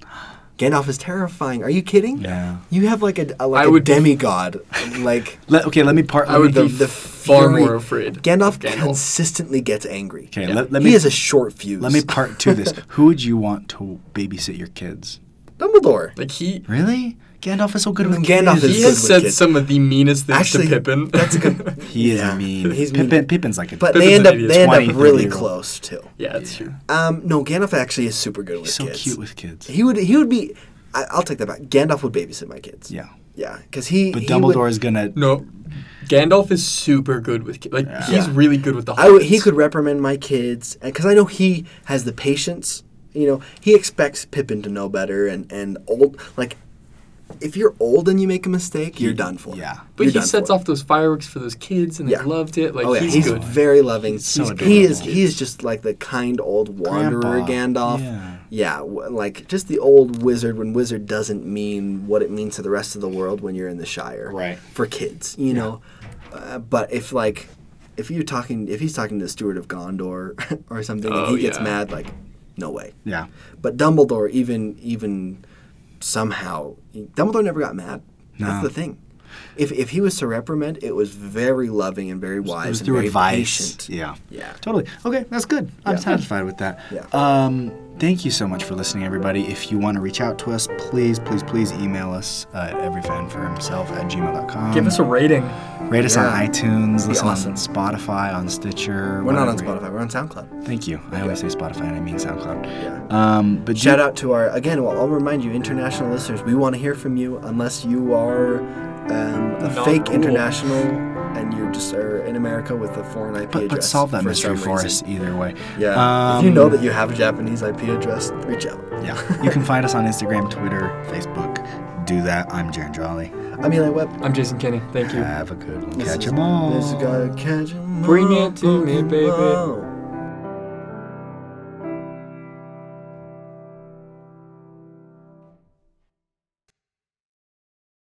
S2: Gandalf is terrifying. Are you kidding?
S1: Yeah.
S2: You have like a, a like
S3: I
S2: a
S3: would-
S2: demigod, like.
S1: Let, okay, let me part.
S3: I would
S1: let
S2: the,
S1: me,
S3: be
S2: the
S3: far
S2: fury-
S3: more afraid of
S2: Gandalf,
S3: Gandalf.
S2: consistently gets angry.
S1: okay, let, let
S2: he
S1: me.
S2: has a short fuse.
S1: let me part two this. Who would you want to babysit your kids?
S2: Dumbledore.
S3: Like he,
S1: Really? Gandalf is so good with
S2: Gandalf
S1: kids.
S2: is
S3: he
S2: good
S3: has
S2: with
S3: said
S2: kids.
S3: some of the meanest things
S2: Actually,
S3: to Pippin.
S2: that's a good.
S1: He is
S2: Yeah.
S1: mean.
S2: He's mean.
S1: Pippin, Pippin's like a.
S2: But
S3: Pippin's
S2: they end
S3: an
S2: up
S3: idiot.
S2: they end
S1: 20,
S2: up
S1: 30
S2: really
S1: year old.
S2: close too.
S3: [laughs] yeah, that's true.
S2: Um, no, Gandalf actually is super good with
S1: so
S2: kids.
S1: cute with kids.
S2: He would he would be. I, I'll take that back. Gandalf would babysit my kids.
S1: yeah.
S2: yeah, because he.
S1: But
S2: he
S1: Dumbledore
S2: Would,
S1: is gonna.
S3: No, Gandalf is super good with ki- like he's
S2: Yeah.
S3: really good with the.
S2: I would, he
S3: hobbits.
S2: could reprimand my kids because I know he has the patience. You know, he expects Pippin to know better and and old like. If you're old and you make a mistake, you're done for.
S1: yeah.
S3: But
S2: You're
S3: he
S2: done
S3: sets
S2: for.
S3: off those fireworks for those kids, and
S2: Yeah.
S3: they loved it. Like
S2: Oh yeah,
S3: he's,
S2: he's,
S3: good.
S2: very loving.
S1: so
S2: He's- he is
S1: adorable.
S2: he is just like the kind old wanderer
S1: Grandpa.
S2: Gandalf.
S1: Yeah.
S2: Yeah, w- like just the old wizard when wizard doesn't mean what it means to the rest of the world when you're in the Shire.
S1: Right.
S2: For kids, you know. Uh, but if like if you're talking if he's talking to the steward of Gondor [laughs] or something
S3: Oh,
S2: and he gets
S3: yeah.
S2: mad like no way.
S1: Yeah.
S2: But Dumbledore even even somehow Dumbledore never got mad. That's
S1: No.
S2: the thing. If, if he was to reprimand, it was very loving and very wise
S1: It was
S2: and
S1: through
S2: very
S1: advice.
S2: patient.
S1: Yeah.
S2: Yeah.
S1: Totally. Okay, that's good. I'm
S2: Yeah.
S1: satisfied with that.
S2: Yeah.
S1: Um, thank you so much for listening, everybody. If you want to reach out to us, please, please, please email us uh, at everyfanforhimself at gmail.com.
S3: Give us a rating.
S1: Rate us
S2: Yeah.
S1: on iTunes, listen
S2: awesome.
S1: on Spotify, on Stitcher.
S2: We're not on
S1: whatever.
S2: Spotify. We're on SoundCloud.
S1: Thank you. I always say Spotify and I mean SoundCloud.
S2: Yeah.
S1: Um, but
S2: Shout out to our again. Well, I'll remind you, international listeners. We want to hear from you, unless you are um, a
S3: Not
S2: fake
S3: cool.
S2: international and you just are in America with a foreign IP
S1: But,
S2: address.
S1: but solve that
S2: for
S1: mystery
S2: some
S1: for us
S2: reason.
S1: either way. Um,
S2: Yeah. if you know that you have a Japanese IP address, reach out.
S1: Yeah. you can find us on Instagram, Twitter, Facebook. Do that. I'm Jaren Jolly.
S2: I mean, like web.
S3: I'm Jason Kenny. Thank you.
S1: Have a good one.
S2: This
S1: Catch
S2: is-
S1: 'em all.
S2: This guy catch 'em
S3: Bring
S2: all,
S3: it to me, baby.
S2: Pokemon.